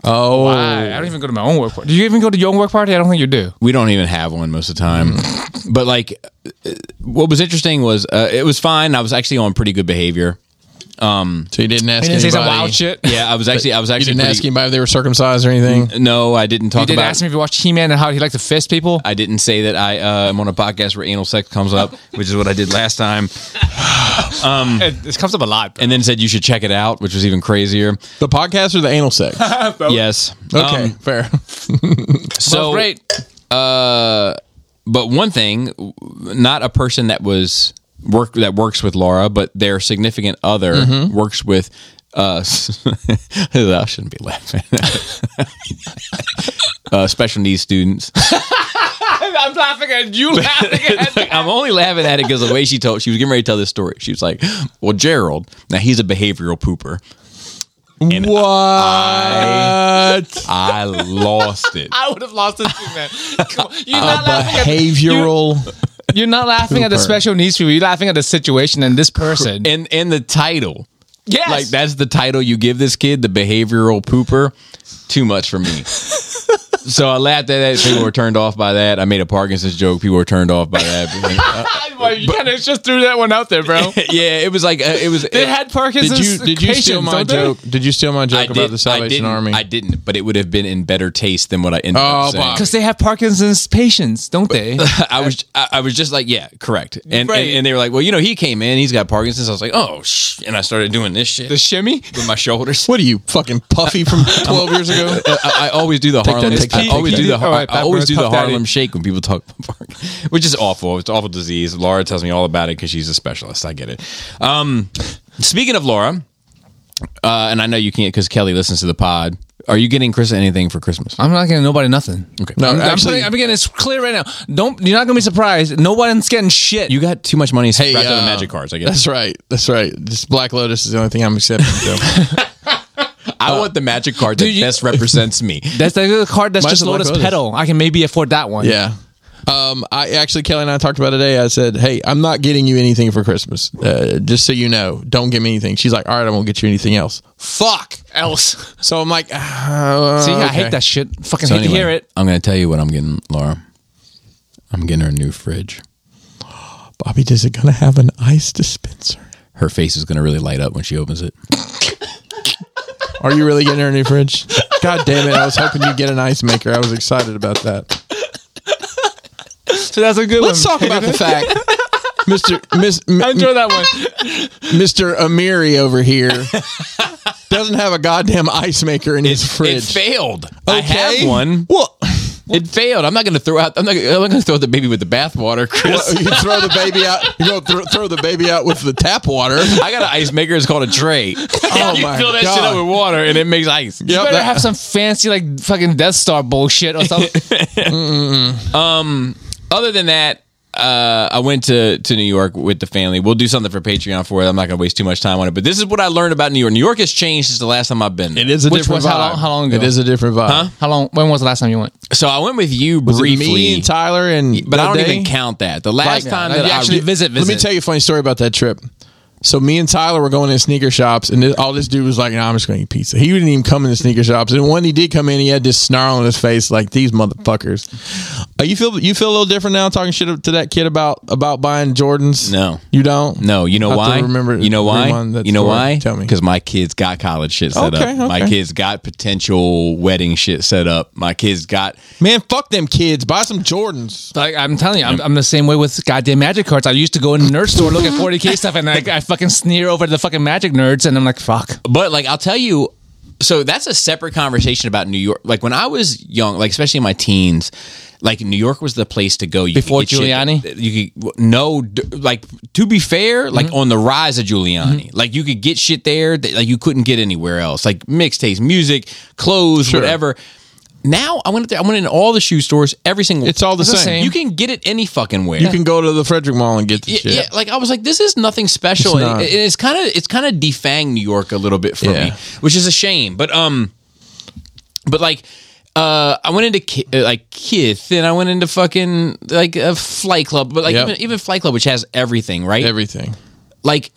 B: oh
D: I, I don't even go to my own work party. Do you even go to your own work party? I don't think you do.
A: we don't even have one most of the time. but like, uh, what was interesting was uh, it was fine. I was actually on pretty good behavior.
B: so you didn't ask
D: You didn't say
B: anybody
D: some wild shit. You
A: Yeah, I was actually. I was
B: you
A: actually.
B: didn't
A: pretty-
B: ask anybody if they were circumcised or anything
D: Mm.
A: No, I didn't talk
D: didn't
A: about.
D: ask me if you watched He Man and how he liked to fist people.
A: I didn't say that I uh, am on a podcast where anal sex comes up, which is what I did last time, Um,
D: It, it comes up a lot.
A: and then said you should check it out, which was even crazier.
B: the podcast or the anal sex
D: Um,
A: Yes.
B: okay
A: Um,
B: fair
A: so
D: great.
A: but one thing, w- not a person that was work that works with Laura, but their significant other
D: Mm-hmm.
A: works with us. I shouldn't be laughing. uh, special needs students.
D: I'm laughing at you laughing at
A: I'm only laughing at it because the way she told, she was getting ready to tell this story. She was like, "Well, Gerald, now he's a behavioral pooper." And
B: what
A: I lost it.
D: I would have lost this thing, man. Come on. You're, not laughing at,
B: behavioral
D: you're not laughing at the
B: Super.
D: special needs people. You're laughing at the situation and this person.
A: And and the title,
D: yes.
A: like that's the title you give this kid, the behavioral pooper. Too much for me. so I laughed at that. People were turned off by that. I made a Parkinson's joke. People were turned off by that.
D: Well, you kind of just threw that one out there, bro.
A: yeah, it was like uh, it was.
D: They had Parkinson's.
B: did you did you steal
D: patients,
B: my
D: don't they?
B: joke did you steal my joke about the salvation
A: didn't,
B: army
A: I didn't, but it would have been in better taste than what I ended
B: Oh,
A: up saying.
B: Bob.
D: Because they have Parkinson's patients, don't they?
A: I was I, I was just like, yeah, correct. And,
D: Right.
A: and and they were like, well, you know, he came in, he's got Parkinson's. I was like, oh, sh-, and I started doing this shit
D: the shimmy?
A: with my shoulders.
B: What are you fucking puffy from twelve years ago?
A: I, I always do the Harlem.
B: that, take
A: I
B: that,
A: always
B: take
A: do the
D: that. All right,
A: I always
D: Pepper,
A: do the
D: Puff Daddy.
A: Harlem Shake when people talk, about Park, which is awful. It's an awful disease. Laura tells me all about it because she's a specialist. I get it. Um, speaking of Laura, uh, and I know you can't because Kelly listens to the pod. Are you getting Chris anything for Christmas?
D: I'm not getting nobody nothing. Okay.
B: No,
D: I'm,
B: actually-
D: I'm, putting, I'm getting it's clear right now. Don't you're not gonna be surprised. No one's getting shit.
A: You got too much money. Hey,
B: uh,
A: magic cards. I guess.
B: That's right. That's right. This Black Lotus is the only thing I'm accepting. So.
A: I want the magic card that
D: Uh, Dude, you-
A: best represents me.
D: That's like a card that's
B: Might
D: just
B: as well
D: Lotus
B: go with
D: Petal. I can maybe afford that one.
B: Yeah. Um, I actually, Kelly and I talked about it today. I said, "Hey, I'm not getting you anything for Christmas. Uh, just so you know, don't get me anything." She's like, "All right, I won't get you anything else." Fuck else. So I'm like, uh,
D: See, I
B: okay.
D: hate that shit. Fucking
A: So
D: hate
A: anyway,
D: to hear it.
A: I'm going to tell you what I'm getting, Laura. I'm getting her a new fridge.
B: Bobby, does it gonna have an ice dispenser?
A: Her face is going to really light up when she opens it.
B: Are you really getting her a new fridge? God damn it! I was hoping you'd get an ice maker. I was excited about that.
D: So that's a good
B: Let's talk about the fact, Mister Miss
D: I enjoy that one.
B: Mister Amiri over here doesn't have a goddamn ice maker in his
A: It
B: fridge.
A: failed. I
B: Okay.
A: have one.
B: Well,
A: It failed. I'm not going to throw out. I'm not. I'm not going to throw out the baby with the bathwater, Chris.
B: you throw the baby out. You go throw, throw the baby out with the tap water.
A: I got an ice maker. It's called a tray.
B: Oh
A: you
B: my
A: fill that shit
B: God.
A: up with water, and it makes ice.
B: Yep,
D: better
B: that-
D: have some fancy like fucking Death Star bullshit or something.
A: Other than that, uh, I went to to New York with the family. We'll do something for Patreon for it. I'm not going to waste too much time on it. But this is what I learned about New York. New York has changed since the last time I've been. There.
B: it is a
D: Which
B: different
D: was how
B: vibe.
D: long- how long ago?
B: It is a different vibe.
D: How long? When was the last time you went?
A: So I went with you
B: Was it
A: briefly,
B: me and Tyler and
A: but I don't
B: that day?
A: even count that. The last
D: Like,
A: time
D: yeah,
A: that
D: you
A: I
D: actually
A: re-
D: visit,
B: Let me
D: visit.
B: tell you a funny story about that trip. So me and Tyler were going in sneaker shops, and this, all this dude was like, "No, I'm just going to eat pizza." He didn't even come in the sneaker shops, and when he did come in, he had this snarl on his face, like these motherfuckers. Uh, you feel you feel a little different now, talking shit to that kid about about buying Jordans.
A: No.
B: you don't.
A: No, you know
B: Have to
A: why?
B: remember-
A: you know why?
B: rewind that
A: You know
B: story.
A: why?
B: Tell me.
A: Because my kids got college shit set
B: Okay,
A: up. My
B: okay.
A: kids got potential wedding shit set up. My kids got
B: Man, fuck them kids. Buy some Jordans.
D: Like I'm telling you, I'm, I'm the same way with goddamn magic cards. I used to go in the nerd store look at 40k stuff, and I, I fucking sneer over the fucking magic nerds, and I'm like, fuck.
A: but like I'll tell you so that's a separate conversation about New York. Like when I was young, like especially in my teens, like New York was the place to go. You could
D: Before
A: get shit-
D: Giuliani?
A: you could no. d- Like to be fair,
B: Mm-hmm.
A: like on the rise of Giuliani, like you could get shit there that like you couldn't get anywhere else. Like mixtapes, music, clothes, whatever. Now I went up there. I went in all the shoe stores, every single.
B: It's all the
D: the
B: same.
D: same.
A: You can get it any fucking where.
B: You can go to the Frederick Mall and get the
A: Yeah,
B: shit.
A: yeah, like I was like, this is nothing special.
B: It's
A: And
B: not.
A: it- it's kind of it's kind of defanged New York a little bit for
B: Yeah.
A: me, which is a shame. But um, but like. Uh, I went into Ki- uh, like Kith, and I went into fucking like a Flight Club, but like
B: Yep.
A: even, even Flight Club, which has everything, right?
B: Everything
A: like,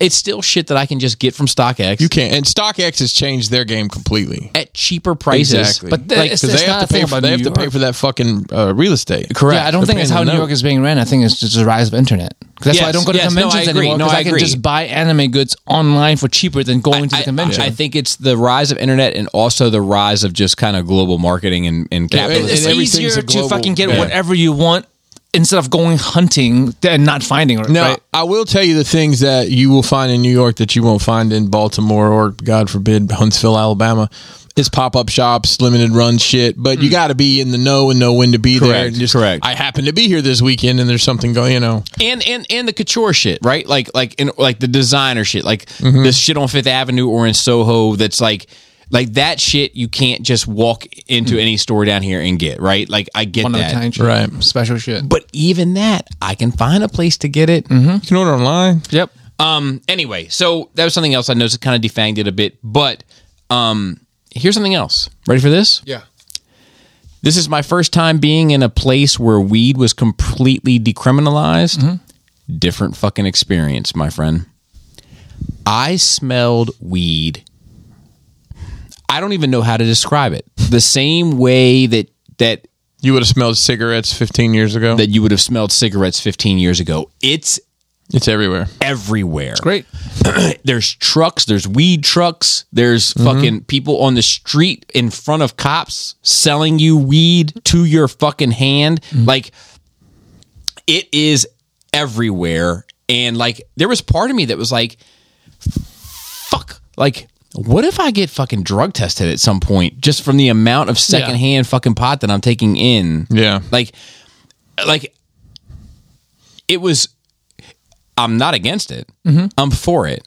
A: it's still shit that I can just get from StockX
B: you can. And StockX has changed their game completely.
A: at cheaper prices.
B: Exactly.
A: But
D: But th-
A: like,
D: it's-
B: because they
D: not
B: have
D: a
B: to pay
D: thing
B: for
D: about
B: they
D: New
B: have to
D: York.
B: pay for that fucking uh, real estate.
D: Yeah, I don't
B: They're
D: think
B: paying
D: it's how
B: the
D: New
B: note.
D: York is being ran. I think it's just the rise of internet. 'Cause That's why I
A: Yes,
D: don't go to
A: yes, no, I
D: conventions
A: agree.
D: anymore.
A: No,
D: 'cause
A: I
D: I, can
A: agree.
D: just buy anime goods online for cheaper than going to the convention.
A: I, I think it's the rise of internet and also the rise of just kind of global marketing and, and capitalism.
D: it's
B: and everything's
D: easier
B: a global-
D: to fucking get
B: yeah.
D: whatever you want instead of going hunting and not finding it.
B: Now,
D: right?
B: I will tell you the things that you will find in New York that you won't find in Baltimore or, God forbid, Huntsville, Alabama. It's pop up shops, limited run shit, but
D: Mm.
B: you got to be in the know and know when to be there.
A: Correct,
B: And just,
A: correct.
B: I happen to be here this weekend, and there's something going. You know,
A: and and and the couture shit, right? Like like in like the designer shit, like
D: Mm-hmm.
A: this shit on Fifth Avenue or in Soho. That's like like that shit. You can't just walk into any store down here and get right. Like I get
D: Mm. one of
A: that,
D: a kind, shit.
B: Right.
D: Special shit.
A: but even that, I can find a place to get it.
D: Mm-hmm.
B: you can order online.
D: Yep.
A: Um. Anyway, so that was something else I noticed. Kind of defanged it a bit, but um. Here's something else. Ready for this?
D: Yeah.
A: This is my first time being in a place where weed was completely decriminalized. Different fucking experience, my friend. I smelled weed. I don't even know how to describe it. The same way that that
B: You would have smelled cigarettes 15 years ago.
A: that you would have smelled cigarettes 15 years ago. It's
B: it's everywhere.
A: everywhere.
D: Great.
A: there's trucks, there's weed trucks, there's fucking people on the street in front of cops selling you weed to your fucking hand. Like it is everywhere. And like there was part of me that was like, fuck, like what if I get fucking drug tested at some point just from the amount of secondhand fucking pot that I'm taking in?
B: Yeah.
A: Like like it was I'm not against it. I'm for it.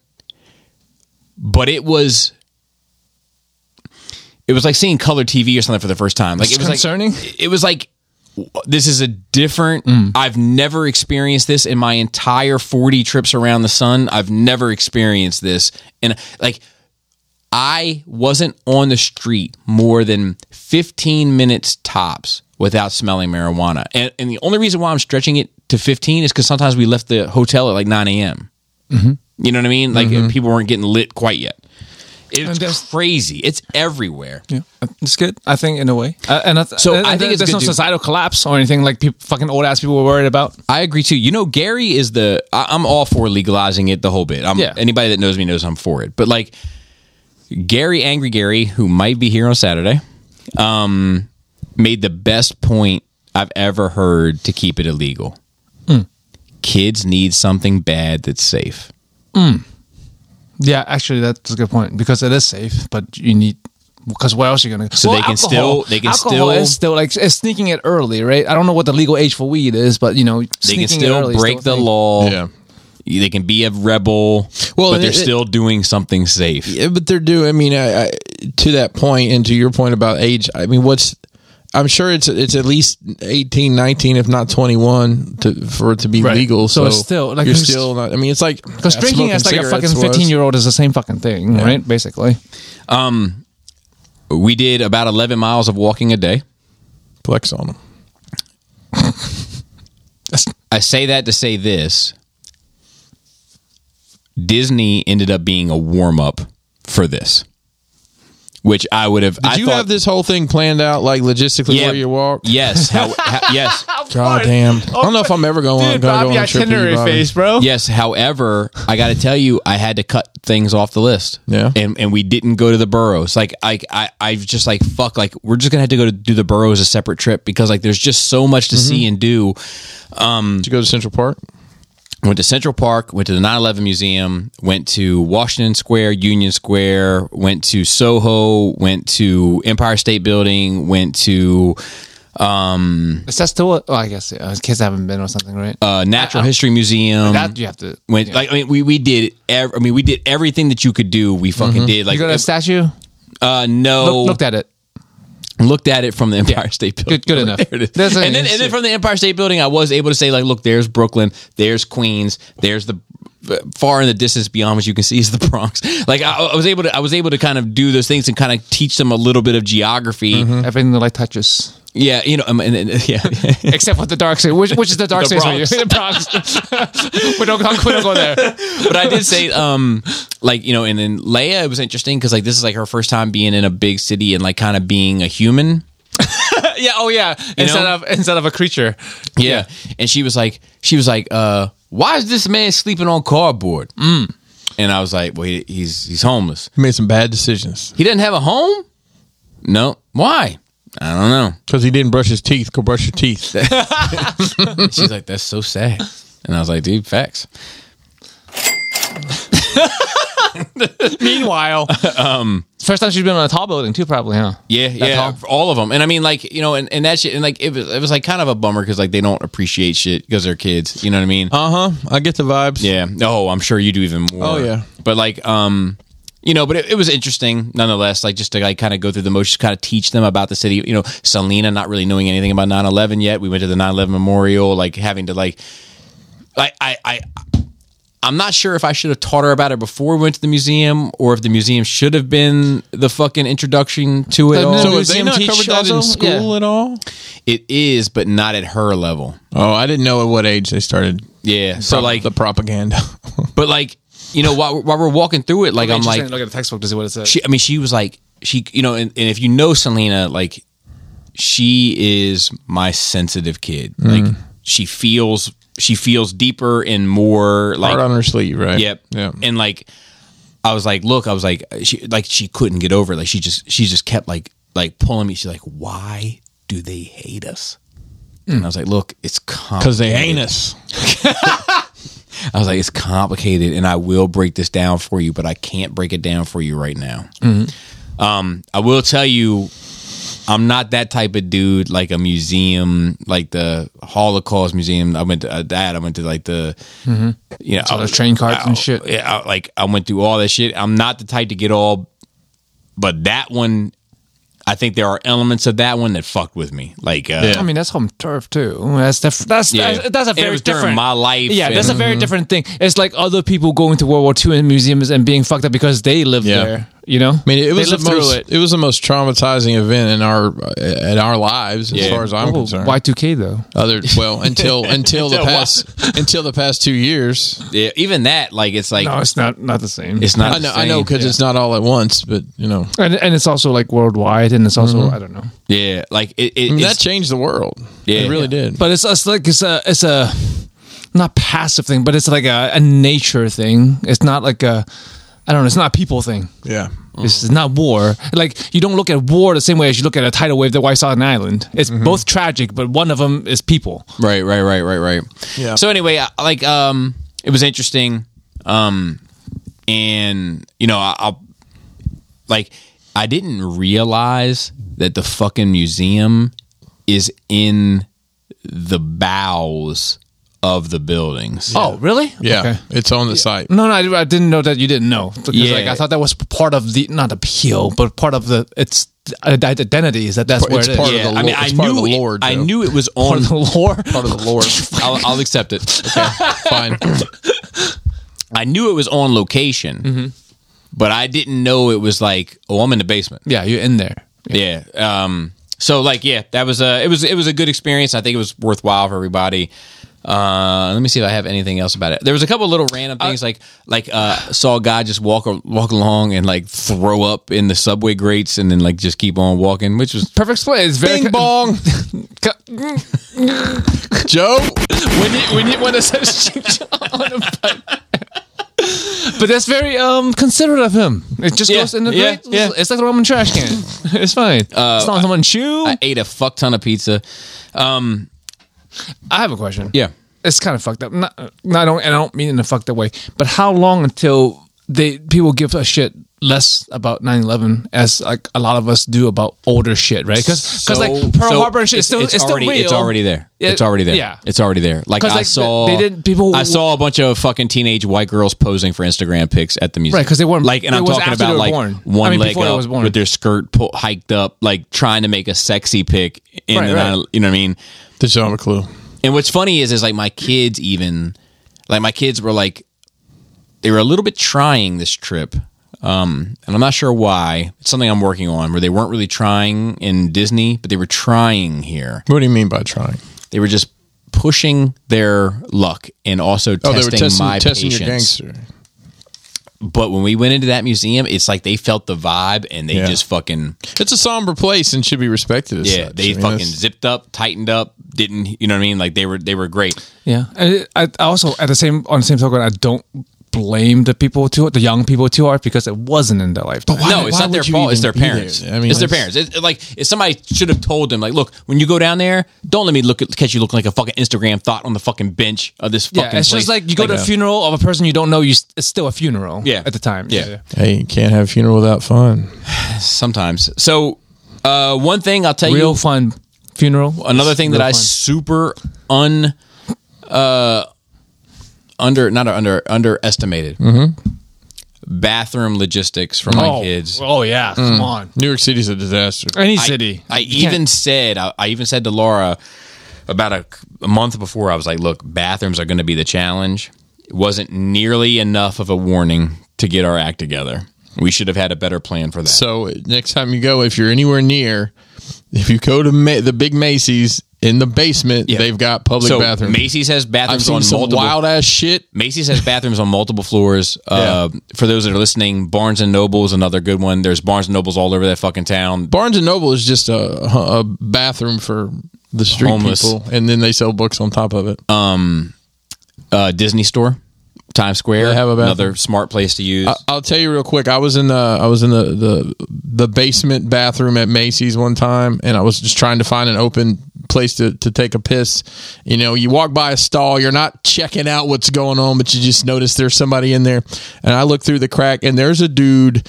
A: But it was it was like seeing color TV or something for the first time. Like it was
D: Concerning?
A: Like, it was like w- this is a different I've never experienced this in my entire 40 trips around the sun. I've never experienced this and like I wasn't on the street more than 15 minutes tops without smelling marijuana. And, and the only reason why I'm stretching it to 15 is because sometimes we left the hotel at like 9 a.m.
D: Mm-hmm.
A: You know what I mean? Like people weren't getting lit quite yet.
D: And there's-
A: It's crazy. It's everywhere.
D: Yeah, Uh, it's good. I think in a way. Uh, and I th-
A: So,
D: and
A: I think it's
D: there's
A: good
D: no
A: to-
D: societal collapse or anything like people, fucking old ass people were worried about.
A: I agree too. You know, Gary is the. I, I'm all for legalizing it the whole bit. I'm,
D: Yeah.
A: Anybody that knows me knows I'm for it. But like Gary, angry Gary, who might be here on Saturday, um, made the best point I've ever heard to keep it illegal.
D: Hmm.
A: Kids need something bad that's safe.
D: Yeah, actually, that's a good point because it is safe, but you need because where else are you gonna?
A: So they can still- they can
D: alcohol
A: still-
D: is still like it's sneaking it early, right? I don't know what the legal age for weed is, but you know
A: They
D: sneaking
A: can
D: it
A: still
D: early is
A: break
D: still
A: the
D: a thing.
A: law.
B: Yeah.
A: They can be a rebel,
B: Well,
A: but
B: and
A: they're
B: it-
A: still doing something safe.
B: Yeah, but they're due. I mean, I, I, to that point and to your point about age, I mean, what's I'm sure it's it's at least 18, 19, if not 21 to, for it to be
D: Right.
B: legal.
D: So
B: So,
D: it's still, like,
B: you're
D: who's-
B: still not. I mean, it's like
D: Because drinking as like a fucking fifteen year old is the same fucking thing, right? Basically,
A: Um, We did about 11 miles of walking a day.
B: flex on them.
A: I say that to say this. Disney ended up being a warm up for this, which I would have.
B: Did
A: I
B: you
A: thought-
B: have this whole thing planned out like logistically
A: Yeah.
B: where you walk?
A: Yes, how, how- yes,
B: God damn! I don't know if I'm ever going,
C: Dude,
B: gonna go
C: Bobby
B: on a trip with you,
C: itinerary
B: Bobby.
C: face, bro.
A: yes. However, I got to tell you, I had to cut things off the list.
B: Yeah.
A: and and we didn't go to the boroughs. Like I I I just like fuck. Like we're just gonna have to go to do the boroughs a separate trip because like there's just so much
B: Mm-hmm.
A: to see and do.
B: Did you go Mm. to Central Park?
A: went to Central Park, went to the 9/11 Museum, went to Washington Square, Union Square, went to Soho, went to Empire State Building, went to
D: is that still? Oh, I guess yeah, kids haven't been or something, right?
A: uh, Natural History Museum.
D: that you have to.
A: went
D: yeah.
A: like I mean we we did ev- I mean we did everything that you could do. We fucking did
D: Mm-hmm. you
A: like
D: go to a statue,
A: uh no
D: look, looked at it.
A: looked at it from the Empire State Building.
D: Good- good enough.
A: There it is.
D: That's
A: and,
D: an
A: then, and then
D: instant-
A: from the Empire State Building, I was able to say, like, look, there's Brooklyn, there's Queens, there's the far in the distance beyond what you can see is the Bronx. Like, I, I was able to, I was able to kind of do those things and kind of teach them a little bit of geography.
D: Everything the light touches,
A: Yeah, you know, um, and, and, yeah,
D: except for the dark side, which, which is the dark
A: The
D: side. The Bronx. we don't go- we don't go there.
A: but I did say, um, like you know, and then Leia, it was interesting because like this is like her first time being in a big city and like kind of being a human.
D: Yeah. Oh, yeah. instead
A: know?
D: of instead of a creature.
A: Yeah. And she was like, she was like, uh, why is this man sleeping on cardboard? Mm. And I was like, well, he, he's he's homeless.
B: You made some bad decisions
A: He doesn't have a home. No, why? I don't know.
B: because he didn't brush his teeth. Go brush your teeth.
A: She's like, that's so sad. And I was like, dude, facts.
D: Meanwhile, um, first time she's been on a tall building too, probably, huh?
A: Yeah, yeah, all of them. And I mean, like you know, and, and that shit, and like it was it was like kind of a bummer because like they don't appreciate shit because they're kids. You know what I mean?
B: uh huh. I get the vibes.
A: Yeah. Oh, I'm sure you do even more.
B: Oh, yeah.
A: But like, um, you know, but it, it was interesting nonetheless. Like just to like kind of go through the motions, kind of teach them about the city. You know, Selena not really knowing anything about 9/11 yet. We went to the 9/11 memorial, like having to like, like I I. I'm not sure if I should have taught her about it before we went to the museum, or if the museum should have been the fucking introduction to it.
D: The
A: all.
B: So is
D: Museum
B: they not
D: teach
B: covered that in
D: also?
B: school
D: Yeah.
B: at all?
A: It is, but not at her level.
B: Oh, I didn't know at what age they started.
A: Yeah. So
B: prop-
A: like,
B: the propaganda.
A: but like, you know, while, while we're walking through it, like I'm like,
D: look at the textbook to see what it says.
A: she i mean she was like she you know and, and if you know selena like she is my sensitive kid
B: Mm.
A: like she feels she feels deeper and more like
B: Hard on her sleeve, right?
A: yep
B: Yeah.
A: and like i was like look i was like she like she couldn't get over it. like she just she just kept like like pulling me she's like why do they hate us and i was like look it's
B: Hmm. Because they
A: complicated.
B: ain't us.
A: I was like, it's complicated, and I will break this down for you, but I can't break it down for you right now.
D: Mm-hmm.
A: Um, I will tell you, I'm not that type of dude. Like a museum, like the Holocaust museum. I went to uh, that. I went to like the, you know,
D: All those Mm-hmm. train cards and
A: I-
D: shit.
A: Yeah, I- like I went through all that shit. I'm not the type to get all, but that one, I think there are elements of that one that fucked with me. Like, uh,
D: I mean, that's home turf too. That's def- that's
A: Yeah.
D: that's, that's a
A: And it
D: very
A: was during
D: different
A: my life
D: Yeah, that's a
A: and-
D: very different thing. It's like other people going to World War II in museums and being fucked up because they lived
B: Yeah.
D: there.
C: You know,
B: I mean, it was
C: they
B: the
C: lived through
B: most,
C: it.
B: it. was the most traumatizing event in our uh, in our lives as
A: Yeah.
B: far as I'm
D: Oh,
B: concerned.
D: Y2K though.
B: Other well until until the past until the past two years.
A: Yeah, even that, like it's like
D: No, it's not not the same.
A: it's not.
B: I know
A: the
B: I know
A: same.
B: because it's not all at once, but you know
D: and, and it's also like worldwide, and it's also I don't know.
A: Yeah, like it. it
B: I mean, that
A: it's,
B: changed the world.
A: Yeah.
B: it really did.
D: But it's, it's like it's a it's a not passive thing, but it's like a, a nature thing. It's not like a I don't know. It's not a people thing.
B: yeah,
D: This is
B: Mm-hmm.
D: not war. Like you don't look at war the same way as you look at a tidal wave that wipes out an island. It's
B: Mm-hmm.
D: both tragic, but one of them is people.
A: Right, right, right, right, right.
B: Yeah.
A: So anyway, I- like, um, it was interesting, um, and you know, I, I'll like, I didn't realize that the fucking museum is in the bowels of the buildings.
D: Oh, really?
B: yeah,
D: Okay.
B: it's on the site.
D: No, no, I, I didn't know that you didn't know. Because,
A: Yeah.
D: like, I thought that was part of the not appeal, but part of the its identity is that that's where
B: It's
D: it is.
B: part of
A: yeah,
B: the
A: I
B: lo-
A: mean, I
B: it's part of
A: knew
B: the
A: it,
B: lore,
A: I
B: Joe.
A: knew it was on.
D: part of the lore.
B: Part of the lore.
A: I'll, I'll accept it.
B: Fine.
A: I knew it was on location, but I didn't know it was like, oh, I'm in the basement.
D: yeah, you're in there.
A: Yeah. Um. So like, yeah, that was a it was it was a good experience. I think it was worthwhile for everybody. Uh, let me see if I have anything else about it. There was a couple little random things like like uh, saw a guy just walk walk along and like throw up in the subway grates and then like just keep on walking, which was
D: Perfect split. It's very
B: Bing bong, Joe.
D: when you when you when it says ching chong on the button. But that's very um considerate of him. It just
A: Yeah,
D: goes in the
A: yeah, Uh,
D: yeah, It's like a Roman trash can. It's fine. it's not someone's shoe.
A: I ate a fuck ton of pizza. Um.
D: I have a question.
A: Yeah.
D: it's kind of fucked up. Not, no, I don't. and I don't mean in a fucked up way. But how long until they people give a shit less about 9-11 as like a lot of us do about older shit, right? Because like Pearl
A: so
D: Harbor and shit,
A: it's-
D: is still it's,
A: it's already,
D: still real.
A: It's already there.
D: Yeah,
A: it's already there.
D: yeah.
A: It's already there. Like
D: 'Cause,
A: I
D: like,
A: saw,
D: they didn't- people-
A: I saw a bunch of fucking teenage white girls posing for Instagram pics at the museum.
D: Right, 'cause they weren't-
A: like, and
D: it
A: I'm
D: was
A: talking
D: after they
A: about
D: were
A: like
D: born.
A: one
D: I mean,
A: leg
D: before they
A: up
D: was born.
A: with their skirt pull, hiked up, like trying to make a sexy pic in
D: Right,
A: the
D: right.
A: nine- you know what I mean.
B: Did you have a clue?
A: And what's funny is, is like my kids even, like my kids were like, they were a little bit trying this trip. Um, and I'm not sure why. It's something I'm working on where they weren't really trying in Disney, but they were trying here
B: What do you mean by trying?
A: they were just pushing their luck and also
B: Oh,
A: testing,
B: they were testing,
A: my
B: testing your
A: patience.
B: gangster.
A: but when we went into that museum, it's like they felt the vibe and they
B: Yeah.
A: just fucking
B: It's a somber place and should be respected. As
A: yeah,
B: such. I
A: they
B: mean,
A: fucking
B: that's-
A: zipped up, tightened up, didn't you know what I mean? Like they were they were great.
D: Yeah, and I, I also at the same on the same token, I don't blame the people too, the young people too hard because it wasn't in their lifetime.
A: no, it's
B: why
A: not their
B: would you
A: fault. It's
B: even
A: their
B: be there?
A: parents.
B: I mean,
A: it's their
B: it's-
A: parents. It, it- like if somebody should have told them, like, look, when you go down there, don't let me look at catch you looking like a fucking Instagram thought on the fucking bench of this fucking.
D: yeah, it's
A: place.
D: just like you go to a funeral of a person you don't know. You s- it's still a funeral.
A: Yeah.
D: at the time.
A: Yeah.
B: Hey, you can't have a funeral without fun.
A: sometimes. So uh, one thing I'll tell you,
D: real fun funeral.
A: another thing that I super un uh under not under underestimated
B: Mm-hmm.
A: bathroom logistics for my kids.
D: Oh yeah, come on.
B: New York City's a disaster.
D: Any city.
A: I
D: You can't-
A: even said I, I even said to Laura about a, a month before I was like, look, bathrooms are going to be the challenge. It wasn't nearly enough of a warning to get our act together. We should have had a better plan for that.
B: So next time you go, if you're anywhere near, if you go to Ma- the big Macy's in the basement, they've got public
A: So
B: bathrooms.
A: Macy's has
B: I've
A: bathrooms
B: seen
A: on
B: some
A: multiple
B: wild ass shit.
A: Macy's has bathrooms on multiple floors. Uh, For those that are listening, Barnes and Noble is another good one. There's Barnes and Nobles all over that fucking town.
B: Barnes and Noble is just a, a bathroom for the street
A: Homeless.
B: people, and then they sell books on top of it.
A: Uh, Disney store, Times Square,
B: They have a bathroom.
A: another smart place to use.
B: I'll tell you real quick. I was in the I was in the, the the basement bathroom at Macy's one time, and I was just trying to find an open place to to take a piss. You know, you walk by a stall, you're not checking out what's going on, but you just notice there's somebody in there. And I look through the crack, and there's a dude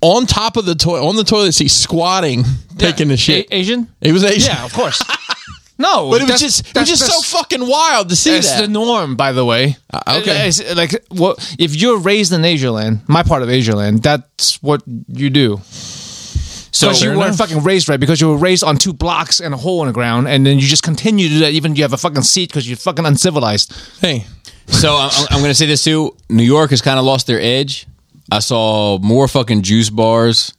B: on top of the toilet on the toilet seat, squatting, taking a shit.
D: A- Asian.
B: It was Asian.
D: Yeah, of course. no,
B: But it was
D: that's-
B: just it was
D: that's-
B: just
D: that's-
B: so fucking wild to see
D: It's
B: that. Uh,
D: the norm, by the way. Uh,
B: okay.
D: It's like what if you're raised in Asia land, my part of Asia land, that's what you do.
A: so
D: Because you weren't fucking raised right, because you were raised on two blocks and a hole in the ground, and then you just continue to do that even you have a fucking seat because you're fucking uncivilized.
B: hey,
A: so I'm, I'm going to say this too. New York has kind of lost their edge. I saw more fucking juice bars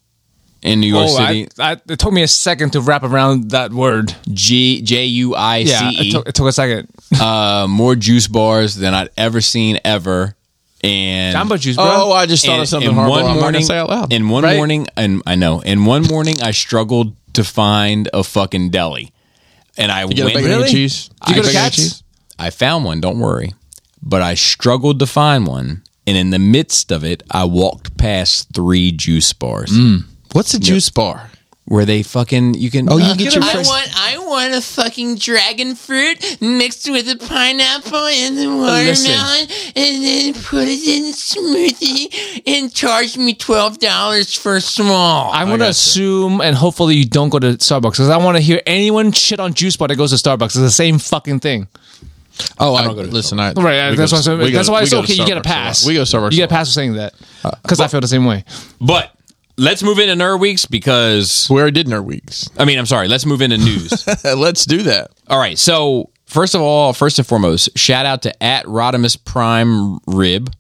A: in New York
D: Oh,
A: City.
D: I, I, it took me a second to wrap around that word.
A: G J U I
D: Yeah,
A: C
D: it
A: E.
D: took, it took a second.
A: Uh, more juice bars than I'd ever seen ever. And
D: Jamba juice, bro.
B: Oh, I just thought of something horrible. I'm not gonna say out loud.
A: In one
D: Right?
A: morning, and I know, in one morning, I struggled to find a fucking deli, and I
B: you
A: went.
B: get a bacon and cheese.
A: I,
B: Bacon and cheese?
A: I found one. Don't worry, but I struggled to find one, and in the midst of it, I walked past three juice bars
B: Mm. What's a juice bar?
A: where they fucking you can. Oh,
D: Uh,
B: you get your fresh-
H: want I want a fucking dragon fruit mixed with a pineapple and the watermelon and then put it in a smoothie and charge me twelve dollars for a small.
D: I'm gonna assume, and hopefully you don't go to Starbucks because I want to hear anyone shit on Juice Bar that goes to Starbucks. It's the same fucking thing.
B: Oh, I, listen. I,
D: Right, uh,
B: we
D: that's
B: go
D: why I
B: to-
D: said-
B: we go
D: that's
B: to-
D: why
B: we
D: it's
B: go to
D: okay. You get a
B: Starbucks lot.
D: pass.
B: We go to Starbucks.
D: You
B: a
D: get a
B: lot.
D: pass for saying that because Uh, I feel the same way.
A: but let's move into nerd weeks because
B: We already did nerd weeks.
A: I mean I'm sorry. Let's move into news.
B: Let's do that.
A: All right. So first of all, first and foremost, shout out to at Rodimus Prime Rib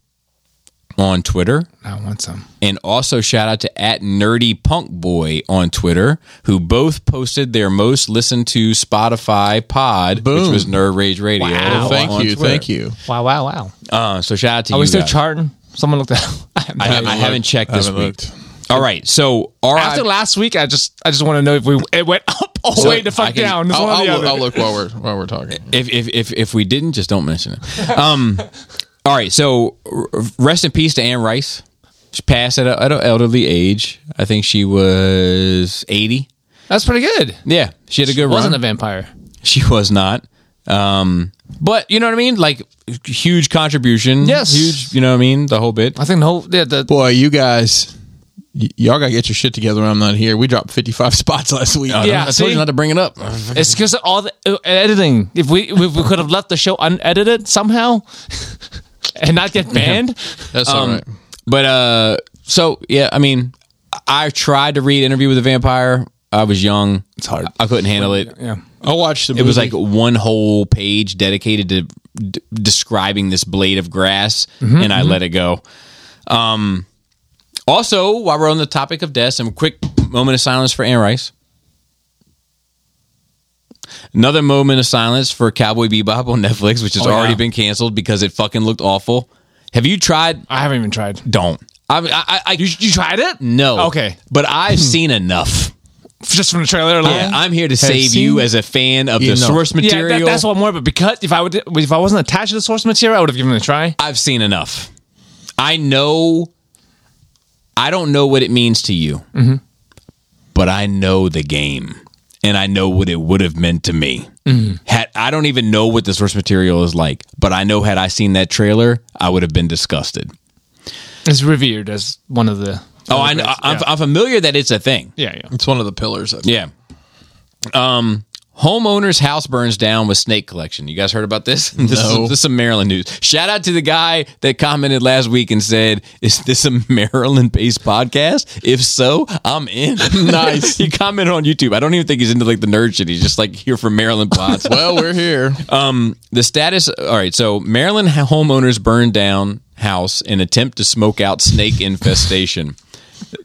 A: on Twitter,
D: I want some.
A: and also shout out to at Nerdy Punk Boy on Twitter, who both posted their most listened to Spotify pod, which was Nerd Rage Radio.
D: Wow.
B: Thank
A: on
B: you.
A: Twitter.
B: Thank you.
D: Wow, wow, wow.
A: Uh, so shout out to
D: Are
A: you.
D: we still
A: guys.
D: charting? Someone looked at.
A: I, haven't, I haven't checked this
B: haven't
A: week.
B: looked.
A: All right. So all right.
D: After last week, I just I just want to know if we it went up or went the fuck
A: I can-
D: down. It's
B: I'll,
D: one or the
B: I'll,
D: other.
B: I'll look while we're while we're talking.
A: if if if if we didn't, just don't mention it. Um, all right. So r- rest in peace to Anne Rice. She passed at, a, at an elderly age. I think she was eighty.
D: That's pretty good.
A: Yeah, she had a good
D: Wasn't a
A: run.
D: vampire.
A: she was not. Um, but you know what I mean. Like huge contribution.
D: Yes.
A: huge. You know what I mean. The whole bit.
D: I think the whole yeah, the
B: Boy, you guys, y- y'all gotta get your shit together. when I'm not here. We dropped 55 spots last week.
D: Yeah,
A: I told
D: see?
A: you not to bring it up.
D: It's because of all the uh, editing. If we if we could have left the show unedited somehow, and not get banned.
B: That's all
D: Um,
B: right.
A: But uh, so yeah, I mean, I tried to read Interview with a Vampire. I was young. It's hard. I couldn't handle it.
B: I watched the.
A: It was like one whole page dedicated to d- describing this blade of grass, and I let it go. Um, also, while we're on the topic of death, some quick moment of silence for Anne Rice. Another moment of silence for Cowboy Bebop on Netflix, which has already
D: yeah.
A: been canceled because it fucking looked awful. Have you tried?
D: I haven't even tried.
A: Don't. I, I, I, I you, you
D: Tried it
A: No.
D: Okay.
A: But I've seen enough.
D: just from the trailer alone.
A: Yeah, I'm here to save you
B: seen
A: as a fan of the
B: enough.
A: source
D: Yeah,
A: material.
D: that, that's what more. But because if I would if I wasn't attached to the source material, I would have given it a try.
A: I've seen enough. I know. I don't know what it means to you, but I know the game, and I know what it would have meant to me. Had I don't even know what the source material is like, but I know had I seen that trailer, I would have been disgusted.
D: It's revered as one of the.
A: Oh, I know, I'm,
D: Yeah.
A: I'm familiar that it's a thing.
D: Yeah, yeah.
B: It's one of the pillars. Of,
A: Yeah. Um, homeowner's house burns down with snake collection. You guys heard about this? This,
B: No.
A: is, this is some Maryland news. Shout out to the guy that commented last week and said, "Is this a Maryland-based podcast? If so, I'm in." Nice. he commented on YouTube. I don't even think he's into like the nerd shit. He's just like here for Maryland pods.
B: Well, we're here.
D: Uh,
A: the status. All right. So Maryland homeowners burned down house in attempt to smoke out snake infestation.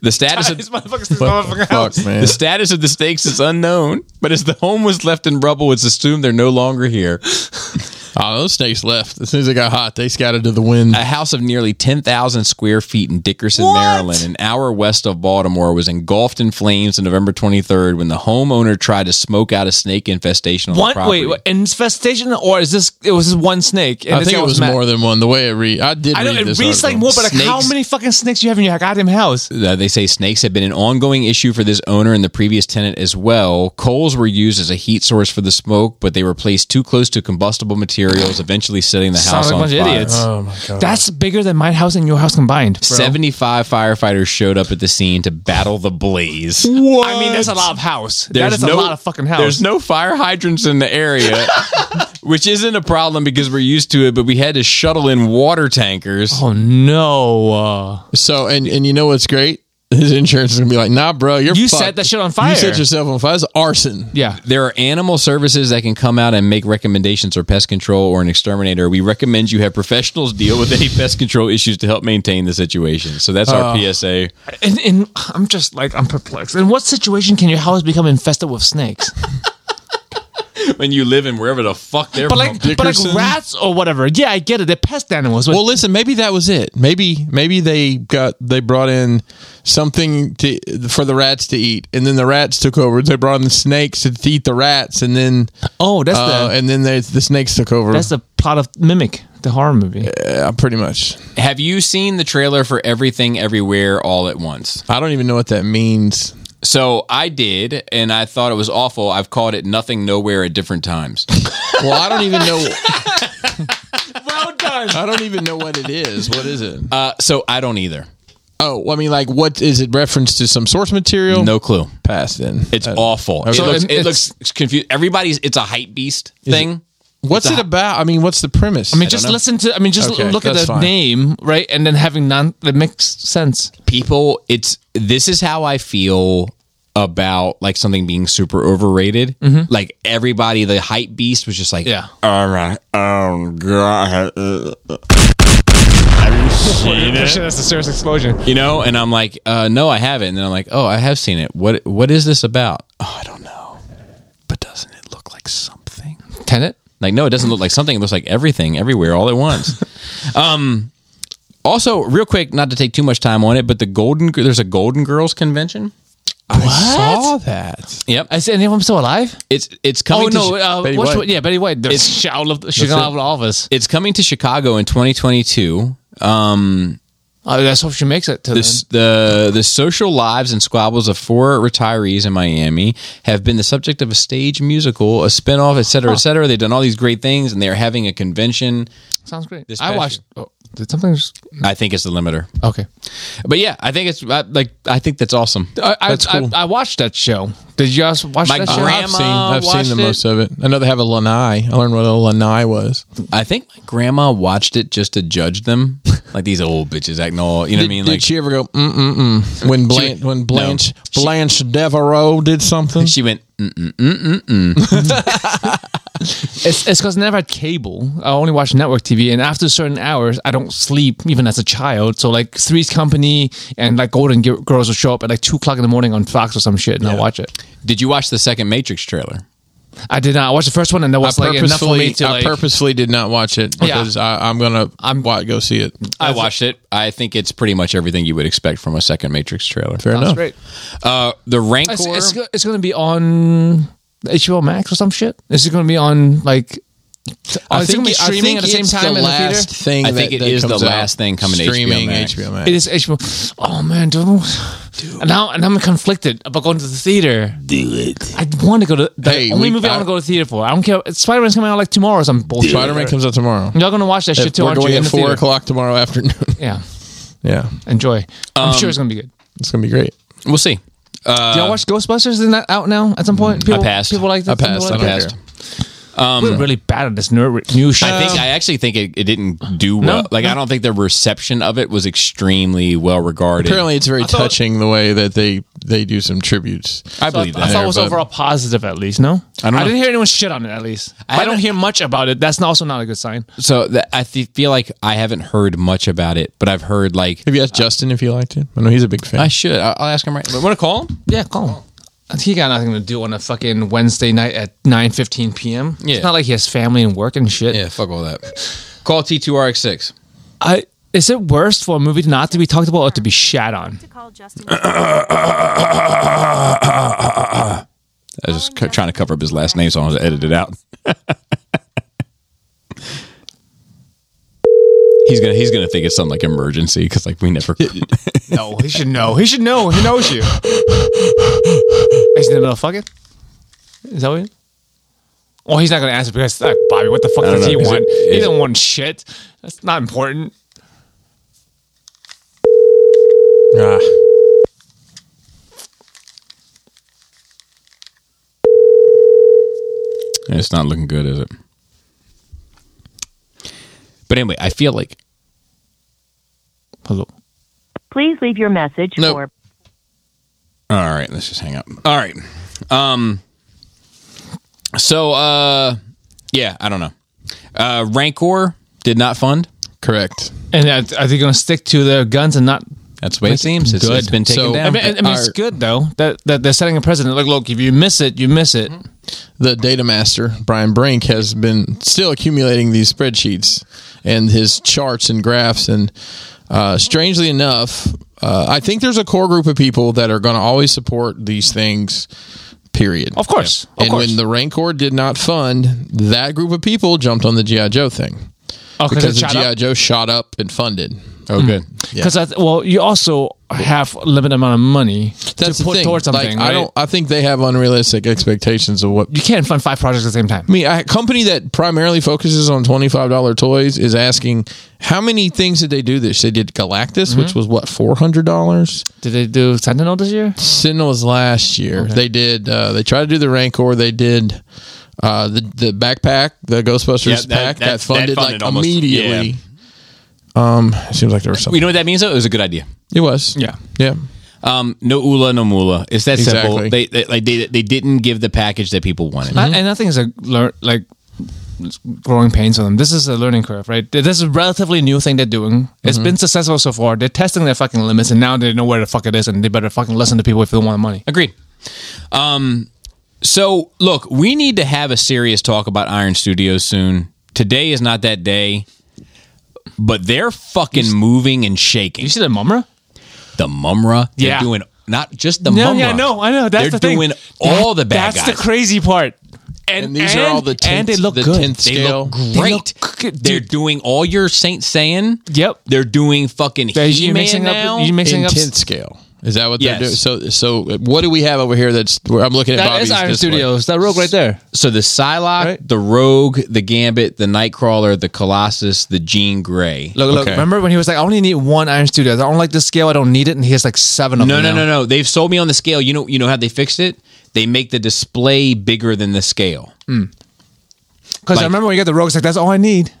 A: The status of
D: These motherfuckers, these motherfuckers.
B: Fuck, man.
A: the status of the stakes is unknown, but as the home was left in rubble, it's assumed they're no longer here.
B: Oh, those snakes left. As soon as it got hot, they scattered to the wind.
A: A house of nearly 10,000 square feet in Dickerson, Maryland, an hour west of Baltimore, was engulfed in flames on November 23rd when the homeowner tried to smoke out a snake infestation on the
D: One
A: property.
D: wait, what, infestation or is this? It was just one snake. and
B: I
D: this
B: think
D: guy
B: it was
D: mad.
B: more than one. The way it read, I did.
D: I know
B: read
D: it
B: this
D: reads like
B: article.
D: more, but like, how
A: Snakes-
D: many fucking snakes do you have in your goddamn house?
A: Uh, they say snakes have been an ongoing issue for this owner and the previous tenant as well. Coals were used as a heat source for the smoke, but they were placed too close to combustible materials, eventually setting the
D: Sounds
A: house
D: like a
A: on
D: bunch of
A: fire.
D: idiots. Oh my god, that's bigger than my house and your house combined. bro.
A: 75 firefighters showed up at the scene to battle the blaze.
D: I mean, that's a lot of house.
A: There's
D: that is
A: no,
D: a lot of fucking house.
A: There's no fire hydrants in the area, which isn't a problem because we're used to it, but we had to shuttle in water tankers.
D: Oh no! Uh,
B: So, and and you know what's great? his insurance is gonna be like, nah, bro, you're
D: You
B: fucked.
D: set that shit on fire.
B: You set yourself on fire. It's arson.
D: Yeah.
A: There are animal services that can come out and make recommendations for pest control or an exterminator. We recommend you have professionals deal with any pest control issues to help maintain the situation. So that's
D: Oh.
A: our PSA.
D: And, and I'm just like I'm perplexed. In what situation can your house become infested with snakes?
A: When you live in wherever the fuck they're
D: But
A: from.
D: like, but like rats or whatever. Yeah, I get it. They're pest animals. But
B: Well, listen, maybe that was it. Maybe maybe they got they brought in something to for the rats to eat, and then the rats took over. They brought in the snakes to eat the rats, and then
D: oh, that's
B: uh,
D: the
B: and then they, the snakes took over.
D: that's the plot of Mimic, the horror movie.
B: yeah, pretty much.
A: Have you seen the trailer for Everything Everywhere All at Once?
B: I don't even know what that means.
A: So I did, and I thought it was awful. I've called it Nothing Nowhere at different times.
B: Well, I don't even know.
D: Well done.
B: I don't even know what it is. What is it?
A: Uh, so I don't either.
B: oh, I mean, like, what is it? Reference to some source material?
A: No clue.
B: pass. Then
A: It's
B: Uh,
A: awful. It
B: So
A: looks,
D: it-
A: it looks confused. Everybody's. It's a hype beast thing.
B: What's it about? I mean, what's the premise?
D: I mean, just listen to. I mean, just
B: Okay,
D: look at
B: that's
D: the
B: fine.
D: name, right? And then having none that makes sense.
A: people it's this is how i feel about like something being super overrated
B: Mm-hmm.
A: like everybody the hype beast was just like
D: Yeah.
A: all right oh god
C: That shit, that's a serious explosion.
A: you know and i'm like uh no i haven't and then i'm like oh i have seen it what what is this about oh i don't know but doesn't it look like something
D: Tenet.
A: like no it doesn't look like something it looks like everything everywhere all at once um also real quick not to take too much time on it but the golden there's a golden girls convention
B: saw that.
A: yep
D: Is anyone still alive?
A: it's it's
D: Oh
A: coming to
D: no, uh,
B: Betty
D: what's,
B: White.
D: yeah, Betty White. The it's shout of she's
B: That's
D: out of all of us.
A: it's coming to Chicago in 2022. Um,
D: Uh, let's hope she makes it to
A: this, the the social lives and squabbles of four retirees in Miami have been the subject of a stage musical, a spinoff, et cetera, et cetera. They've done all these great things, and they are having a convention.
D: the- Sounds great.
A: this
D: I
A: past
D: watched. Oh, did something? Just,
A: I think it's the limiter,
D: okay.
A: but yeah, I think it's I, like I think that's awesome.
D: I, I,
B: That's cool.
D: I, I watched that show. Did you guys watch
A: My
D: that show?
A: grandma
B: I've seen. I've
A: watched
B: seen the
A: it.
B: most of it. I know they have a lanai. I learned what a lanai was.
A: I think my grandma watched it just to judge them, like these old bitches acting all. You know what I mean?
B: Did
A: Like she,
B: she ever go mm mm mm when Blanche when Blanche Blanche Devereaux did something?
A: went. Mm.
D: It's it's because I never had cable. I only watched network TV, and after certain hours, I don't sleep even as a child. So like Three's Company and like Golden Gi- Girls will show up at like two o'clock in the morning on Fox or some shit, and I watch it.
A: Did you watch the second Matrix trailer?
D: I did not. I watched the first one, and that was like enough for me to
B: I
D: like.
B: purposefully did not watch it because I, I'm gonna I'm go see it.
A: I watched it. I think it's pretty much everything you would expect from a second Matrix trailer.
B: Fair enough.
D: Great.
A: Uh, the Rancor.
D: It's, it's, go- it's going to be on HBO Max or some shit. Is it going to be on like? Oh, is it gonna be
B: it- I
D: streaming at the
B: think
D: same
B: it's
D: time
B: the
D: in the theater?
B: last thing.
A: I
B: that-
A: think it
B: that
A: is the
B: comes
A: last
B: out.
A: thing coming to HBO
B: streaming
A: Max.
B: HBO Max.
D: It is HBO. Oh man, dude. And now and I'm conflicted about going to the theater. Do it. I want to go to the
B: Hey,
D: only
B: we-
D: movie I,
B: I-
D: want to go to the theater for. I don't care. Spider Man's coming out like tomorrow. or Some bullshit.
B: Spider Man comes out tomorrow.
D: Y'all gonna watch that shit too?
B: We're
D: aren't
B: going
D: you? In
B: at
D: the
B: four
D: theater.
B: o'clock tomorrow afternoon.
D: Yeah,
B: yeah,
D: enjoy. I'm sure it's gonna be good.
B: it's gonna be great.
A: We'll see. Uh,
D: Do y'all watch Ghostbusters? Isn't that out now at some point? People,
A: passed.
D: People like that.
B: I passed. I
D: Like
B: passed.
D: We're really bad at this new, new shit.
A: I think I actually think it, it didn't do well. like I don't think the reception of it was extremely well regarded.
B: Apparently, it's very touching the way that they they do some tributes.
A: I believe
D: I
A: that.
D: thought it was
B: but-
D: overall positive, at least. No, I,
A: don't know.
D: didn't hear anyone shit on it, at least. I, don't hear much about it. That's not- also not a good sign.
A: so that, I th- feel like I haven't heard much about it, but I've heard like
B: Have you asked Justin if he liked it? I know he's a big fan.
A: I should. I- I'll ask him right. Want to call him?
D: Yeah, call him. Uh, He got nothing to do on a fucking Wednesday night at nine fifteen p.m.
A: Yeah.
D: It's not like he has family and work and shit.
A: Yeah, fuck all that. Call T2RX6.
D: I, is it worse for a movie not to be talked about or to be shat on?
I: to call Justin.
A: I was just c- trying to cover up his last name, so I was edited out. he's gonna he's gonna think it's something like emergency because like we never.
D: No, he should know. He should know. He knows you. Is he gonna fuck it? Is that what? He, oh, he's not gonna answer because uh, Bobby. What the fuck does
A: know.
D: he
A: Is
D: want?
A: it-
D: he
A: is-
D: doesn't want shit. That's not important.
B: Ah.
A: it's not looking good, is it? But anyway, I feel like
D: Hello.
I: Please leave your message
B: Nope.
I: for
A: All right, let's just hang up. All right. Um so uh yeah, I don't know. Uh Rancor did not fund.
B: Correct.
D: And are are they going to stick to their guns and not?
A: That's the way it seems. It's,
D: Good.
A: it's been taken
B: So-
D: I
A: down.
D: mean, I mean, it's
B: Our-
D: good though that, that they're setting a precedent. Like, look, if you miss it, you miss it.
B: The data master, Brian Brink, has been still accumulating these spreadsheets and his charts and graphs. And uh, strangely enough, uh, I think there's a core group of people that are going to always support these things, period.
D: Of course, of
B: and
D: course.
B: when the Rancor did not fund, that group of people jumped on the G.I. Joe thing
D: Oh, 'cause it
B: because the
D: shot
B: G.I.
D: up?
B: Joe shot up and funded. Hmm.
A: Oh good.
B: Yeah.
D: Because well, you also have a limited amount of money
B: That's the
D: to put
B: thing.
D: towards something.
B: Like, I don't. I think they have unrealistic expectations of what
D: You can't fund five projects at the same time.
B: I mean, a company that primarily focuses on twenty-five dollar toys is asking how many things did they do this? They did Galactus, which
D: Mm-hmm.
B: was what four hundred dollars.
D: Did they do Sentinel this year?
B: Sentinel was last year. They did. Uh, they tried to do the Rancor. They did uh, the the backpack, the Ghostbusters
A: Yeah, that-
B: pack
A: that-
B: that, funded,
A: that funded
B: like
A: almost-
B: immediately. Um, it seems like there was something.
A: You know what that means though? It was a good idea.
B: It was.
D: Yeah.
B: Yeah.
A: Um no ula no mula. It's that
B: Exactly.
A: simple. They, they like they they didn't give the package that people wanted.
D: I- and I think it's a lear- like growing pains for them. This is a learning curve, right? This is a relatively new thing they're doing. It's been successful so far. They're testing their fucking limits, and now they know where the fuck it is, and they better fucking listen to people if they want the money.
A: Agreed. Um, so look, we need to have a serious talk about Iron Studios soon. Today is not that day, but they're fucking moving and shaking.
D: You see the Mumra?
A: the Mumra, they're
D: Yeah.
A: doing not just the
D: No,
A: Mumra.
D: yeah, no, I know. That's
A: they're
D: the thing.
A: doing
D: That-
A: all the bad guys.
D: That's the crazy part. And,
B: And these are all the tenth,
D: and they look
B: the
D: good.
B: tenth
A: they
B: scale.
A: look
D: They
A: great.
D: look good,
A: They are
D: dude.
A: doing all your Saint Saiyan.
D: Yep.
A: They're doing fucking
D: They're-
A: He
D: you're mixing
A: Man now.
D: up. You're mixing
B: In
D: up.
B: tenth scale. Is that what
A: Yes.
B: they're doing? So, so what do we have over here? That's where I'm looking at.
D: That
B: Bobby's
D: is Iron
B: this way.
D: Studios. That rogue right there.
A: so the Psylocke,
D: Right.
A: the Rogue, the Gambit, the Nightcrawler, the Colossus, the Jean Grey.
D: Look, look.
B: Okay.
D: Remember when he was like, "I only need one Iron Studios. I don't like this scale. I don't need it." And he has like seven of
A: No,
D: them.
A: no,
D: now.
A: no, no. They've sold me on the scale. You know, you know how they fixed it. They make the display bigger than the scale.
D: Because
A: Like-
D: I remember when you got the rogue, it's like that's all I need.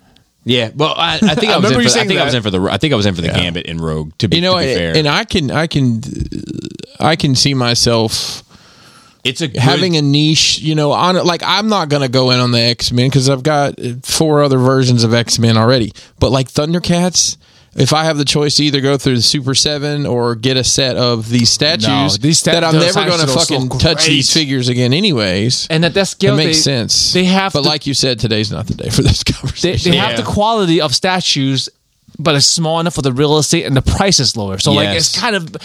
A: Yeah. Well, I, I think I was. in
D: remember
A: for,
D: you
A: I
D: saying
A: think I
D: that.
A: was in for the. I think I was in for the Gambit and Rogue. To be,
B: you know
A: to be fair,
B: and i can i can i can see myself
A: it's a good,
B: having a niche you know on it like i'm not gonna go in on the x-men because i've got four other versions of x-men already but like thundercats if I have the choice to either go through the Super Seven or get a set of these statues
D: these sta-
B: that I'm
D: those
B: never going to
D: statues look
B: fucking
D: great.
B: touch these figures again, anyways,
D: And at that
B: it
D: scale,
B: makes
D: they,
B: sense.
D: They have,
B: but
D: the,
B: like you said, today's not the day for this
D: they,
B: conversation.
D: they have the quality of statues, but it's small enough for the real estate, and the price is lower. So like,
A: Yes.
D: it's kind of,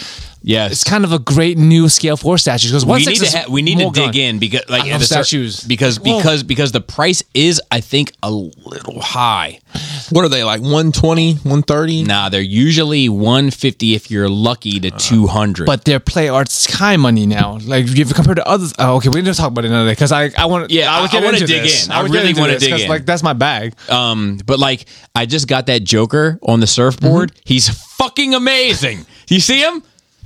A: Yes.
D: it's kind of a great new scale for statues. Because
A: we need to ha- we need to dig in because like
D: I
A: at
D: love
A: a cer-
D: statues.
A: because
D: Whoa.
A: because because the price is I think a little high.
B: what are they like 120, 130?
A: Nah, they're usually one fifty if you're lucky to two hundred.
D: Uh. But their play arts high money now. Like if you compare to others. Oh, okay, we need to talk about it another day because I I want
A: Yeah, I-
D: would
A: I
D: get
A: wanna
D: into
A: dig
D: this.
A: in. I
D: would get
A: really
D: into
A: wanna
D: this
A: dig
D: 'cause,
A: in.
D: Like that's my bag.
A: Um, but like I just got that Joker on the surfboard.
D: Mm-hmm.
A: He's fucking amazing. You see him?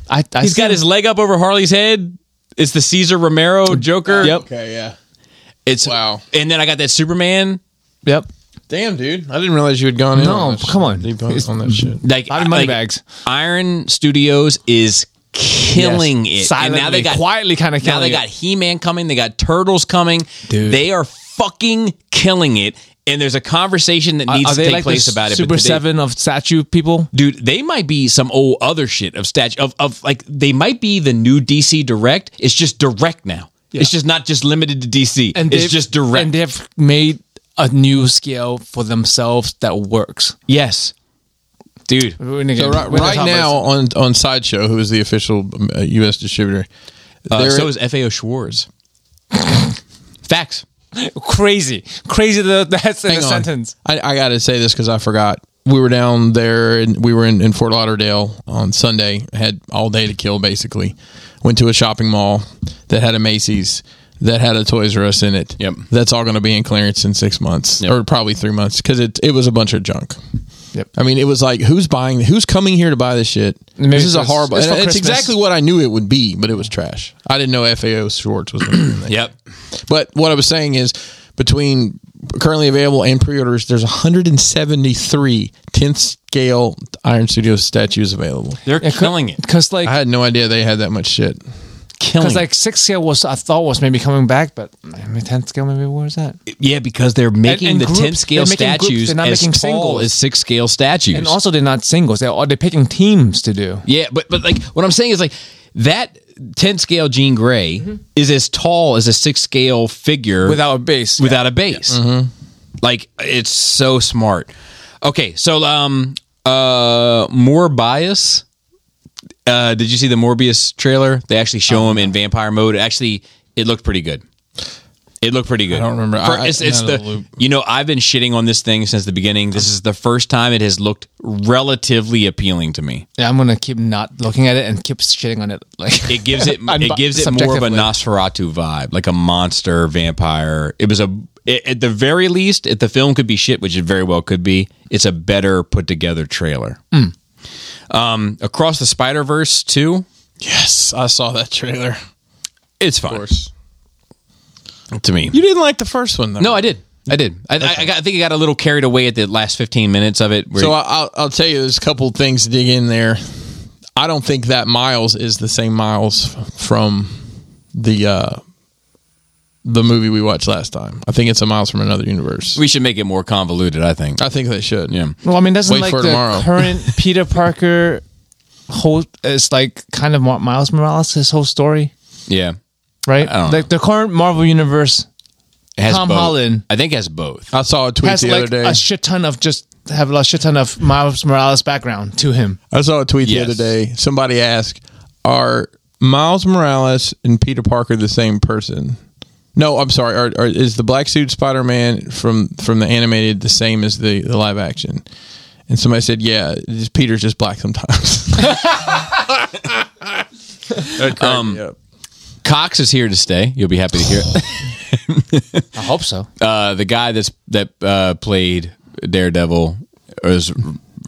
D: I, I
A: He's got
D: see-
A: his leg up over Harley's head. It's the Caesar Romero Joker.
B: Okay, yeah.
A: It's
B: Wow.
A: And then I got that Superman.
D: yep.
B: Damn, dude! I didn't realize you had gone in.
D: No,
B: on that shit.
D: come on.
B: Deep on, on that shit.
A: Like
D: Out of money
A: like,
D: bags.
A: Iron Studios is killing
D: Yes.
A: it.
D: Silently,
A: and now they got
D: quietly kind of
A: now they got He Man coming. They got Turtles coming.
D: Dude.
A: They are fucking killing it. And there's a conversation that needs
D: are
A: to
D: they
A: take
D: like the
A: place about it. but
D: Super
A: today-
D: Seven of statue people?
A: dude, they might be some old other shit of statue of, of like they might be the new DC Direct. It's just direct now. It's just not just limited to DC. it's
D: they've-
A: just direct.
D: And they've made a new scale for themselves that works.
A: yes, dude.
D: We're gonna
B: So
D: get-
B: right,
D: we're gonna
B: right
D: talk about
B: now on on Sideshow, who is the official um, uh, U.S. distributor,
A: Uh,
B: they're-
A: so is FAO Schwartz. Facts.
D: this. crazy, crazy. That that's in a
B: hang on.
D: sentence.
B: I, I got to say this because I forgot. We were down there, and we were in, in Fort Lauderdale on Sunday. Had all day to kill, basically. Went to a shopping mall that had a Macy's that had a Toys R Us in it.
A: Yep.
B: That's all going to be in clearance in six months
A: Yep.
B: or probably three months because it it was a bunch of junk.
D: Yep.
B: I mean, it was like who's buying? Who's coming here to buy this shit?
D: Maybe
B: this is a
D: it's-
B: horrible.
D: it's
B: It's,
D: for
B: it's
D: Christmas.
B: exactly what I knew it would be, but it was trash. I didn't know FAO Schwartz was. gonna be in there.
A: Yep.
B: But what I was saying is between currently available and pre-orders, there's 173 10th scale Iron Studios statues available.
A: They're killing it.
D: Because like
B: I had no idea they had that much shit.
A: killing.
D: Because like six scale was I thought was maybe coming back, but I mean tenth scale maybe where is that?
A: yeah, because they're making
D: and
A: the
D: groups-
A: ten scale
D: they're making groups,
A: statues
D: they're not
A: as
D: making
A: tall
D: singles.
A: as six scale statues.
D: And also they're not singles. They're they're picking teams to do.
A: yeah, but but like what I'm saying is like that ten scale Jean gray
D: Mm-hmm.
A: is as tall as a six scale figure
C: without a base.
A: without a base.
B: Mm-hmm.
A: Like it's so smart. Okay, so um uh more bias. Uh did you see the Morbius trailer? They actually show him in vampire mode. It actually it looked pretty good. It looked pretty good. I
B: don't remember. I-
A: it's
B: I-
A: it's
B: not
A: the
B: a loop.
A: you know I've been shitting on this thing since the beginning. This is the first time it has looked relatively appealing to me.
D: Yeah, I'm gonna keep not looking at it and keep shitting on it. Like
A: It gives it
D: Unbi-
A: it gives it more of a
D: subjectively.
A: Nosferatu vibe, like a monster vampire. It was a it, at the very least, if the film could be shit, which it very well could be, it's a better put together trailer. Um, Across the Spider Verse too,
B: Yes, I saw that trailer.
A: it's fine to me.
B: You didn't like the first one, though.
A: No, I did, I did. I, I, I, got, I think I got a little carried away at the last fifteen minutes of it. Where
B: So I, I'll, I'll tell you, there's a couple things to dig in there. I don't think that Miles is the same Miles f- from the uh, the movie we watched last time. I think it's a Miles from another universe.
A: we should make it more convoluted. I think.
B: I think they should.
A: Yeah.
D: Well, I mean, doesn't
B: Wait
D: like
B: for
D: the
B: tomorrow.
D: current Peter Parker whole is like kind of what Miles Morales his whole story,
A: Yeah.
D: right?
A: don't
D: Like the current Marvel universe
A: It has
D: Tom
A: both.
D: Holland.
A: I think it has both.
B: I saw a tweet
D: has
B: the
D: like
B: other day.
D: a shit ton of just have a shit ton of Miles Morales background to him.
B: I saw a tweet
A: Yes.
B: the other day. Somebody asked, "Are Miles Morales and Peter Parker the same person?" No, I'm sorry. Are, are, is the black suit Spider Man from from the animated the same as the, the live action? And somebody said, "Yeah, just, Peter's just black sometimes." um,
A: Cox is here to stay. You'll be happy to hear it.
D: I hope so.
A: uh, the guy that's that uh, played Daredevil is r-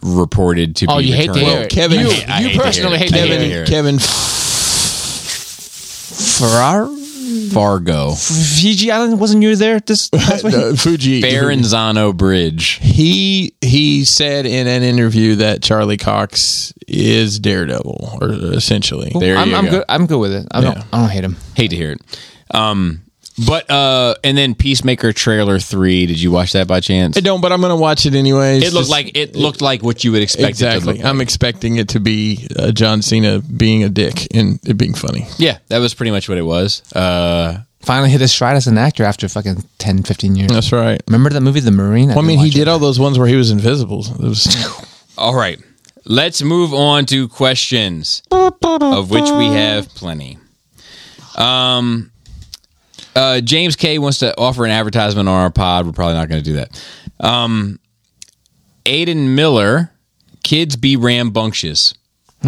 A: reported to
D: oh,
A: be
D: you hate to
A: returning.
D: hear it.
B: Kevin-
D: you,
B: I hate-
A: I
D: you
A: hate to
D: personally
A: hear
D: hate
A: it.
D: to hear
A: Kevin-
D: it.
A: it.
B: Kevin
D: Ferrar,
A: Fargo,
D: Fiji Island, wasn't you there this last week?
B: uh, Fuji
A: Barranzano Bridge.
B: He he said in an interview that Charlie Cox is Daredevil, or essentially.
A: There
D: I'm,
A: you
D: I'm
A: go.
D: good. I'm good with it. I don't. I don't hate him.
A: Hate to hear it. Um, but uh, and then Peacemaker trailer three. Did you watch that by chance?
B: I don't, but I'm going to watch it anyways.
A: It looked
B: Just-
A: like it looked like what you would expect. It to
B: Exactly.
A: look like.
B: I'm expecting it to be uh, John Cena being a dick and it being funny.
A: yeah, that was pretty much what it was. Uh,
D: Finally hit his stride as an actor after fucking 10, 15 years.
B: That's right.
D: Remember that movie, The Marine?
B: Well, I
D: didn't
B: mean, he
D: watch it.
B: did all those ones where he was invisible. It was
A: all right, let's move on to questions, of which we have plenty. Um, uh, James K wants to offer an advertisement on our pod. We're probably not going to do that. Um, Aiden Miller, kids be rambunctious.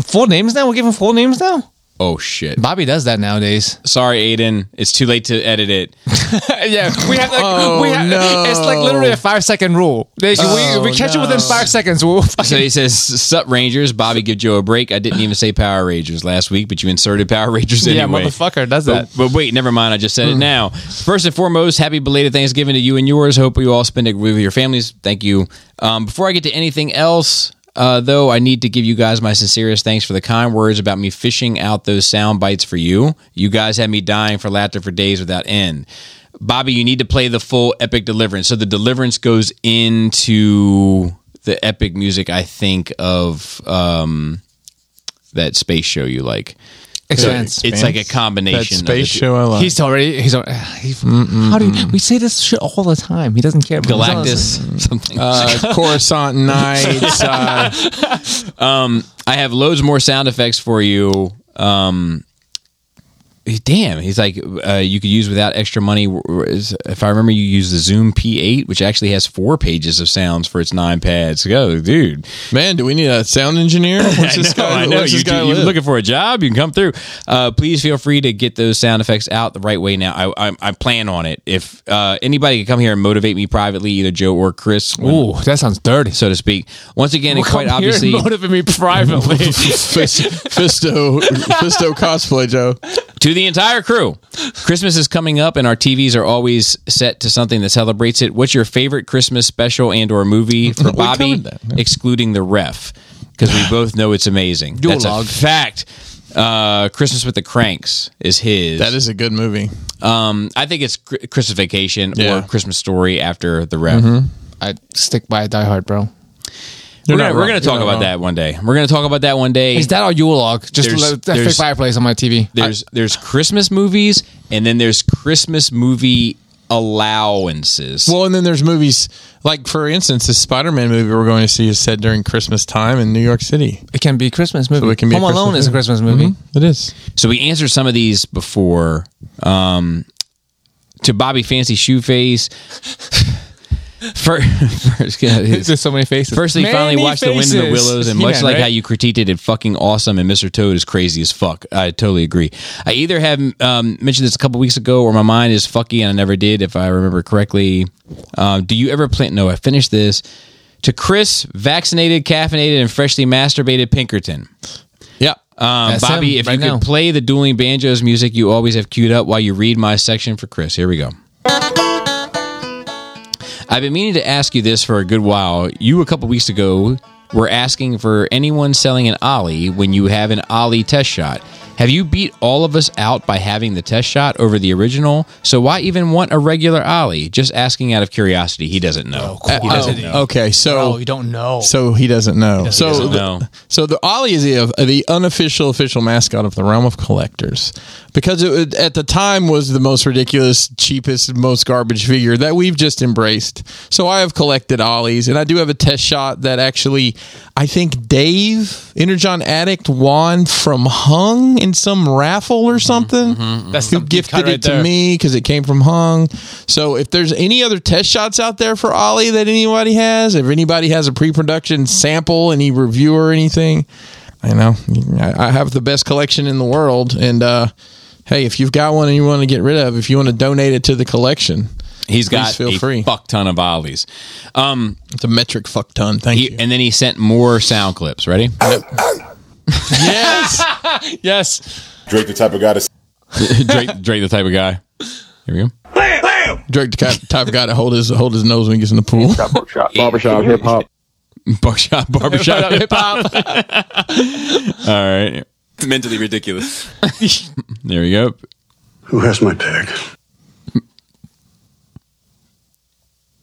D: Full names now? We're giving full names now?
A: Oh shit!
D: Bobby does that nowadays.
A: Sorry, Aiden. It's too late to edit it.
D: yeah, we have like
A: Oh,
D: we have, it's like literally a five second rule. They- we, we catch it within five seconds. We'll
A: So Oh, he says, "Sup Rangers, Bobby, give Joe a break." I didn't even say Power Rangers last week, but you inserted Power Rangers
D: yeah,
A: anyway.
D: motherfucker does that.
A: But, but wait, never mind. I just
B: Hmm.
A: said it now. First and foremost, happy belated Thanksgiving to you and yours. Hope you all spend it with your families. Thank you. Um, before I get to anything else, uh, though, I need to give you guys my sincerest thanks for the kind words about me fishing out those sound bites for you. You guys had me dying for laughter for days without end. Bobby, you need to play the full epic deliverance. So the deliverance goes into the epic music, I think, of um, that space show you like.
D: Expanse.
A: It's like a combination. of
B: that
A: the
B: space
A: two.
B: show I like.
D: He's already. He's already. He, how do you, we say this shit all the time? He doesn't care. about himself.
A: Galactus something.
B: Uh, Coruscant Nights. Uh,
A: um, I have loads more sound effects for you. Um, damn, he's like uh, you could use without extra money. If I remember, you use the Zoom P8, which actually has four pages of sounds for its nine pads. Go, dude.
B: man, do we need a sound engineer? What's this
A: No,
B: guy,
A: I know.
B: what's
A: You,
B: this guy
A: you
B: live?
A: looking for a job? You can come through. Uh, please feel free to get those sound effects out the right way now. I, I, I plan on it. If uh, anybody could come here and motivate me privately, either Joe or Chris,
D: Ooh, that sounds dirty.
A: so to speak. Once again, and quite
D: Come here and
A: obviously,
D: motivate me privately.
B: Fist, Fisto, Fisto cosplay, Joe.
A: to the entire crew. Christmas is coming up, and our TVs are always set to something that celebrates it. What's your favorite Christmas special and/or movie for Bobby,
B: covered that, yeah.
A: excluding the ref? Because we both know it's amazing. That's a
D: log.
A: fact. Uh, Christmas with the Cranks is his.
B: That is a good movie.
A: Um, I think it's Cr- Christmas Vacation
B: Yeah. Mm-hmm.
A: or Christmas Story after the rev.
D: I stick by Die Hard, bro.
A: We're
B: You're
A: gonna,
B: not
A: we're
B: wrong.
A: gonna talk
B: You're not
A: about
B: wrong.
A: that one day. We're gonna talk about that one day.
D: Is that our Yule log? Just
A: There's-
D: there's, that
A: there's-
D: fake fireplace on my TV.
A: there's there's Christmas movies and then there's Christmas movie allowances.
B: Well, and then there's movies like, for instance, the Spider-Man movie we're going to see is set during Christmas time in New York City.
D: It can be a Christmas movie.
B: it can be a
D: Home
B: Christmas
D: Alone is a
B: movie. Mm-hmm.
D: Christmas movie.
B: It is.
A: so we answered some of these before. Um, to Bobby Fancy Shoeface. First, first,
D: There's so many faces.
A: Firstly,
C: Many
A: finally watched The Wind and the
C: faces.
A: Willows, and
C: He-Man,
A: much like
C: right?
A: how you critiqued it, fucking awesome. And Mr. Toad is crazy as fuck. I totally agree. I either have um, mentioned this a couple weeks ago, or my mind is fucky, and I never did, if I remember correctly. Um, do you ever plan? No, I finished this. To Chris, vaccinated, caffeinated, and freshly masturbated Pinkerton.
B: Yeah.
D: Uh-huh.
A: Um,
D: That's
A: Bobby,
D: him
A: if
D: right
A: you could
D: now.
A: play the dueling banjos music you always have queued up while you read my section for Chris. Here we go. I've been meaning to ask you this for a good while. You, a couple weeks ago, were asking for anyone selling an Ollie when you have an Ollie test shot. Have you beat all of us out by having the test shot over the original? So why even want a regular Ollie? Just asking out of curiosity. He doesn't know. He doesn't know.
B: Okay, so
D: Oh, you don't know.
B: so he doesn't know. so
A: doesn't
B: the,
A: know.
B: so the Ollie is the, uh, the unofficial official mascot of the realm of collectors because it would- at the time was the most ridiculous, cheapest, most garbage figure that we've just embraced. So I have collected Ollies, and I do have a test shot that actually I think Dave Energon Addict won from Hung in some raffel or something.
C: That's
B: who
C: some deep cut
B: gifted
C: right
B: it to
C: there.
B: me because it came from Hung. So if there's any other test shots out there for Ollie that anybody has, if anybody has a pre-production sample, any review or anything, you know, I, I have the best collection in the world. And uh, hey, if you've got one and you want to get rid of, if you want to donate it to the collection,
A: He's got
B: feel
A: a
B: free.
A: fuck ton of Ollies. Um,
B: it's a metric fuck ton. Thank
A: he,
B: you.
A: and then he sent more sound clips. Ready?
B: yes,
C: Yes.
I: Drake, the type of guy to
A: Drake, Drake, the type of guy. Here we go.
B: Drake the ki- type of guy to hold his hold his nose when he gets in the pool.
I: barbershop hip hop.
A: Buckshot barbershop hip hop. All right.
I: It's mentally ridiculous.
A: There we go.
F: Who has my pig?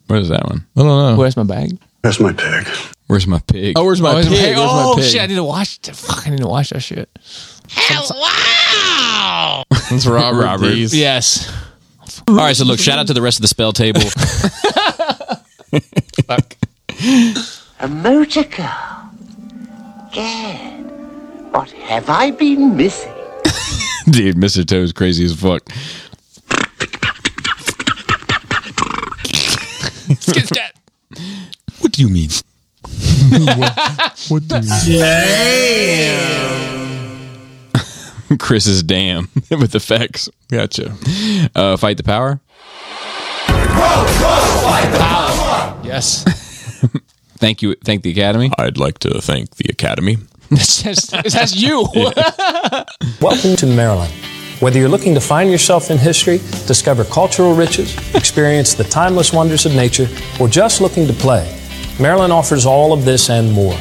A: What is that one?
B: I don't know.
D: Where's my bag?
F: Where's my pig?
A: Where's my pig?
B: Oh, where's my
D: Where's
B: pig?
D: my bag?
B: Where's my
D: Oh
B: pig?
D: shit! I need to watch. that- Fuck! I need to watch that shit.
B: It's Robert.
A: Robert.
B: Dees.
D: Yes.
A: All right. So look, shout out to the rest of the spell table.
J: Emotica. Gad, what have I been missing?
A: Dude, Mr. Toad's crazy as fuck. What do you mean? Chris is damn with effects.
B: Gotcha.
A: Uh, fight the power.
D: Yes.
A: Thank you. Thank the Academy.
B: I'd like to thank the Academy.
D: That's, that's, that's you.
K: Welcome to Maryland. Whether you're looking to find yourself in history, discover cultural riches, experience the timeless wonders of nature, or just looking to play, Maryland offers all of this and more.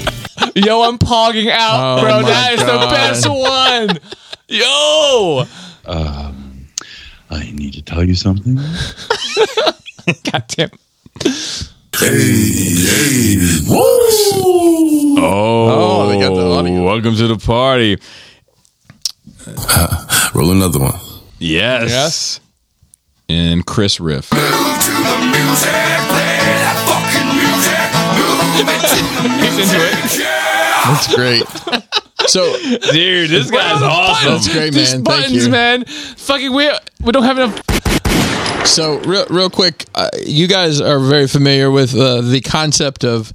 D: Yo, I'm pogging out,
B: Oh
D: bro.
B: my
D: That is
B: God.
D: the best one. Yo.
I: I need to tell you something.
D: God damn.
A: Oh,
B: they got the audio.
A: Welcome to the party.
I: Roll another one.
A: Yes. Yes. And Chris Riff.
B: That's great. So
A: Dude, this guy's awesome.
B: that's great,
D: These
B: man. Thank
D: buttons,
B: you.
D: man. Fucking we we don't have enough.
B: So real, real quick, uh, you guys are very familiar with uh, the concept of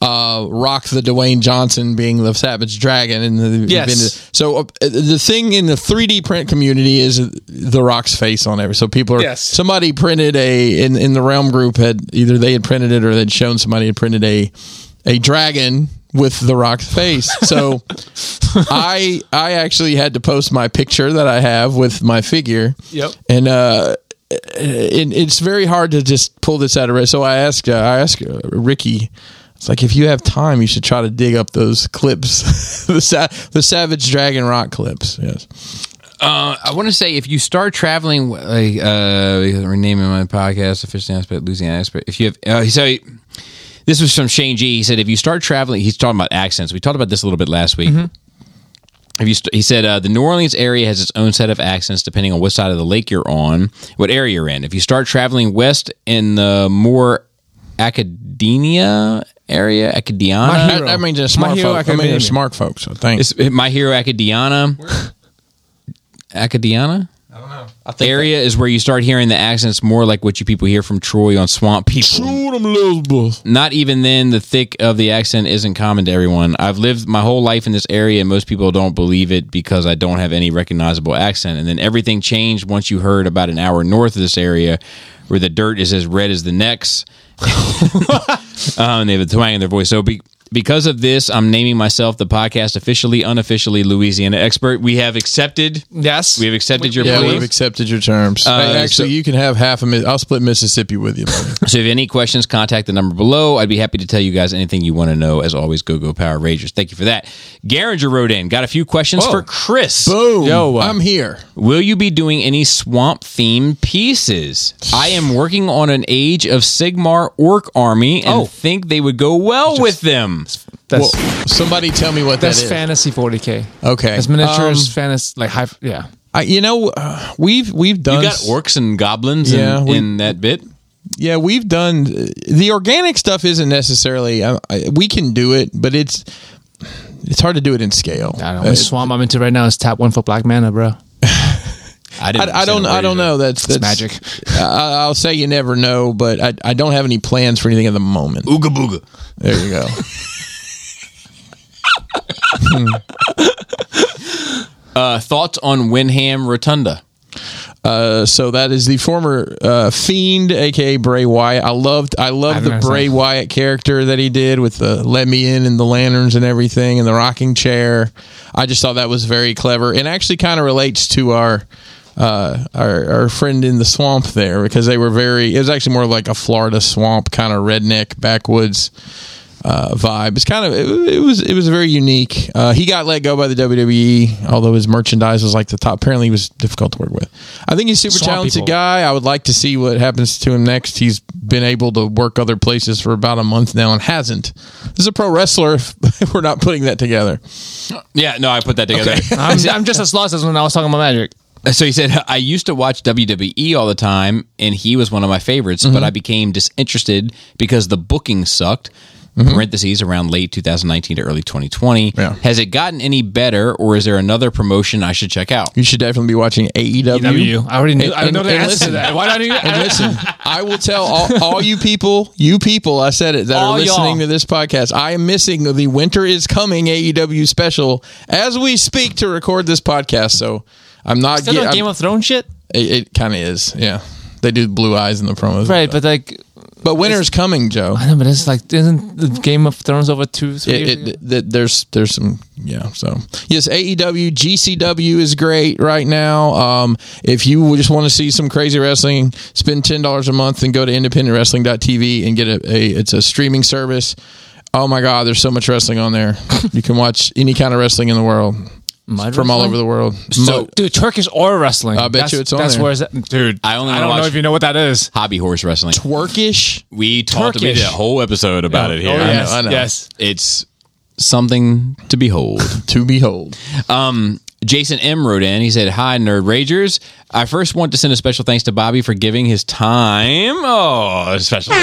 B: uh, Rock the Dwayne Johnson being the Savage Dragon, and the,
D: Yes.
B: so uh, the thing in the 3D print community is the Rock's face on every. So people are
D: Yes.
B: somebody printed a in in the Realm group had either they had printed it or they'd shown somebody had printed a a dragon with the Rock's face. So. I I actually had to post my picture that I have with my figure.
D: Yep.
B: And uh, it, it's very hard to just pull this out of. So I asked uh, I asked uh, Ricky It's like if you have time, you should try to dig up those clips, the sa- the Savage Dragon Rock clips. Yes.
A: Uh, I want to say if you start traveling, like uh, renaming my podcast, the fishing aspect, Louisiana aspect. If you have, uh, so this was from Shane G. He said if you start traveling, he's talking about accents. We talked about this a little bit last week.
B: Mm-hmm.
A: If you st- he said uh, the New Orleans area has its own set of accents depending on what side of the lake you're on, what area you're in. If you start traveling west in the more academia area, acadiana,
B: My hero. I, I mean, just
A: Uh, My
B: smart
A: Hero
B: folks. I mean,
A: Academia.
B: just smart folks. I think.
A: It's it- My Hero Acadiana. Acadiana? I don't know. Area is where you start hearing the accents more like what you people hear from Troy on Swamp People. Not even then, the thick of the accent isn't common to everyone. I've lived my whole life in this area, and most people don't believe it because I don't have any recognizable accent. And then everything changed once you heard about an hour north of this area, where the dirt is as red as the necks, um, and they have a twang in their voice. So be, because of this, I'm naming myself the podcast officially, unofficially Louisiana expert. We have accepted.
D: Yes,
A: we have accepted your
B: yeah,
A: belief.
B: we've accepted your terms.
A: Uh,
B: Hey, actually,
A: so-
B: you can have half of it. I'll split Mississippi with you. buddy.
A: So if you have any questions, contact the number below. I'd be happy to tell you guys anything you want to know. As always, go go Power Rangers. Thank you for that. Garinger wrote in, got a few questions
B: Whoa.
A: for Chris.
B: Boom!
A: Yo, uh,
B: I'm here.
A: Will you be doing any swamp themed pieces? I am working on an Age of Sigmar orc army and
D: Oh.
A: think they would go well with them.
D: That's
B: Well, somebody tell me what
D: that's
B: that is.
D: fantasy 40k.
B: okay,
D: That's miniatures,
B: Um,
D: fantasy, like high. Yeah,
B: I, you know, uh, we've we've
A: You
B: done
A: got orcs and goblins
B: Yeah,
A: in,
B: we-
A: in that bit.
B: Yeah, we've done the organic stuff. Isn't necessarily I, I, we can do it, but it's it's hard to do it in scale. Uh,
D: I don't know. The swamp I'm into right now is tap one for black mana, bro.
A: I didn't.
B: I, I don't. I don't know. That's that's
D: It's magic.
B: I, I'll say you never know, but I, I don't have any plans for anything at the moment.
A: Ooga booga.
B: There you go.
A: Uh, thoughts on Winham Rotunda?
B: Uh, so that is the former uh, fiend, aka Bray Wyatt. I loved. I loved the
D: never seen
B: Bray
D: it.
B: Wyatt character that he did with the "Let Me In" and the lanterns and everything and the rocking chair. I just thought that was very clever and actually kind of relates to our. Uh, our, our friend in the swamp there because they were very it was actually more like a Florida swamp kind of redneck backwoods uh, vibe. It's kind of it, it was it was very unique. Uh, he got let go by the WWE, although his merchandise was like the top. Apparently, he was difficult to work with. I think he's a super
D: Swamp
B: talented
D: people.
B: guy. I would like to see what happens to him next. He's been able to work other places for about a month now and hasn't. This is a pro wrestler. If, if we're not putting that together,
A: Yeah, no, I put that together.
D: I'm, I'm just as lost as when I was talking about magic.
A: So he said, I used to watch WWE all the time, and he was one of my favorites,
B: Mm-hmm.
A: but I became disinterested because the booking sucked. Parentheses around late 2019 to early 2020.
B: Mm-hmm. Yeah.
A: Has it gotten any better, or is there another promotion I should check out?
B: you should definitely be watching E AEW.
D: E W. I already knew. I
B: And-
D: know the
B: and
D: answer
B: listen.
D: to that. Why don't you?
B: And listen, I will tell all, all you people, you people, I said it, that
D: All
B: are listening
D: y'all.
B: to this podcast, I am missing the Winter is Coming AEW special as we speak to record this podcast. So I'm not
D: Still
B: I'm-
D: no Game of Thrones shit,
B: It, it kind of is. Yeah. They do blue eyes in the promos.
D: right? But like,
B: But Winter's Coming, Joe.
D: I know, but it's like, isn't the Game of Thrones over two, three years
B: It,
D: ago?
B: it, th- there's there's some yeah so yes E AEW GCW is great right now um, if you just want to see some crazy wrestling spend ten dollars a month and go to independentwrestling.tv and get a, a it's a streaming service oh my god there's so much wrestling on there you can watch any kind of wrestling in the world
D: Mud
B: from all
D: wrestling?
B: over the world Mo-
D: So, dude, Turkish or wrestling.
B: I bet
D: that's,
B: you it's on
D: That's
B: there.
D: where it's at.
A: Dude, I only
C: I don't
A: watch
C: know if you know what that is.
A: hobby horse wrestling.
B: twerkish
A: We talked we
D: Turkish.
A: did a whole episode about it here.
B: Oh,
C: yes,
B: I know.
C: yes.
A: It's something to behold.
B: to behold
A: Um, Jason M wrote in. He said, "Hi, Nerd Ragers. I first want to send a special thanks to Bobby for giving his time. Oh, a special."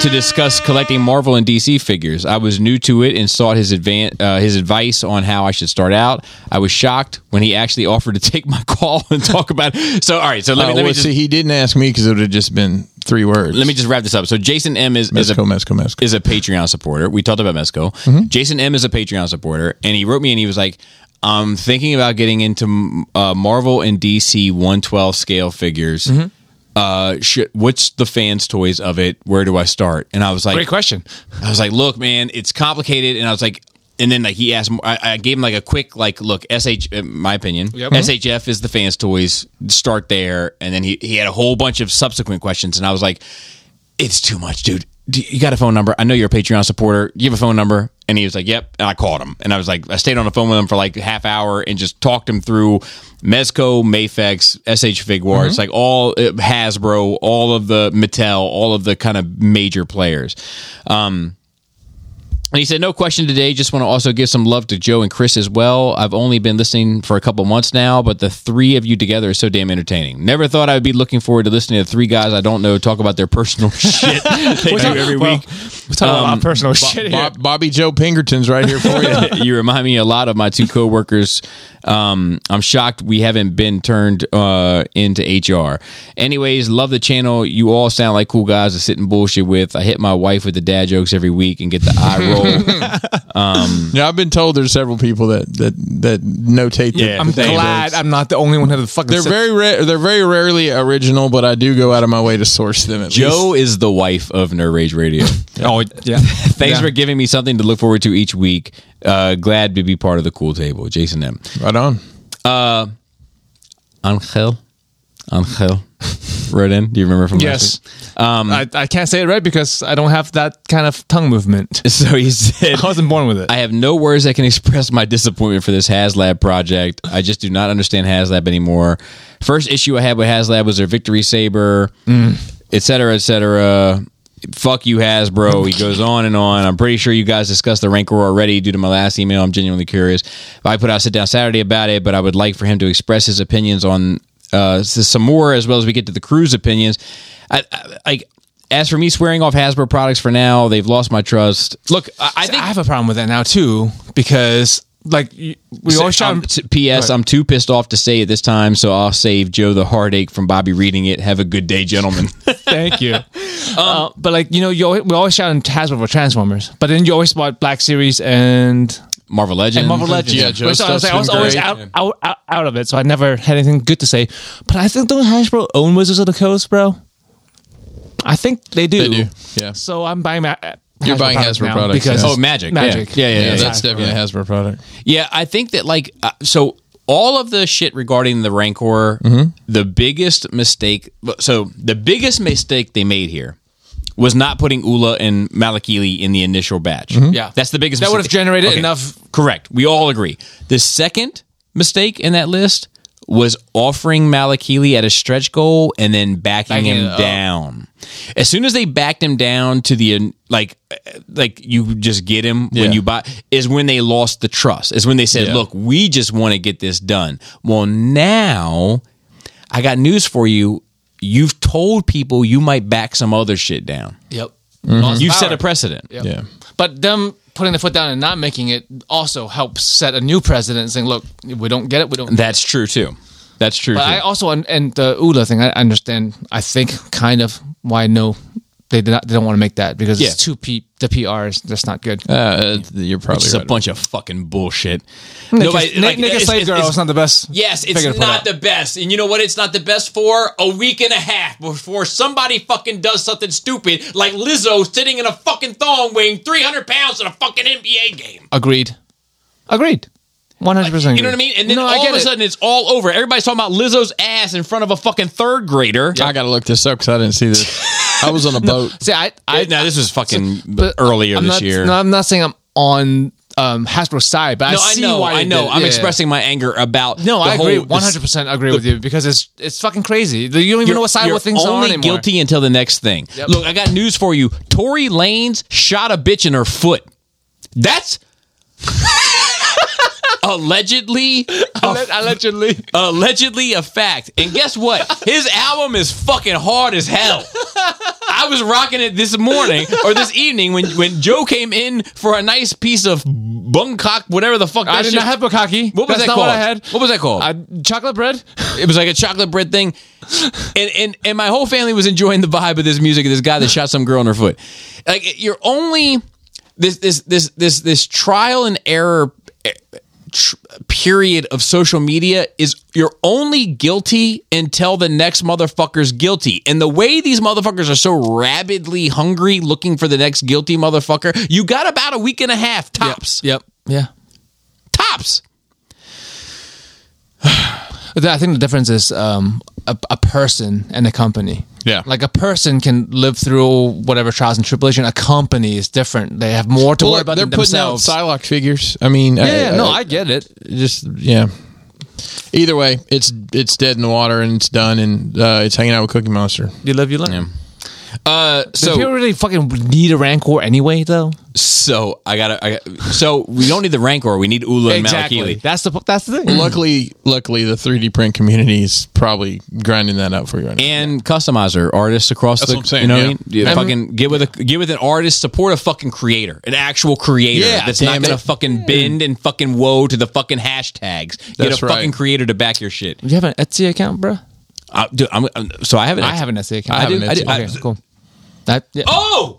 A: To discuss collecting Marvel and DC figures, I was new to it and sought his advan- uh, his advice on how I should start out. I was shocked when he actually offered to take my call and talk about it. So, all right, so let me
B: Uh,
A: let me
B: well,
A: just,
B: see he didn't ask me because it would have just been three words
A: let me just wrap this up. So, Jason M is is a
B: Mesco, Mesco, Mesco.
A: is a Patreon supporter. We talked about Mesco.
D: Mm-hmm.
A: Jason M is a Patreon supporter, and he wrote me and he was like, "I'm thinking about getting into uh, Marvel and DC 112 scale figures.
D: Mm-hmm.
A: Uh, should, what's the fans' toys of it? Where do I start?" And I was like,
D: Great question.
A: I was like, "Look, man, it's complicated." And I was like. And then like he asked, I, I gave him like a quick like look. Sh, in my opinion, SHF is the fans' toys. Start there, and then he he had a whole bunch of subsequent questions, and I was like, it's too much, dude. do you got a phone number? I know you're a Patreon supporter. Do you have a phone number? And he was like, yep. And I called him. And I was like, I stayed on the phone with him for like a half hour and just talked him through Mezco, Mafex, SH Figuar. It's like all uh, Hasbro, all of the Mattel, all of the kind of major players. Um, and he said, No question today. Just want to also give some love to Joe and Chris as well. I've only been listening for a couple months now, but the three of you together is so damn entertaining. Never thought I would be looking forward to listening to three guys I don't know talk about their personal shit they do every week.
C: We're talking about
A: Um,
C: personal
A: Bo-
C: shit here.
B: Bob, Bobby Joe Pinkerton's right here for you.
A: you remind me a lot of my two coworkers. Um, I'm shocked we haven't been turned uh, into HR. Anyways, love the channel. You all sound like cool guys to sit and bullshit with. I hit my wife with the dad jokes every week and get the eye roll. Um,
B: Yeah, I've been told there's several people that that that notate. the-
D: I'm
B: the thing.
D: glad I'm not the only one who fucking.
B: They're
D: said-
B: very rare. They're very rarely original, but I do go out of my way to source them. At
A: Joe is the wife of Nerd Rage Radio.
D: Oh yeah.
A: Thanks
D: Yeah.
A: for giving me something to look forward to each week. Uh, glad to be part of the cool table, Jason M.
B: least. right on.
A: Uh, Angel, Angel, wrote in. Do you remember from last week?
D: Yes. I, I can't say it right because I don't have that kind of tongue movement.
A: So he said,
D: I wasn't born with it.
A: I have no words that can express my disappointment for this HasLab project. I just do not understand HasLab anymore. First issue I had with HasLab was their Victory Saber, et cetera, et cetera. Fuck you, Hasbro. He goes on and on. I'm pretty sure you guys discussed the Rancor already due to my last email. I'm genuinely curious. I put out Sit Down Saturday about it, but I would like for him to express his opinions on uh, s- some more as well as we get to the crew's opinions. I, I, I, as for me swearing off Hasbro products for now, they've lost my trust. Look, I, I
D: I,
A: think
D: have a problem with that now too because like y- we
A: so
D: all shout.
A: I'm- t- P.S. I'm too pissed off to say it this time, so I'll save Joe the heartache from Bobby reading it. Have a good day, gentlemen.
D: Thank you. Uh, but like you know, you always, we always shout in Hasbro for Transformers, but then you always bought Black Series and
A: Marvel Legends.
D: and Marvel Legends.
B: Yeah, Joe
D: But so I
B: stuff's
D: was, like, I was
B: been
D: always
B: great.
D: out, out, out, out of it, so I never had anything good to say. But I think don't Hasbro own Wizards of the Coast, bro? I think they do.
B: They do. Yeah.
D: So I'm buying. Ma-
B: You're buying Hasbro
D: now
B: products,
D: because
B: yeah.
A: Oh, Magic, yeah.
D: Magic.
A: Yeah, yeah,
B: Yeah,
A: yeah.
B: that's definitely a Hasbro product.
A: Yeah, I think that like uh, so all of the shit regarding the Rancor, the biggest mistake. So the biggest mistake they made here was not putting Ula and Malakili in the initial batch.
D: Yeah.
A: that's the biggest.
D: That would have
A: mistake.
D: generated
A: Okay.
D: enough.
A: Correct. We all agree. The second mistake in that list was offering Malakili at a stretch goal and then backing, him down. As soon as they backed him down to the like, uh, like you just get him when you buy is when they lost the trust. Is when they said, "Look, we just want to get this done." Well, now I got news for you. You've told people you might back some other shit down.
D: Yep.
B: Mm-hmm.
A: You've set a precedent.
B: Yeah.
D: But them putting the foot down and not making it also helps set a new precedent, saying, "Look, we don't get it. We don't."
A: That's true too. That's true.
D: But
A: too.
D: I also and- and the ULA thing, I understand. I think kind of why no, they did not. They don't want to make that because
A: Yeah.
D: it's too p. The PR is that's not good.
B: Uh, you're probably
A: It's
B: right.
A: a bunch of fucking bullshit.
D: Naked-
A: like,
D: Naked
A: it's-
D: Slave
A: it's-
D: Girl
A: it's-
D: is not the best.
A: Yes, it's
D: figure to put
A: not
D: out.
A: the best. And you know what it's not the best for? A week and a half before somebody fucking does something stupid like Lizzo sitting in a fucking thong weighing 300 pounds in a fucking NBA game.
D: agreed. Agreed. One hundred percent.
A: You know what I mean? And then
D: no, I
A: all
D: get
A: of a
D: it.
A: sudden it's all over. Everybody's talking about Lizzo's ass in front of a fucking third grader.
B: I gotta look this up because I didn't see this. I was on a boat.
D: See, I, I
A: I, now, this was fucking
D: but
A: earlier
D: I'm
A: this
D: not-
A: year.
D: No, I'm not saying I'm on um, Hasbro's side, but
A: no,
D: I
A: I
D: see
A: know,
D: why
A: I
D: they
A: know.
D: did-
A: I'm
D: yeah.
A: expressing my anger about
D: No,
A: the
D: I agree
A: whole-
D: 100 percent agree with you because it's it's fucking crazy. You don't even know what side what things are
A: only
D: anymore.
A: guilty until the next thing.
D: Yep.
A: Look, I got news for you. Tory Lanes shot a bitch in her foot. That's allegedly
D: Allegedly,
A: allegedly a fact. And guess what? His album is fucking hard as hell. I was rocking it this morning or this evening when when Joe came in for a nice piece of bungcock, whatever the fuck.
D: I
A: that
D: did
A: shit-
D: not have bukkake.
A: What was
D: That's
A: that
D: not
A: called?
D: What I had.
A: What was that called?
D: I, chocolate bread.
A: It was like a chocolate bread thing. And, and and my whole family was enjoying the vibe of this music of this guy that shot some girl in her foot. Like you're only this this this this this trial and error eh, tr- period of social media is you're only guilty until the next motherfucker's guilty. And the way these motherfuckers are so rabidly hungry looking for the next guilty motherfucker, you got about a week and a half tops.
D: Yep. Yeah.
A: Tops.
D: But I think the difference is um, a, a person and a company.
B: Yeah.
D: Like a person can live through whatever trials and tribulation. A company is different. They have more to
B: Well,
D: worry about
B: they're
D: than
B: putting out
D: themselves.
B: Psylocke figures. I mean,
D: yeah, no, I get it.
B: just yeah. Either way, it's it's dead in the water and it's done, and uh, it's hanging out with Cookie Monster.
D: You live, you learn.
A: Uh,
D: So, Do people really fucking need a rancor anyway, though?
A: so I gotta. I got so we don't need the Rancor. We need Ula and Malakili.
D: That's the that's the thing.
B: luckily, luckily, the 3D print community is probably grinding that up for you. Right now.
A: and customizer artists across
B: That's
A: the
B: what I'm saying,
A: you know what
B: yeah.
A: I mean? Yeah,
B: And-
A: fucking get with a get with an artist, support a fucking creator, an actual creator
B: Yeah,
A: that's not
B: damn
A: gonna
B: it.
A: fucking bend and fucking woe to the fucking hashtags. Get
B: That's
A: a
B: right.
A: fucking creator to back your shit.
D: You have an Etsy account, bro?
A: I, dude, I'm, I'm- so I haven't.
D: I have an Etsy account.
A: I,
B: have
A: do.
B: an
A: I do.
B: Etsy.
A: I-
D: Okay, cool. That, yeah.
A: Oh,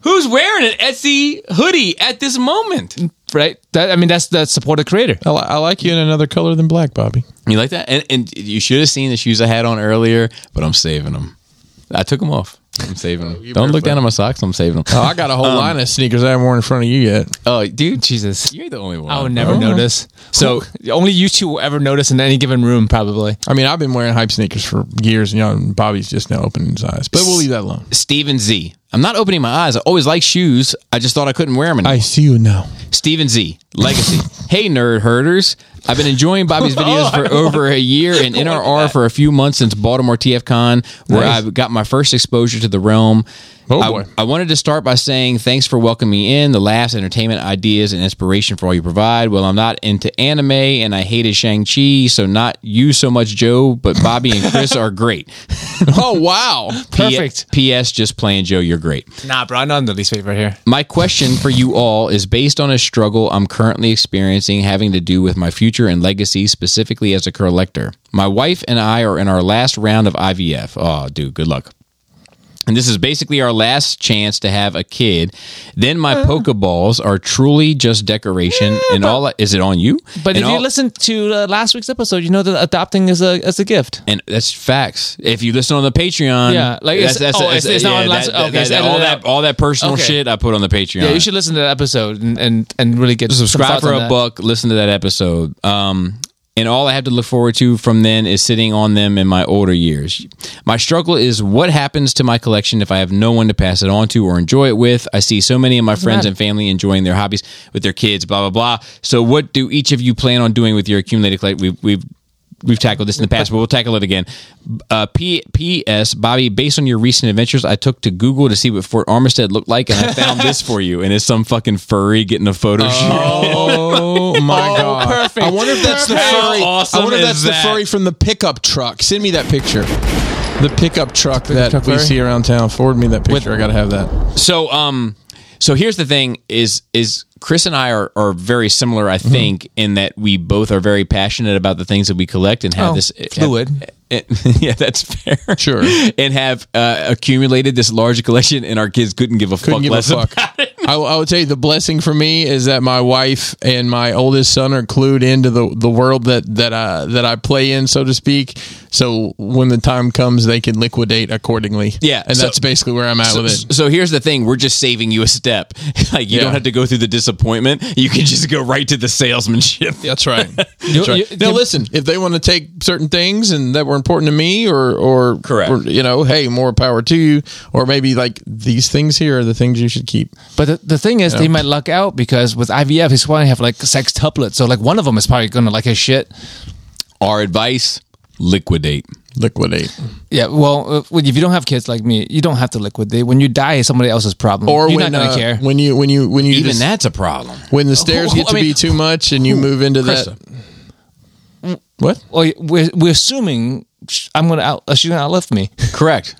A: who's wearing an Etsy hoodie at this moment?
D: Right. That I mean, that's that support a creator.
B: I, li- I like you in another color than black, Bobby.
A: You like that? And, and you should have seen the shoes I had on earlier, but I'm saving them. I took them off. I'm saving them. Don't look down at my socks. I'm saving them.
B: Oh,
D: Uh,
B: I got a whole
A: Um,
B: line of sneakers I haven't worn in front of you yet.
A: Oh, dude,
D: Jesus,
A: you're the only one.
D: I would never
A: bro.
D: notice. So only you two will ever notice in any given room, probably.
B: I mean, I've been wearing hype sneakers for years, and, you know, and Bobby's just now opening his eyes. But we'll leave that alone.
A: Steven Z. I'm not opening my eyes. I always like shoes. I just thought I couldn't wear them.
B: I see you now.
A: Steven Z. Legacy. hey, nerd herders. I've been enjoying Bobby's
B: Oh,
A: videos for over a year and NRR for a few months since Baltimore TFCon, where I got my first exposure to the realm.
B: Oh,
A: I,
B: boy.
A: I wanted to start by saying thanks for welcoming me in, the laughs, entertainment, ideas, and inspiration for all you provide. Well, I'm not into anime and I hated Shang-Chi, so not you so much, Joe, but Bobby and Chris are great.
B: Oh wow!
A: P-
D: Perfect.
A: P.S. Just playing Joe, you're great.
D: Nah, bro, I know I'm the least favorite here.
A: My question for you all is based on a struggle I'm currently experiencing having to do with my future and legacy, specifically as a collector. My wife and I are in our last round of IVF. Oh, dude, good luck. And this is basically our last chance to have a kid. Then
D: Uh.
A: my Pokeballs are truly just decoration, and all I- is it on you?
D: But
A: And
D: if you
A: all-
D: listen to uh, last week's episode, you know that adopting is a is a gift.
A: and that's facts. If you listen on the Patreon,
D: Yeah, like, it's- oh, it's- it's not on last-
A: that- that-
D: okay, it's
A: that-
D: edited
A: all
D: out.
A: that all that personal
D: Okay.
A: shit I put on the Patreon.
D: Yeah, you should listen to that episode and and, and really get
A: subscribe for
D: some thoughts
A: a
D: on that.
A: buck. Listen to that episode. Um, and all I have to look forward to from then is sitting on them in my older years. My struggle is what happens to my collection if I have no one to pass it on to or enjoy it with. I see so many of my friends and family enjoying their hobbies with their kids, blah blah blah. So, what do each of you plan on doing with your accumulated collection? We've, we've We've tackled this in the past, but we'll tackle it again. Uh, P- P.S. Bobby, based on your recent adventures, I took to Google to see what Fort Armistead looked like, and I found this for you. And it's some fucking furry getting a photo shoot.
B: Oh my god!
A: perfect.
B: I wonder if that's the
A: Perfect.
B: furry.
A: How awesome
B: I wonder if
A: is
B: that's
A: that?
B: the furry from the pickup truck. Send me that picture. The pickup truck that
D: truck
B: we
D: furry?
B: see around town. Forward me that picture. I gotta have that.
A: So um so here's the thing is is Chris and I are, are very similar,
B: Mm-hmm.
A: I think, in that we both are very passionate about the things that we collect and have
D: Oh,
A: this
D: fluid.
A: have- yeah, that's fair.
B: Sure.
A: and have uh, accumulated this large collection, and our kids couldn't give a
B: Couldn't
A: fuck
B: give a
A: less
B: fuck.
A: about it.
B: I, will- I would tell you the blessing for me is that my wife and my oldest son are clued into the, the world that that I that I play in, so to speak. So when the time comes, they can liquidate accordingly.
A: Yeah,
B: and
A: so-
B: that's basically where I'm at
A: So,
B: with it.
A: so here's the thing: we're just saving you a step. like you
B: Yeah.
A: don't have to go through the disappointment. You can just go right to the salesmanship.
B: That's right.
D: You-
B: That's right.
D: you-
B: now
D: you-
B: listen, if they want to take certain things and that were important to me, or or
A: Correct.
B: or, you know, hey, more power to you, or maybe like these things here are the things you should keep.
D: But the, the thing is, they might luck out because with IVF, he's probably have like sex tuplets. So like one of them is probably gonna like his shit.
A: Our advice: liquidate.
B: Liquidate,
D: Yeah, well, uh, if you don't have kids like me, you don't have to liquidate. When you die, it's somebody else's problem.
B: or
D: You're
B: when
D: not gonna
B: uh,
D: care.
B: when you when you when you
A: Even
B: just-
A: that's a problem.
B: when the stairs get
D: Uh, I
B: to
D: mean,
B: be too much and you move into that. What?
D: Well, we're, we're assuming sh- I'm gonna out, uh, she's gonna outlive me,
A: Correct.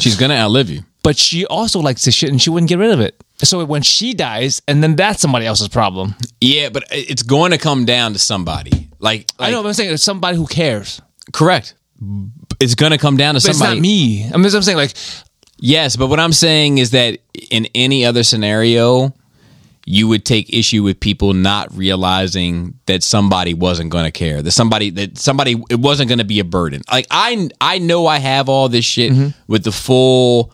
A: She's gonna outlive you.
D: but she also likes this shit and she wouldn't get rid of it. So when she dies, and then that's somebody else's problem.
A: Yeah, but it- it's going to come down to somebody. Like,
D: I know, but I'm saying it's somebody who cares.
A: correct. It's going to come down to
D: But it's
A: somebody.
D: not me. I mean, that's what I'm saying like
A: Yes, but what I'm saying is that in any other scenario, you would take issue with people not realizing that somebody wasn't going to care. That somebody that somebody it wasn't going to be a burden. Like
D: Mm-hmm.
A: I I know I have all this shit with the full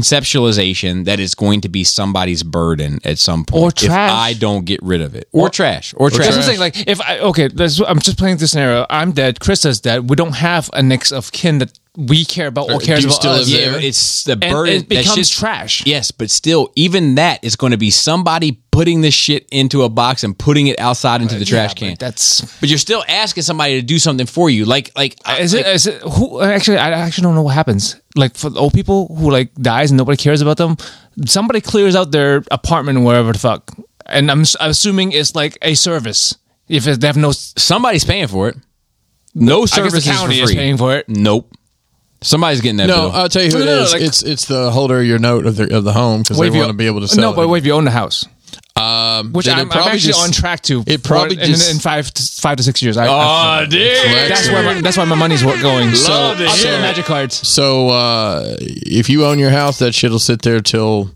A: conceptualization that it's going to be somebody's burden at some point
D: Or
A: if
D: trash.
A: I don't get rid of it or, trash or trash.
D: That's what I'm saying. Like, if I okay, that's, I'm just playing this scenario. I'm dead. Krista's dead. We don't have a next of kin that we care about or
A: Or
D: cares
A: do you
D: about
A: still
D: us.
A: live there? Yeah, it's the
D: And
A: burden
D: It
A: that
D: becomes
A: shit's-
D: trash.
A: Yes, but still, even that is going to be somebody putting this shit into a box and putting it outside into the trash can.
D: That's
A: But you're still asking somebody to do something for you. Like, like
D: is
A: like,
D: it is it who actually I actually don't know what happens. Like for the old people who like dies and nobody cares about them, somebody clears out their apartment wherever the fuck. And I'm, s- I'm assuming it's like a service. If it- they have no
A: somebody's paying for it. No
D: guess the
A: service is
D: county
A: for
D: is
A: free.
D: paying for it.
A: Nope. Somebody's getting that
B: No,
A: bill.
B: I'll tell you who it
D: No, no,
B: is.
D: like-
B: it's it's the holder of your note of the of the home because
D: What
B: they
D: if you-
B: want to be able to sell.
D: No,
B: it.
D: but what if you own the house?
B: um,
D: Which
B: then it
D: I'm, I'm actually
B: just-
D: on track to.
B: It probably
D: for- in,
B: just
D: in five to, five to six years. I,
A: Oh, dude.
D: that's where my, that's where my money's wa- going. So I'll
B: Love it.
D: get the
B: Yeah.
D: magic cards.
B: So uh, if you own your house, that shit'll sit there till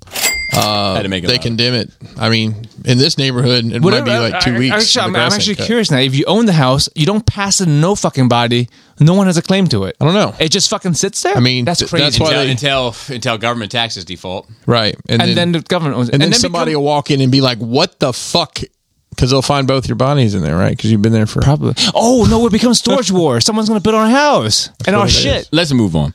B: uh,
A: Had to make it
B: they
A: loud.
B: condemn it. I mean, in this neighborhood, it might
D: Whatever,
B: be like two
D: I- I-
B: weeks.
D: Actually,
B: till the
D: I'm, I'm
B: grass ain't
D: actually
B: cut.
D: curious now. If you own the house, you don't pass it to no fucking body. No one has a claim to it.
B: I don't know.
D: It just fucking sits there.
B: I mean,
D: that's
B: th-
D: crazy.
B: that's why
A: until,
B: they-
A: until until government taxes default.
B: right?
D: and, then, the government owns it.
B: and then somebody
D: become-
B: will walk in and be like, "What the fuck?" Because they'll find both your bodies in there, right? Because you've been there for
D: probably. Oh no, it becomes storage war. Someone's gonna build our house and our
B: what it
D: shit.
A: Let's move on.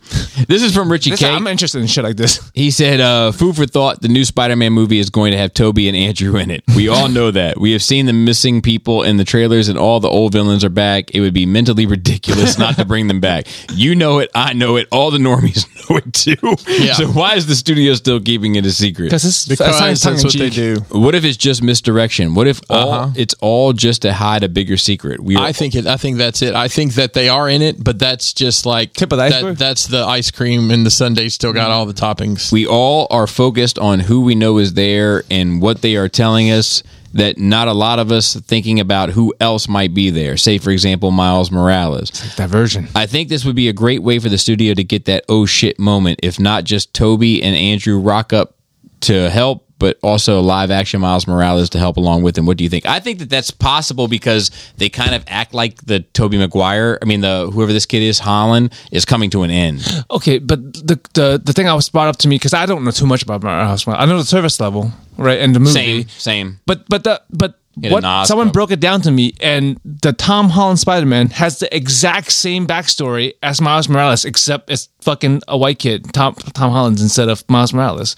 A: This is from Richie
D: This-
A: K.
D: I'm interested in shit like this.
A: He said, uh, food for thought, the new Spider-Man movie is going to have Toby and Andrew in it. We all know that. We have seen the missing people in the trailers and all the old villains are back. It would be mentally ridiculous not to bring them back. You know it. I know it. All the normies know it too.
B: Yeah.
A: So why is the studio still keeping it a secret?
D: Because this
B: because that's what they do.
A: What if it's just misdirection? What if all, it's all just to hide a bigger secret? We are,
B: I think it. I think that's it. I think that they are in it, but that's just like
D: Tip of the
B: that-
D: iceberg?
B: that's the ice cream, and the sundae still got all the toppings.
A: we all are focused on who we know is there and what they are telling us that not a lot of us thinking about who else might be there say for example miles morales
D: diversion.
A: i think this would be a great way for the studio to get that oh shit moment if not just toby and andrew rock up to help but also live action miles morales to help along with him what do you think i think that that's possible because they kind of act like the toby maguire i mean the whoever this kid is holland is coming to an end
D: Okay, but the the, the thing I was brought up to me because I don't know too much about my house. I know the service level, right, and the movie.
A: same same
D: But but the but
A: Yeah,
D: what
A: the Nas
D: someone
A: stuff.
D: broke it down to me, and the Tom Holland Spider Man has the exact same backstory as Miles Morales, except it's fucking a white kid, Tom Tom Holland's instead of Miles Morales.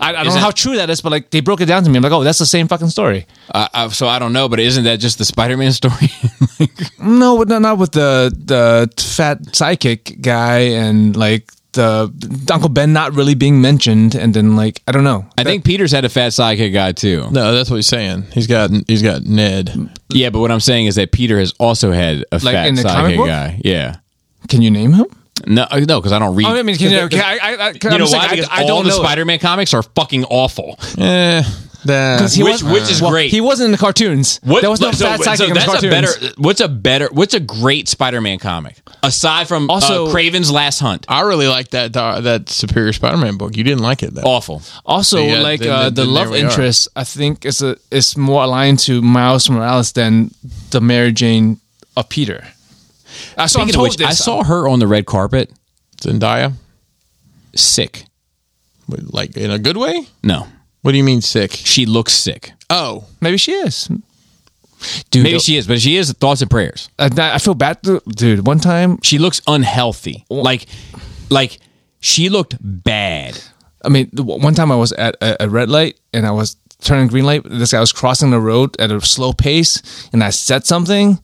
D: I, I don't know
A: Isn't-
D: how true that is, but like they broke it down to me. I'm like, oh, that's the same fucking story.
A: I, I, so I don't know, but isn't that just the Spider-Man story?
D: No, but not not with the the fat sidekick guy and like the Uncle Ben not really being mentioned, and then like I don't know.
A: I think Peter's had a fat sidekick guy too.
B: No, that's what he's saying. He's got he's got Ned.
A: Yeah, but what I'm saying is that Peter has also had a
D: Like
A: fat
D: in the comic
A: sidekick
D: book?
A: guy. Yeah.
D: Can you name him?
A: No, uh, no, because I don't read.
D: Oh, I mean, can you, okay, I, I, I,
A: you
D: I'm
A: know
D: saying,
A: why?
D: I-
A: Because
D: I,
A: all
D: don't
A: the
D: know it.
A: Spider-Man comics are fucking awful.
B: Eh, that,
D: He
A: Which- which is great.
D: He wasn't in the cartoons. there was no
A: so-
D: fat sidekick
A: so
D: in the
A: that's
D: cartoons.
A: a better. What's a better? What's a great Spider-Man comic aside from also
D: Also-
A: Craven's Last Hunt?
B: I really like that uh, that Superior Spider-Man book. You didn't like it though.
A: Awful.
D: also,
B: Yeah,
D: like
B: then-
D: uh,
B: then-
D: the
B: then
D: love
B: there we are.
D: interest, I think is a is more aligned to Miles Morales than the Mary Jane of Peter. Uh, I saw.
A: Speaking of which, I saw her on the red carpet.
B: Zendaya,
A: Sick.
B: like in a good way.
A: No,
B: What do you mean sick?
A: she looks sick.
B: Oh,
D: Maybe she is. Dude,
A: Maybe she is, but she is thoughts and prayers.
D: I, Uh, I feel bad, dude. One time,
A: she looks unhealthy. Like, like she looked bad.
D: I mean, the one time I was at a, a red light and I was turning green light. This guy was crossing the road at a slow pace, and I said something,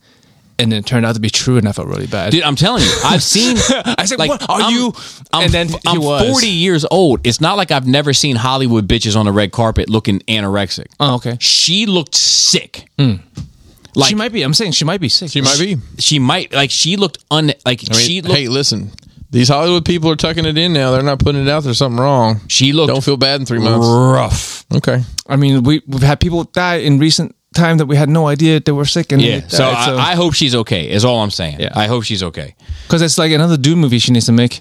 D: and it turned out to be true, and I felt really bad.
A: Dude, I'm telling you, I've seen.
D: I said, "What are
A: I'm-
D: you?"
A: I'm,
D: And then he
A: I'm
D: was.
A: 40 years old. It's not like I've never seen Hollywood bitches on the red carpet looking anorexic.
D: oh, okay.
A: She looked sick.
D: Like, she might be. I'm saying she might be sick.
B: she might be.
A: She might like she looked un like
B: I mean,
A: she looked
B: hey, listen. These Hollywood people are tucking it in now. They're not putting it out. There's something wrong.
A: she looked
B: Don't feel bad in three months.
A: rough.
B: Okay.
D: I mean, we we've had people die in recent time that we had no idea they were sick, and
A: Yeah. So I, I hope she's okay. Is all I'm saying.
D: Yeah.
A: I hope she's okay.
D: because it's like another Doom movie she needs to make.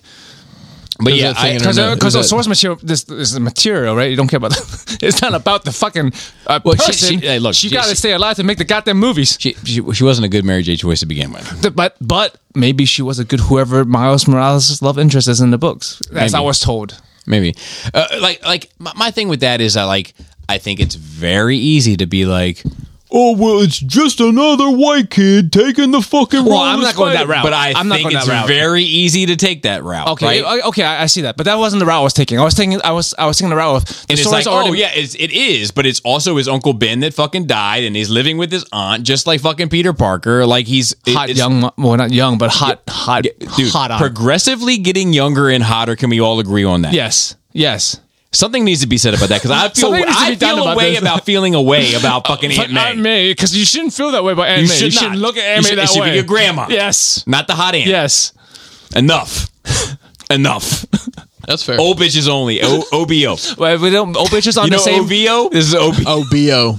A: But
B: There's
A: yeah,
B: that thing
A: I,
B: in her
D: Because
B: no,
D: because
B: is
D: the
B: that-
D: source material, this, this is the material, right? You don't care about. The, it's not about the fucking uh,
A: Well, she-
D: person.
A: she- hey, look,
D: she
A: she-
D: got to
A: she-
D: stay alive to make the goddamn movies.
A: she, she she wasn't a good Mary J. Choice to begin with.
D: Th- But but maybe she was a good whoever Miles Morales' love interest is in the books. As
A: Maybe.
D: I was told.
A: maybe uh, like like my, my thing with that is I like I think it's very easy to be like. Oh well, it's just another white kid taking the fucking.
C: Well,
A: role
C: I'm
A: of
C: not going that
A: Spider-Man."
C: route.
A: But I
C: I'm not
A: think
C: going
A: it's
C: that route.
A: very easy to take that route.
C: Okay, uh,
A: right?
C: I- okay, I, I see that, but that wasn't the route I was taking. I was taking, I was, I was taking the route of the
A: and it's
C: story's
A: like,
C: already-
A: oh yeah, it's, it is, but it's also his uncle Ben that fucking died, and he's living with his aunt, just like fucking Peter Parker. Like he's it-
D: hot
A: it's-
D: young, mo- well not young, but hot, hot,
A: dude,
D: hot. on.
A: progressively getting younger and hotter. Can we all agree on that?
C: yes, yes.
A: Something needs to be said about that because I feel
C: Something needs to
A: I
C: be done
A: feel a
C: about
A: way
C: this.
A: about feeling a way about fucking Aunt May.
C: because you shouldn't feel that way about Aunt
A: You
C: May.
A: should
C: you
A: not.
C: should look at
A: You
C: Aunt May
A: should- it
C: that
A: should be
C: way.
A: your grandma.
C: Yes,
A: Not the hot aunt.
C: yes.
A: Enough. Enough.
B: That's fair.
A: Old bitches only. O- OBO.
C: Well, we don't. Old bitches aren't
A: You know
C: the same.
A: OVO? This is OBO.
B: OBO.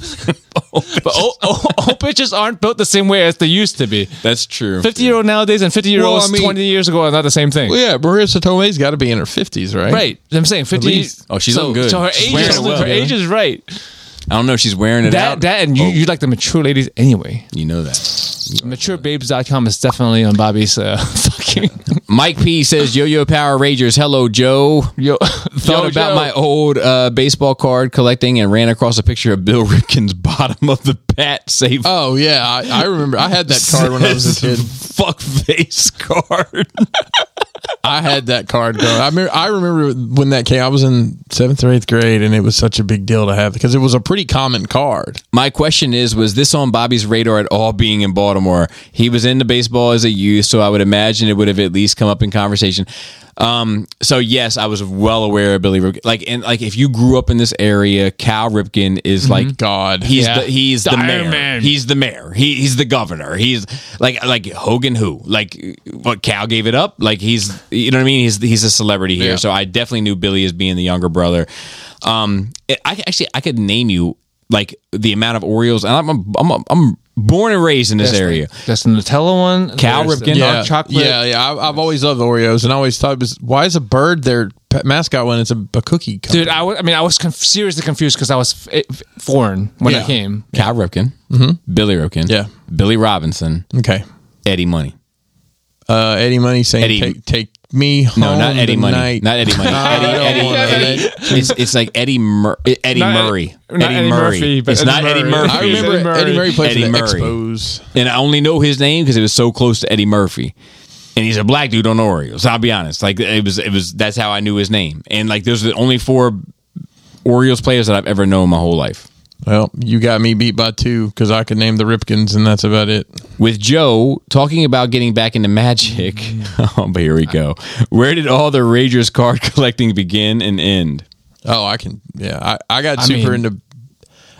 C: but old, old, old bitches aren't built the same way as they used to be.
A: That's true.
C: Fifty year old nowadays and fifty year olds
B: Well, I mean-
C: twenty years ago are not the same thing.
B: Well, yeah, Marissa Tomei's got to be in her fifties, right?
C: Right. I'm saying fifty.
B: least.
A: Oh, she's
C: so,
A: looking good.
C: So her
A: She's
C: age,
A: wearing
C: is,
A: it well.
C: her age is right.
A: I don't know if she's wearing it
C: That
A: out.
C: that and you, you like the mature ladies anyway.
A: you know that.
C: Maturebabes.com is definitely on Bobby's uh, fucking
A: Mike P says, "Yo Yo Power Rangers, hello Joe.
C: yo.
A: Thought
C: yo,
A: about
C: yo.
A: my old uh, baseball card collecting and ran across a picture of Bill Ripken's bottom of the bat save
C: Uh,
B: Oh yeah, I, I remember. I had that card when I was a kid.
A: fuck face card.
B: I had that card. Bro. I remember, I remember when that came. I was in seventh or eighth grade, and it was such a big deal to have because it was a pretty common card.
A: My question is, was this on Bobby's radar at all? Being in Baltimore, he was into baseball as a youth, so I would imagine it would have at least come up in conversation. Um, so yes, I was well aware of Billy Ripken. Like, and like if you grew up in this area, Cal Ripken is like
B: God,
A: He's
B: Yeah.
A: the he's the,
C: The Iron
A: mayor.
C: Man.
A: He's the mayor. He, he's the governor. He's like like Hogan who like what Cal gave it up. Like he's you know what I mean. He's he's a celebrity here.
B: Yeah.
A: So I definitely knew Billy as being the younger brother. Um, it- I actually I could name you like the amount of Orioles. And I'm I'm I'm, I'm born and raised in this area.
D: That's the Nutella one.
A: Cal
D: There's the
A: Ripken.
D: dark
B: yeah,
D: chocolate.
B: Yeah, yeah. I, I've always loved Oreos, and I always thought, it was, why is a bird their pet mascot when it's a, a cookie? Company?
C: Dude, I wa- I mean, I was conf- seriously confused because I was f- eh, f- foreign when
B: Yeah.
C: I came.
A: Cal Ripken, Billy Ripken,
B: Yeah.
A: Billy Robinson,
B: okay.
A: Eddie Money.
B: Uh, Eddie Money saying,
A: Eddie-
B: Take, "Take me home."
A: No, not Eddie Money.
B: tonight."
A: Not Eddie Money.
B: No, I
A: Eddie,
B: don't
A: Eddie,
B: want
A: Eddie, It's, it's like Eddie Mur- Eddie
C: Not Ed-
A: Murray.
C: not Eddie Murphy, but
A: it's
C: Eddie
A: not Eddie
C: Murray.
A: Murphy.
B: I remember
C: Eddie
B: Eddie
C: Murray.
B: Murray, played
A: Eddie
B: for the
A: Murray.
B: Expos.
A: and I only know his name because it was so close to Eddie Murphy. And he's a black dude on Oreos. I'll be honest. Like it was, it was. That's how I knew his name. And like, those are the only four Orioles players that I've ever known my whole life.
B: Well, you got me beat by two because I could name the Ripkins, and that's about it.
A: With Joe talking about getting back into magic. Oh, but here we go. Where did all the Rangers card collecting begin and end?
B: Oh, I can. Yeah, I, I got super into.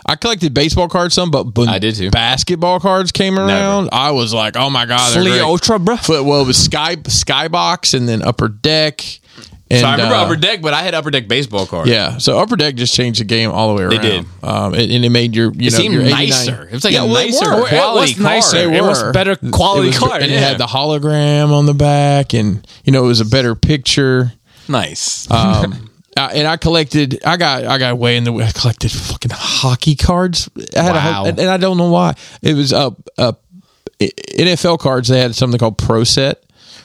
B: I collected baseball cards some, but when
A: I did too.
B: basketball cards came around, I was like, oh my god, they're
D: Flea
B: great.
D: Ultra, bro.
B: Foot, well, it was Sky Skybox and then Upper Deck. And,
A: so I remember
B: uh,
A: Upper Deck, but I had Upper Deck baseball cards.
B: Yeah, so Upper Deck just changed the game all the way around.
A: did.
B: um, and, and it made your you
A: It
B: know
A: seemed
B: your 89
A: nicer. It was like
B: Yeah,
A: a
B: well,
A: nicer
B: were.
A: quality
C: was
A: card.
C: nicer.
B: They
C: It was
B: were.
C: better quality
B: It was-
C: card,
B: and it
C: yeah.
B: had the hologram on the back, and you know it was a better picture.
A: Nice.
C: Uh,
B: Um, I, and I collected. I got. I got way in the. I collected fucking hockey cards. I had a ho-
A: Wow.
B: and, and I don't know why. It was uh, uh, I- NFL cards. They had something called Pro Set.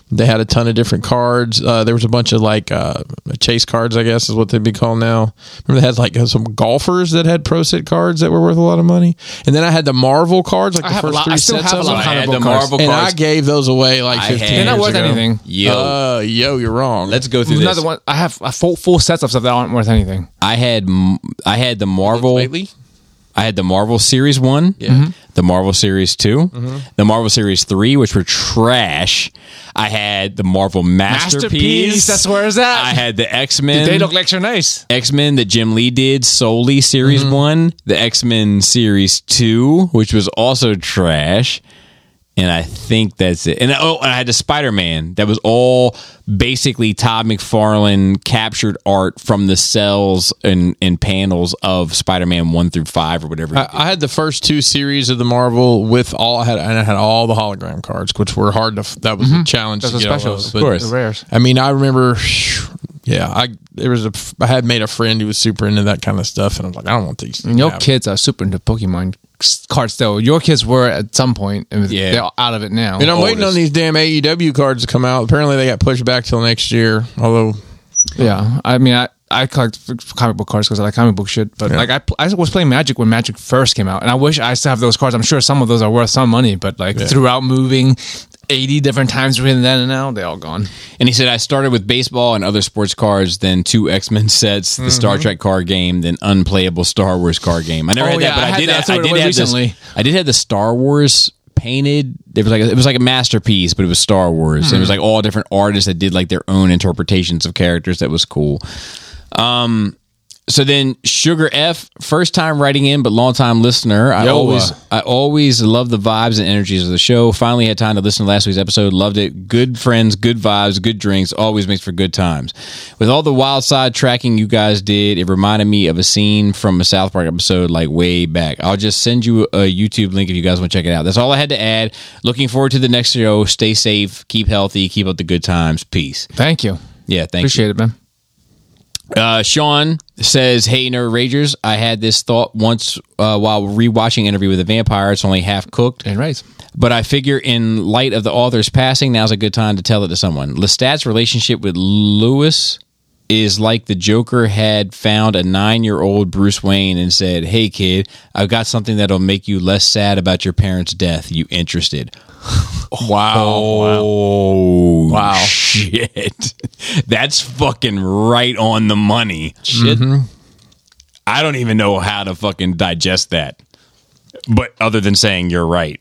B: They had a ton of different cards. Uh, there was a bunch of like uh, chase cards, I guess is what they'd be called now. Remember, they had like uh, some golfers that had pro set cards that were worth a lot of money. And then I had the Marvel cards, like
C: I
B: the
C: have a
B: first
C: lot- I
B: three
C: still
B: sets
C: have a
B: of
C: lot
A: so
B: them.
A: I
C: Honorable
A: had the
C: cards.
A: Marvel
B: And I
A: cards.
B: gave those away like
A: I
B: 15
A: had-
B: years
A: They're not
C: worth
B: ago.
C: anything.
A: Yo.
B: Uh, yo, you're wrong.
A: Let's go through this.
C: Another one. I have a full full sets of stuff that aren't worth anything.
A: I had m- I had the Marvel. I had the Marvel Series One, the Marvel Series 2
C: Mm-hmm.
A: the Marvel Series Three, which were trash. I had the Marvel Masterpiece.
C: That's where it's at.
A: I had the X Men.
C: they look like you're nice.
A: X Men that Jim Lee did solely Series One, the X Men Series Two, which was also trash. And I think that's it. And oh, and I had the Spider Man that was all basically Todd McFarlane captured art from the cells and, and panels of Spider Man one through five or whatever. he
B: I, I had the first two series of the Marvel with all I had, and I had all the hologram cards, which were hard to. f- That
A: Mm-hmm.
B: was a challenge.
D: Those
B: to
D: are
B: get all
D: specials,
B: those,
D: of
B: but-
D: course. The rares.
B: I mean, I remember. Yeah, I there was a. f- I had made a friend who was super into that kind of stuff, and I'm like, I don't want these.
D: And your
B: Yeah.
D: kids are super into Pokemon cards, though. Your kids were at some point, and
A: Yeah.
D: they're out of it now. Oh,
B: E And I'm waiting on these damn AEW cards to come out. Apparently, they got pushed back till next year. Although
D: Yeah, I mean, I I collect f- comic book cards because I like comic book shit. But
A: Yeah.
D: like, I pl- I was playing Magic when Magic first came out, and I wish I still have those cards. I'm sure some of those are worth some money, but like
A: Yeah.
D: throughout moving eighty different times between then and now, they're all gone.
A: And he said, I started with baseball and other sports cards, then two X Men sets, the Star
D: Mhm.
A: Trek card game, then unplayable Star Wars card game. I never
D: Oh,
A: had that,
D: yeah,
A: but
D: I
A: I,
D: had
A: did.
D: that.
A: Have,
D: That's
A: I
D: what it
A: did
D: was
A: have this-
D: recently.
A: I did have the Star Wars painted. It was like a, it was like a masterpiece, but it was Star Wars. And it was
D: Hmm.
A: like all different artists that did like their own interpretations of characters. That was cool. Um. So then, Sugar F, first time writing in, but long time listener. I
D: Yo,
A: always
D: uh,
A: I always love the vibes and energies of the show. Finally had time to listen to last week's episode. Loved it. Good friends, good vibes, good drinks. Always makes for good times. With all the wild side tracking you guys did, it reminded me of a scene from a South Park episode like way back. I'll just send you a YouTube link if you guys want to check it out. That's all I had to add. Looking forward to the next show. Stay safe. Keep healthy. Keep up the good times. Peace.
D: Thank you.
A: Yeah, thank you.
D: Appreciate it, man.
A: Uh, Sean says, "Hey, Nerd Ragers, I had this thought once uh, while rewatching Interview with the Vampire. It's only half cooked,
D: and right,
A: but I figure in light of the author's passing, now's a good time to tell it to someone. Lestat's relationship with Lewis is like the Joker had found a nine-year-old Bruce Wayne and said, "Hey, kid, I've got something that'll make you less sad about your parents' death. You interested?" Oh, wow. Shit. That's fucking right on the money. Shit. I don't even know how to fucking digest that. But other than saying you're right.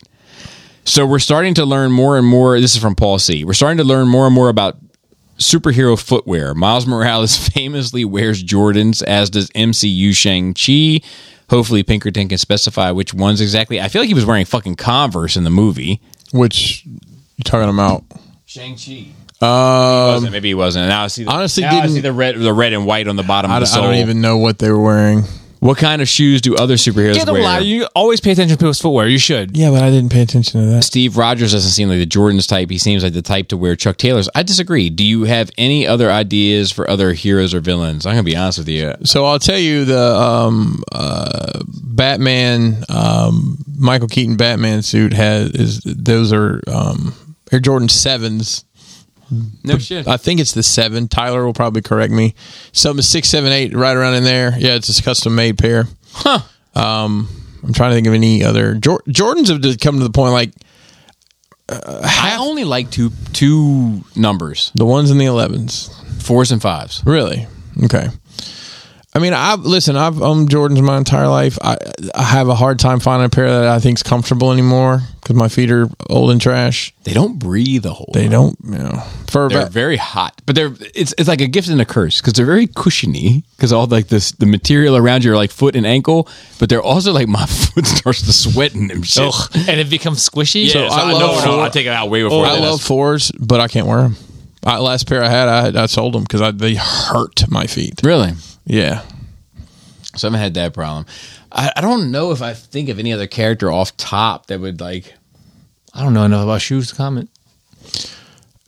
A: So we're starting to learn more and more. This is from Paul C. We're starting to learn more and more about superhero footwear. Miles Morales famously wears Jordans, as does MCU Shang-Chi. Hopefully, Pinkerton can specify which ones exactly. I feel like he was wearing fucking Converse in the movie.
B: Which you talking about?
A: Shang-Chi.
B: Um,
A: Maybe he wasn't. Now I see. The,
B: Honestly,
A: now I
B: didn't-
A: see the red, the red and white on the bottom
B: I,
A: of the
B: don't- I
A: sole.
B: don't even know what they were wearing.
A: What kind of shoes do other superheroes
D: Get a
A: wear?
D: lie. You always pay attention to people's footwear. You should.
B: Yeah, but I didn't pay attention to that.
A: Steve Rogers doesn't seem like the Jordans type. He seems like the type to wear Chuck Taylors. I disagree. Do you have any other ideas for other heroes or villains? I'm gonna be honest with you.
B: So I'll tell you the um, uh, Batman, um, Michael Keaton Batman suit has is those are um, Air Jordan sevens.
A: No shit.
B: I think it's the seven. Tyler will probably correct me. Something six, seven, eight, right around in there. Yeah, it's a custom made pair.
A: Huh.
B: Um, I'm trying to think of any other Jor- Jordans have just come to the point like
A: I only like two two numbers,
B: the ones and the elevens.
A: fours and fives.
B: Really? Okay. I mean, I listen. I've owned Jordans my entire life. I I have a hard time finding a pair that I think's comfortable anymore because my feet are old and trash.
A: They don't breathe a whole.
B: They
A: lot.
B: don't. You know, for
A: They're
B: about,
A: very hot, but they're it's it's like a gift and a curse because they're very cushiony because all like this the material around your like foot and ankle, but they're also like my foot starts to sweat in them shit.
D: and it becomes squishy.
A: Yeah, so
B: I
A: I
B: love
A: love no,
B: four-
A: no, I take it out way before.
B: I
A: that.
B: love fours, but I can't wear them. I, last pair I had, I, I sold them because they hurt my feet.
A: Really?
B: Yeah,
A: So I haven't had that problem. I, I don't know if I think of any other character off top that would like.
D: I don't know enough about shoes to comment.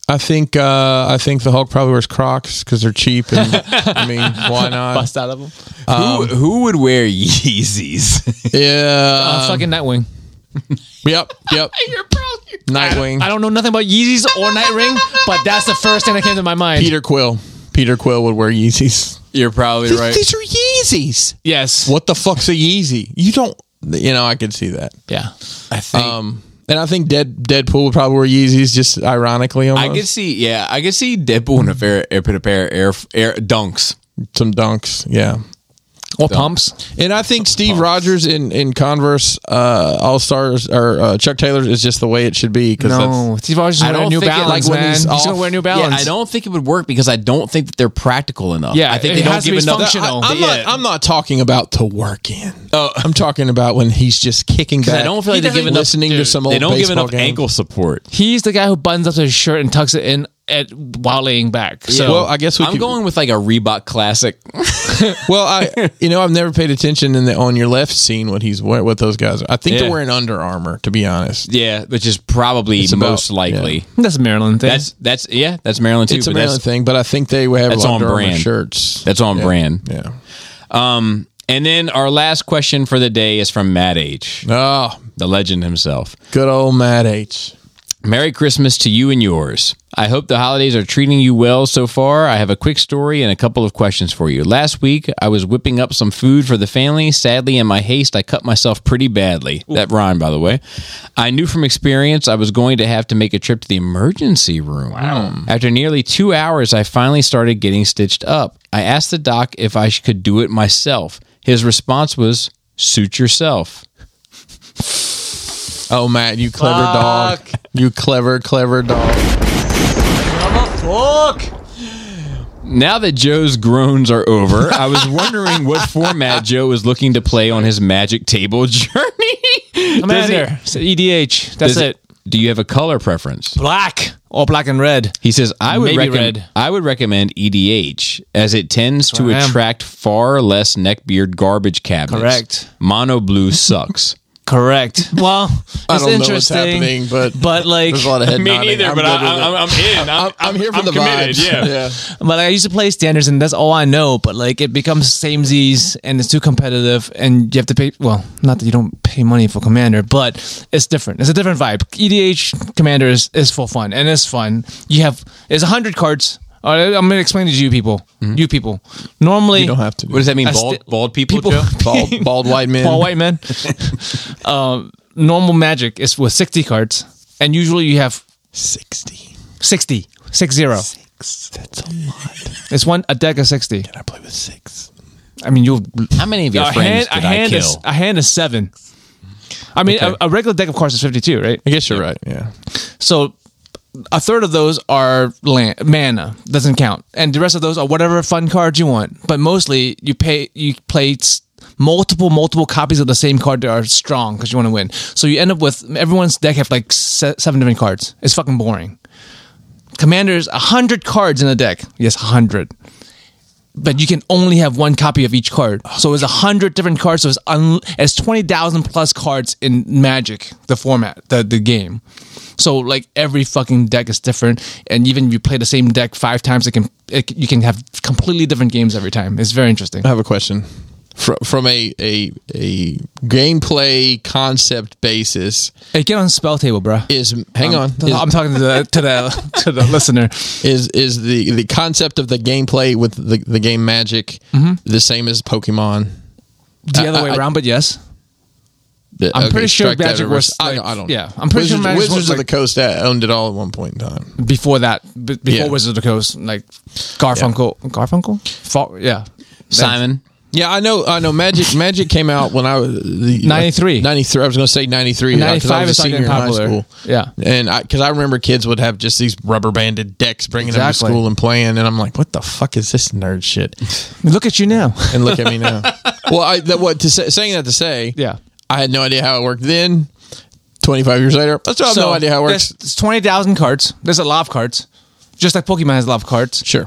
B: I think uh, I think the Hulk probably wears Crocs because they're cheap. And, I mean, why not?
D: Bust out of them.
A: who who would wear Yeezys?
B: Yeah.
D: Uh,
A: Um,
D: fucking Nightwing.
B: Yep. Yep. Nightwing.
D: I don't know nothing about Yeezys or Nightwing, but that's the first thing that came to my mind.
B: Peter Quill. Peter Quill would wear Yeezys.
A: You're probably right.
B: These are Yeezys.
D: Yes.
B: What the fuck's a Yeezy? You don't. You know, I could see that.
D: Yeah.
A: I think.
B: Um, and I think Dead Deadpool would probably wear Yeezys, just ironically. Almost.
A: I could see, yeah, I could see Deadpool in a fair, a pair of air, air dunks.
B: some dunks. Yeah.
D: Or pumps.
B: And I think Steve Rogers in in Converse uh, All Stars or uh, Chuck Taylor's is just the way it should be. Because
D: No. Steve Rogers is
A: I
D: wearing
A: don't
D: New
A: think it-
D: Balance,
A: like, when
D: man.
A: he's
D: He's,
A: off-
D: going to wear New Balance.
A: Yeah, I don't think it would work because I don't think that they're practical enough.
D: Yeah,
A: I think
D: it
A: they don't
D: has to
A: give
D: be
A: enough.
D: functional.
B: I, am
A: Yeah.
B: not. I'm not talking about to work in. Oh, I'm talking about when he's just kicking
A: Because
B: back.
A: I don't feel like
B: He
A: they give
B: doesn't-
A: enough.
B: listening to
A: dude,
B: some old
A: They don't give
B: baseball
A: enough
B: game.
A: ankle support.
D: He's the guy who buttons up his shirt and tucks it in at while laying back. So
B: Well, I guess we
A: I'm
B: could-
A: going with like a Reebok classic.
B: Well, I you know I've never paid attention in the on your left scene what he's wearing what those guys are. I think
A: Yeah.
B: they're wearing Under Armour to be honest.
A: yeah, which is probably
B: It's about-
A: most likely.
B: yeah.
D: that's a Maryland thing.
A: That's that's yeah, that's Maryland too.
B: it's a
A: but
B: Maryland
A: that's,
B: thing, but I think they have
A: That's on
B: Under Armour
A: brand.
B: shirts.
A: That's on
B: Yeah.
A: brand.
B: Yeah.
A: Um, and then our last question for the day is from Matt H,
B: Oh,
A: the legend himself.
B: good old Matt H.
A: Merry Christmas to you and yours. I hope the holidays are treating you well so far. I have a quick story and a couple of questions for you. Last week, I was whipping up some food for the family. Sadly, in my haste, I cut myself pretty badly. That rhyme, by the way. I knew from experience I was going to have to make a trip to the emergency room. Hmm. After nearly two hours, I finally started getting stitched up. I asked the doc if I sh- could do it myself. His response was, suit yourself.
B: Oh, Matt, you clever dog. You clever, clever dog.
A: Now that Joe's groans are over, I was wondering what format Joe is looking to play on his magic table journey.
D: I'm
A: Does
D: out
A: he-
D: there. It's EDH. E That's
A: does he-
D: it.
A: Do you have a color preference?
D: Black or black and red.
A: He says I would
D: Maybe
A: recommend
D: red.
A: I would recommend EDH as it tends to
D: what I am.
A: attract far less neckbeard garbage cabinets.
D: Correct.
A: Mono blue sucks.
D: Correct. Well,
B: I don't know
D: it's
B: what's
D: interesting,
B: happening, but,
D: but like,
B: there's a lot of head
A: Me
B: nodding.
A: neither,
B: I'm
A: but
B: good
A: I-
B: with it.
A: I'm- I'm in. I'm-
B: I'm, I'm here for
A: I'm
B: the
A: committed,
B: vibes.
A: yeah.
D: but like, I used to play standards, and that's all I know. But like, it becomes same Z's, and it's too competitive, and you have to pay. Well, not that you don't pay money for commander, but it's different. It's a different vibe. EDH commander is, is for fun, and it's fun. You have it's hundred cards. All right, I'm gonna explain it to you people. You people. Normally,
B: Mm-hmm. You don't have to. Do
A: What does that mean?
D: I
A: Bald
D: sti-
A: bald people, Joe?
B: Bald, bald white men.
D: Paul White man. um, normal magic is with 60 cards, and usually you have
B: 60.
D: 60, six zero.
B: That's a lot.
D: It's one a deck of 60.
B: I play with six.
D: I mean, you'll
A: How many of your
D: a
A: friends
D: hand,
A: did
D: a
A: I
D: hand
A: kill?
D: is a hand is seven. I mean,
B: Okay.
D: a, a regular deck of cards is 52, right?
B: I guess you're right. Yeah.
D: So a third of those are land, mana, doesn't count, and the rest of those are whatever fun cards you want. But mostly, you pay you play s- multiple multiple copies of the same card that are strong because you want to win. So you end up with everyone's deck have like se- seven different cards. It's fucking boring. Commanders, a hundred cards in a deck. Yes, a hundred. But you can only have one copy of each card, so it's a hundred different cards. So it's un- it's twenty thousand plus cards in Magic, the format, the the game. So like every fucking deck is different, and even if you play the same deck five times, it can it, you can have completely different games every time. It's very interesting.
B: I have a question. From, from a, a, a gameplay concept basis,
D: Hey, get on spell table, bro.
B: is hang on. Is,
D: I'm talking to the to the to the listener.
B: is is the the concept of the gameplay with the, the game magic the same as Pokemon?
D: The
B: I-
D: other way
B: I-
D: around, but yes,
B: The-
D: I'm
B: okay,
D: pretty sure
B: strike that
D: Magic
B: reverse-
D: was.
B: I,
D: like-
B: I don't.
D: Yeah, I'm pretty
B: Wizards,
D: sure Magic
B: Wizards
D: was
B: of
D: like,
B: the Coast uh, owned it all at one point in time.
D: before that, b- before
B: Yeah.
D: Wizards of the Coast, like Garfunkel, Garfunkel, Fal- yeah,
A: Simon.
B: Yeah, I know. I know. Magic Magic came out when I was the
D: 93.
B: Ninety three. I was going to say ninety three.
D: ninety five is not getting popular. Yeah,
B: And because I, remember kids would have just these rubber banded decks, bringing them
D: Exactly.
B: to school and playing, and I'm like, "What the fuck is this nerd shit?"
D: look at you now.
B: And look at me now. well, I that, what to say, saying that to say,
D: Yeah.
B: I had no idea how it worked then. Twenty five years later, I still have no idea how it works.
D: It's twenty thousand cards. There's a lot of cards, just like Pokemon has a lot of cards.
B: Sure,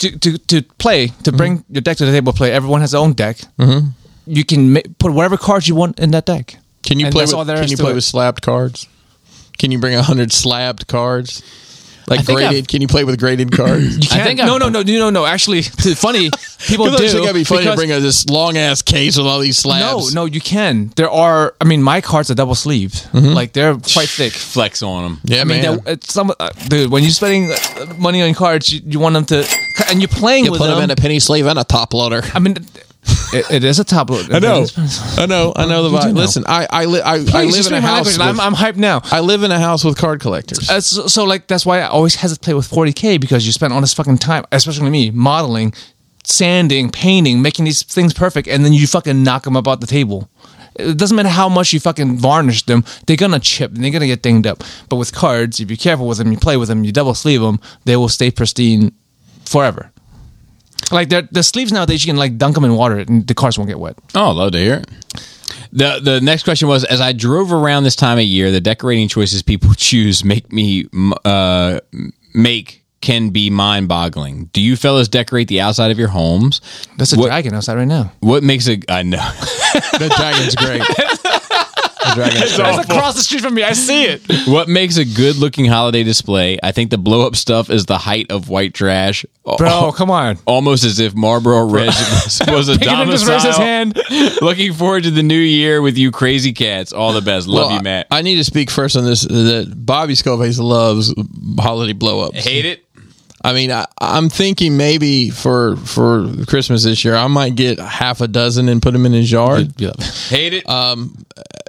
D: to to to play to
B: Mm-hmm.
D: bring your deck to the table. Play. Everyone has their own deck. Mm-hmm. You can ma- put whatever cards you want in that deck.
B: can you
D: And
B: play?
D: that's
B: With,
D: all there
B: can
D: is
B: you
D: to
B: play
D: it.
B: with slabbed cards? Can you bring hundred slabbed cards? Like
A: think
B: graded? Can you play with graded cards?
D: You can't.
A: think I've-
D: no, no, no, no, no, no. Actually, it's funny people
B: People
D: do.
B: think it'd be funny to
D: because-
B: bring a, this long ass case with all these
D: no,
B: slabs.
D: no, you can. There are. I mean, my cards are double sleeved.
B: Mm-hmm.
D: Like they're quite thick.
A: Flex on him.
B: yeah,
D: I
B: man.
D: mean, they're- it's some uh, dude. When you're spending uh, money on cards, you, you want them to, and you're playing
B: you
D: with
B: put them
D: them.
B: in a penny sleeve and a top loader.
D: I mean, it, it is a top load.
B: I know, I know, I know the
D: You do
B: vibe.
D: know.
B: Listen, I I, li- I, I live in a house. With,
D: I'm, I'm hyped now.
B: I live in a house with card collectors.
D: Uh, so, so like that's why I always hesitate to play with 40k because you spend all this fucking time, especially me, modeling, sanding, painting, making these things perfect, and then you fucking knock them about the table. It doesn't matter how much you fucking varnish them; they're gonna chip and they're gonna get dinged up. But with cards, you be careful with them, you play with them, you double sleeve them, they will stay pristine forever. Like they're- the sleeves nowadays, you can like dunk them in water and the cards won't get wet.
A: Oh, love to hear it. The the next question was as I drove around this time of year, the decorating choices people choose make me m- uh, make can be mind boggling. Do you fellas decorate the outside of your homes?
D: That's a
A: What-
D: dragon outside right now.
A: What makes it? I know.
B: the dragon's great.
C: It's across the street from me. I see it.
A: What makes a good looking holiday display? I think the blow up stuff is the height of white trash.
D: Bro, Oh, come on.
A: Almost as if Marlboro Red was was a
C: Pinkerton just raised
A: domicile.
C: his hand.
A: Looking forward to the new year with you crazy cats. All the best. Love
B: Well,
A: you, Matt.
B: I, I need to speak first on this. That Bobby Scoface loves holiday blow ups.
A: Hate it.
B: I mean, I, I'm thinking maybe for for Christmas this year, I might get half a dozen and put them in his yard.
A: Hate it.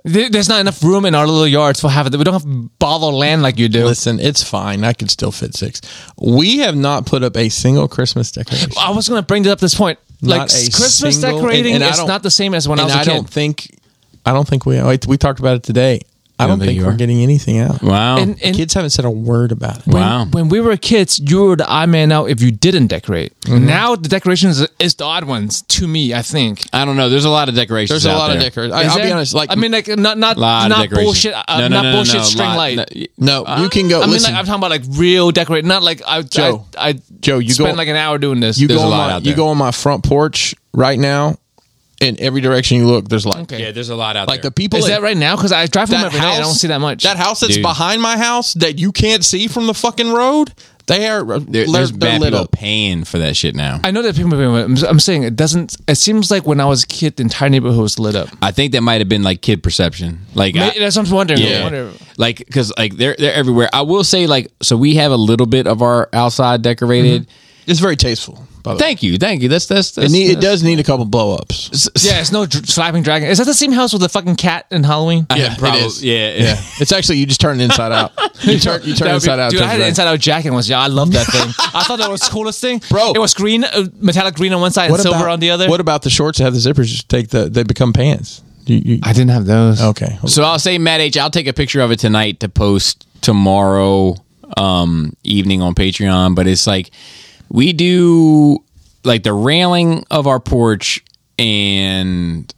D: There- There's not enough room in our little yards for half of it. We don't have bottle land like you do.
B: Listen, it's fine. I could still fit six. We have not put up a single Christmas decoration.
D: I was going to bring it up this point. Like
B: Not a
D: Christmas
B: single-
D: decorating
B: and- and I
D: is
B: don't-
D: not the same as when I
B: and
D: was a
B: I
D: kid.
B: don't think, I don't think we wait, we talked about it today. I don't
A: think
B: think
A: you
B: we're
A: are.
B: getting anything out.
A: Wow.
D: and and
B: Kids haven't said a word about it.
D: when,
A: Wow.
D: when we were kids, you were the odd man out if you didn't decorate.
B: Mm-hmm.
D: Now the decorations is, the odd ones to me. I think
A: I don't know. There's a lot of decorations.
B: There's a
A: out
B: lot of
A: there.
B: decorations. I-
D: Is
B: I'll be
D: there?
B: honest. Like,
D: I mean, like not not
A: Lot of
D: not
A: decorations.
D: bullshit. Uh,
A: No, no,
D: not
A: no, no,
D: bullshit
A: no,
D: string
A: lot-
D: light.
A: no,
B: no, you can go.
D: I
B: listen,
D: mean, like I'm talking about like real decorating, not like I,
B: Joe.
D: I, I
B: Joe, you go-
D: spend like an hour doing this.
B: you
A: there's a
B: go on
A: lot
B: my,
A: out
B: you
A: there.
B: go on my front porch right now, and every direction you look, there's like
D: Okay.
A: Yeah, there's a lot out
B: like
A: there.
B: the people
D: is
B: that-
D: that right now? Because I drive home every day. I don't see that much.
B: That house that's
A: Dude.
B: behind my house that you can't see from the fucking road, they are uh,
A: There-
B: they're,
A: there's
B: they're
A: bad
B: lit
A: people
B: up.
A: paying for that shit now.
D: I know that people. I'm, I'm saying it doesn't. It seems like when I was a kid, the entire neighborhood was lit up.
A: I think that might have been like kid perception. Like I-
D: Maybe, that's what I'm wondering. I
A: Yeah,
D: wonder-
A: like because like they're they're everywhere. I will say like so we have a little bit of our outside decorated.
B: It's very tasteful. By the way,
A: Thank you, thank you. That's that's,
B: Mm-hmm. it,
A: that's
B: need, it does need a couple blow ups.
D: Yeah, it's no dr- slapping dragon. Is that the same house with the fucking cat in Halloween?
A: Yeah, probably, yeah,
B: yeah. It's actually you just turn it inside out. You turn you turn
D: That would be-
B: inside out.
D: Dude, I
B: turns
D: had an
B: right.
D: inside out jacket once. Yeah, I love that thing. I thought that was the coolest thing,
B: Bro.
D: It was green, uh, metallic green on one side, and silver
B: about,
D: on the other.
B: What about the shorts that have the zippers? Just take the they become pants. You, you,
D: I didn't have those.
B: okay.
A: So I'll say Matt H. I'll take a picture of it tonight to post tomorrow um, evening on Patreon. But it's like we do like the railing of our porch and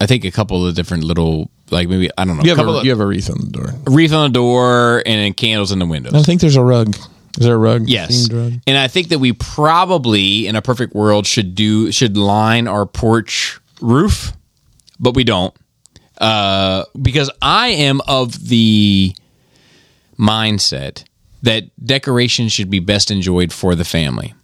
A: I think a couple of different little like maybe I don't know
B: You have,
A: couple
B: a,
A: of-
B: you have a wreath on the door.
A: wreath on the door and then candles in the windows.
B: I think there's a rug. Is there a rug?
A: Yes.
B: Themed rug?
A: And I think that we probably, in a perfect world, should do should line our porch roof, but we don't. Uh, because I am of the mindset that decoration should be best enjoyed for the family.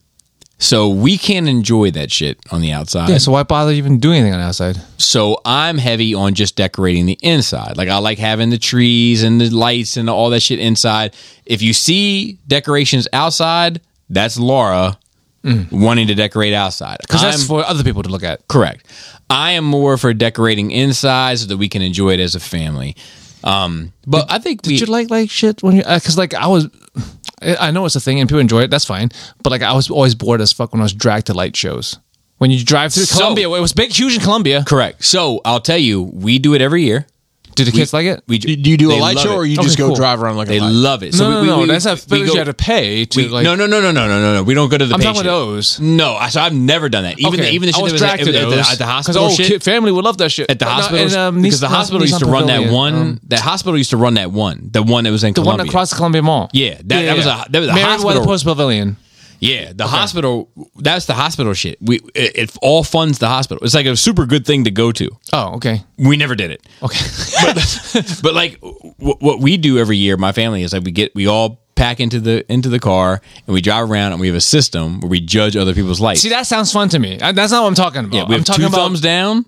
A: So we can enjoy that shit on the outside.
D: Yeah, so why bother even doing anything on the outside?
A: So I'm heavy on just decorating the inside. Like I like having the trees and the lights and all that shit inside. If you see decorations outside, that's Laura wanting to decorate outside.
D: Because Mm. that's
A: I'm-
D: for other people to look at.
A: correct. I am more for decorating inside so that we can enjoy it as a family. Um, but I think we
D: Did you like like shit when you? Because like I was, I I know it's a thing and people enjoy it. That's fine. But like I was always bored as fuck when I was dragged to light shows. When you drive through
A: So-
D: Columbia, it was big, huge in Columbia.
A: correct. So I'll tell you, we do it every year.
D: Do the kids like it?
A: We
B: Do you do a
A: they
B: light
A: love
B: show
A: it.
B: or you
D: Okay,
B: just go
D: cool.
B: drive around like
A: They
B: a light?
A: love it.
D: no, no,
A: we-
D: no,
A: we-
D: that's not.
A: we
D: but
A: go-
D: you had to pay to
A: We-
D: like.
A: no, no, no, no, no, no, no, no. We don't go to the.
D: I'm talking
A: patient.
D: about those.
A: No, I, so I've never done that. Even the, even the shit
D: I
A: that
D: was
A: was at,
D: dragged
A: at,
D: to those
A: the, at the hospital
D: oh,
A: shit.
D: kid- family would love that shit
A: at the
D: No,
A: hospital,
D: and, um,
A: because the
D: Nissan-
A: hospital used to
D: Nissan
A: run that
D: Pavilion,
A: one.
D: um,
A: that hospital used to run that one, the one that was in
D: the
A: Columbia.
D: one across the Columbia Mall.
A: Yeah, that- that was a- that was a
D: Meriwether
A: hospital.
D: Post Pavilion.
A: Yeah, the hospital. That's the hospital shit. We it, it all funds the hospital. It's like a super good thing to go to.
D: Oh, okay,
A: We never did it.
D: okay.
A: but, but like w- what we do every year, my family is like we get we all pack into the into the car and we drive around and we have a system where we judge other people's lights.
D: See, that sounds fun to me. I- That's not what I'm talking about.
A: Yeah, we
D: I'm
A: have
D: talking
A: two
D: about
A: thumbs down,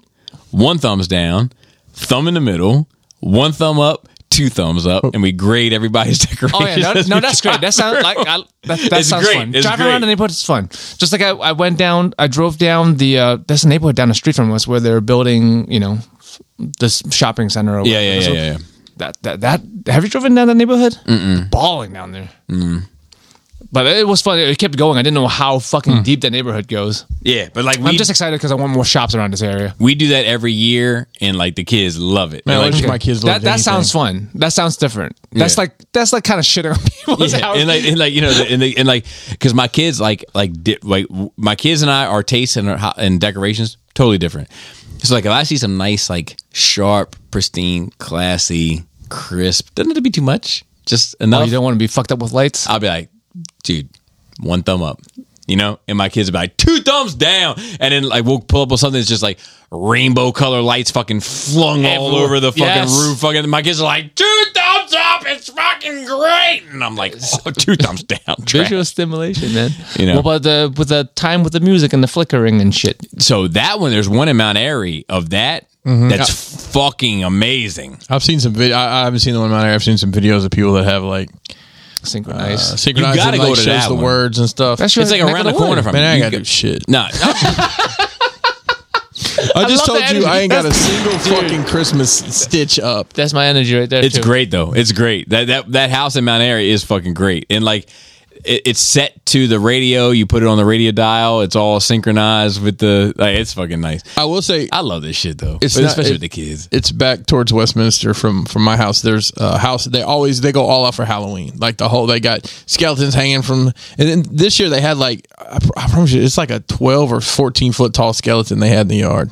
A: one thumbs down, thumb in the middle, one thumb up, two thumbs up, and we grade everybody's decorations.
D: Oh yeah, no,
A: as
D: no
A: we
D: that's
A: drive
D: great. That sounds like I, that, that
A: It's
D: sounds
A: great.
D: fun.
A: It's
D: Driving
A: great.
D: around the neighborhood is fun. Just like I, I went down, I drove down the uh, there's a neighborhood down the street from us where they're building, you know, this shopping center. Or
A: Yeah,
D: whatever.
A: yeah, yeah,
D: So
A: yeah, yeah.
D: That, that that have you driven down that neighborhood? Balling down there.
A: Mm.
D: But it was fun. It kept going. I didn't know how fucking deep that neighborhood goes.
A: Yeah, but like
D: I'm
A: Hmm. we
D: just excited because I want more shops around this area.
A: we do that every year, and like the kids love it.
B: Man,
A: They're
B: I
A: like,
B: wish my kids
D: That,
B: loved
D: that
B: anything.
D: sounds fun. That sounds different. That's
A: Yeah.
D: like that's like kind of shitting on people's
A: Yeah,
D: houses.
A: and like, and like you know, the, and, they, and like, because my kids like, like, di- like, w- my kids and I, our tastes and our, ho- and decorations totally different. It's like if I see some nice, like, sharp, pristine, classy, crisp, doesn't it be too much? Just enough.
D: oh, you don't want to be fucked up with lights.
A: I'll be like, dude, one thumb up. You know, and my kids will be like, two thumbs down. And then like we'll pull up on something that's just like rainbow color lights fucking flung all
C: Everywhere.
A: over the fucking
C: Yes.
A: roof. Fucking my kids are like two thumbs up. It's fucking great, and I'm like oh, two thumbs down. Trash.
D: Visual stimulation, man.
A: You know.
D: What about the with the time with the music and the flickering and shit?
A: So that one, there's one in Mount Airy of that.
B: Mhm.
A: That's fucking amazing.
B: I've seen some video. I, I haven't seen the one out there. I've seen some videos of people that have like
D: Synchronize.
B: uh, synchronized.
A: You gotta
B: and, like,
A: go to
B: shows
A: that
B: the
A: one.
B: words and stuff.
D: That's
A: It's like
D: Neck of
A: around
D: the
A: the corner
D: woods.
A: from
B: Man, I
A: you.
B: ain't got
A: You
B: to do shit.
A: go- No, no,
B: I just
D: love
B: told
D: the
B: you I
D: energy.
B: ain't got a
D: That's-
B: single fucking Christmas stitch up.
D: That's my energy right there.
A: It's
D: too.
A: great though. It's great. That that that house in Mount Airy is fucking great. And like it, it's set to the radio. You put it on the radio dial. It's all synchronized with the. Like, it's fucking nice.
B: I will say
A: I love this shit though,
B: It's
A: But
B: not-
A: especially
B: it-
A: with the kids.
B: it's back towards Westminster from from my house. There's a house they always they go all out for Halloween. Like the whole they got skeletons hanging from. And then this year they had like I, pr- I promise you it's like a twelve or fourteen foot tall skeleton they had in the yard.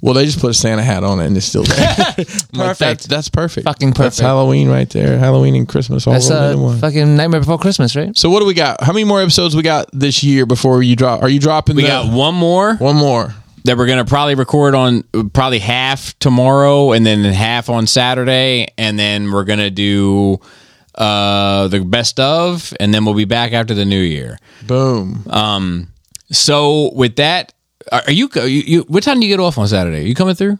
B: Well, they just put a Santa hat on it and it's still there. perfect. that's, that's perfect.
D: Fucking
B: That's
D: perfect.
B: Halloween right there. Halloween and Christmas all
D: That's
B: rolled into
D: a
B: one.
D: fucking Nightmare Before Christmas, right?
B: So what do we got? How many more episodes we got this year before you drop? Are you dropping?
A: We
B: the-
A: got one more
B: one more.
A: that we're gonna probably record on probably half tomorrow, and then half on Saturday, and then we're gonna do uh the best of, and then we'll be back after the new year. Um,
B: Boom.
A: So with that, are are you? you, you what time do you get off on Saturday? Are you coming through?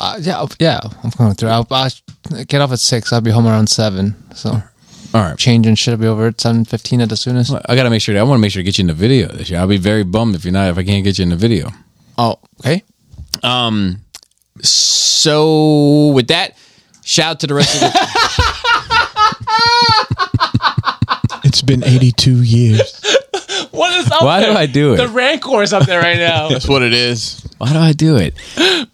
D: Uh, yeah, yeah. I'm coming through. I'll, I'll get off at six. I'll be home around seven. So
A: All right.
D: change and shit will be over at seven fifteen at the soonest.
A: I gotta make sure. I want to make sure to get you in the video this year. I'll be very bummed if you're not. If I can't get you in the video.
D: Oh, okay.
A: Um. So with that, shout out to the rest of the.
B: It's been eighty two years.
C: What is up
A: Why do
C: there?
A: I do it?
C: The rancor is up there right now.
B: That's what it is.
A: Why do I do it?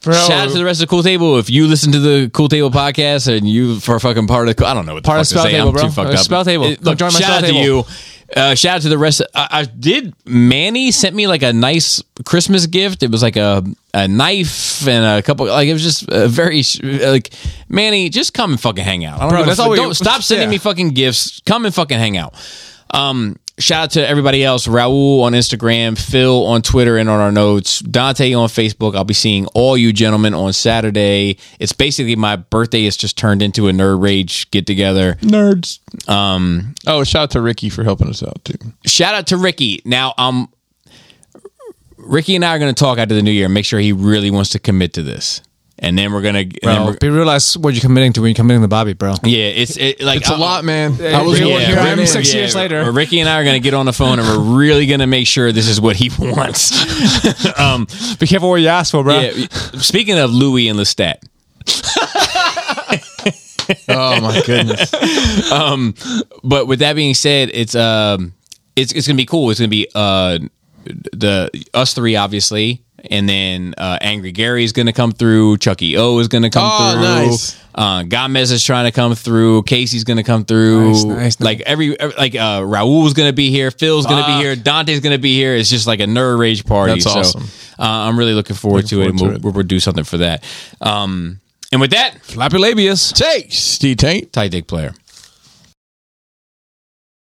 A: Shout out to the rest of the Cool Table. If you listen to the Cool Table podcast and you for fucking part of the, I don't know what the
D: Part of
A: fuck to
D: Spell
A: say.
D: Table,
A: I'm
D: bro.
A: too fucked
D: Uh,
A: up.
D: Spell Table.
A: It- look,
D: Join my
A: shout
D: Spell
A: out
D: Table.
A: to you. Uh, shout out to the rest. Of, I, I did. Manny sent me like a nice Christmas gift. It was like a a knife and a couple. Like it was just a very sh- like Manny. Just come and fucking hang out. I don't
D: Bro,
A: give a
D: that's
A: fuck.
D: all we-
A: Don't stop sending
D: yeah.
A: me fucking gifts. Come and fucking hang out. Um, shout out to everybody else. Raul on Instagram, Phil on Twitter, and on our notes. Dante on Facebook. I'll be seeing all you gentlemen on Saturday. It's basically my birthday. It's just turned into a nerd rage get together.
B: Nerds.
A: Um,
B: Oh, shout out to Ricky for helping us out too.
A: shout out to Ricky. Now, um, Ricky and I are going to talk after the new year. and Make sure he really wants to commit to this, and then we're going to.
D: Bro, be realize what you're committing to when you're committing to Bobby, bro.
A: Yeah, it's it, like uh,
B: It's a
A: I-
B: lot, man. I was
D: yeah,
B: going
D: here I am
B: in.
D: six years later.
A: Ricky and I are going to get on the phone, and we're really going to make sure this is what he wants. um,
D: Be careful what you ask for, bro.
A: yeah, speaking of Louis and Lestat,
B: Oh my goodness.
A: but with that being said, it's um, it's it's gonna be cool. It's gonna be uh, the us three obviously, and then uh, Angry Gary is gonna come through. Chucky O is gonna come
B: Oh,
A: through.
B: nice.
A: Uh, Gomez is trying to come through. Casey's gonna come through.
D: Nice, nice, nice.
A: Like every, every like uh, Raul's gonna be here. Phil's gonna be here. Dante's gonna be here. It's just like a nerd rage party.
B: That's
A: So,
B: awesome.
A: uh, I'm really looking forward to it. and
B: forward to
A: We'll, we'll do something for that. Um, and with that,
D: Flappy labius.
B: Tasty taint.
A: tight dick player.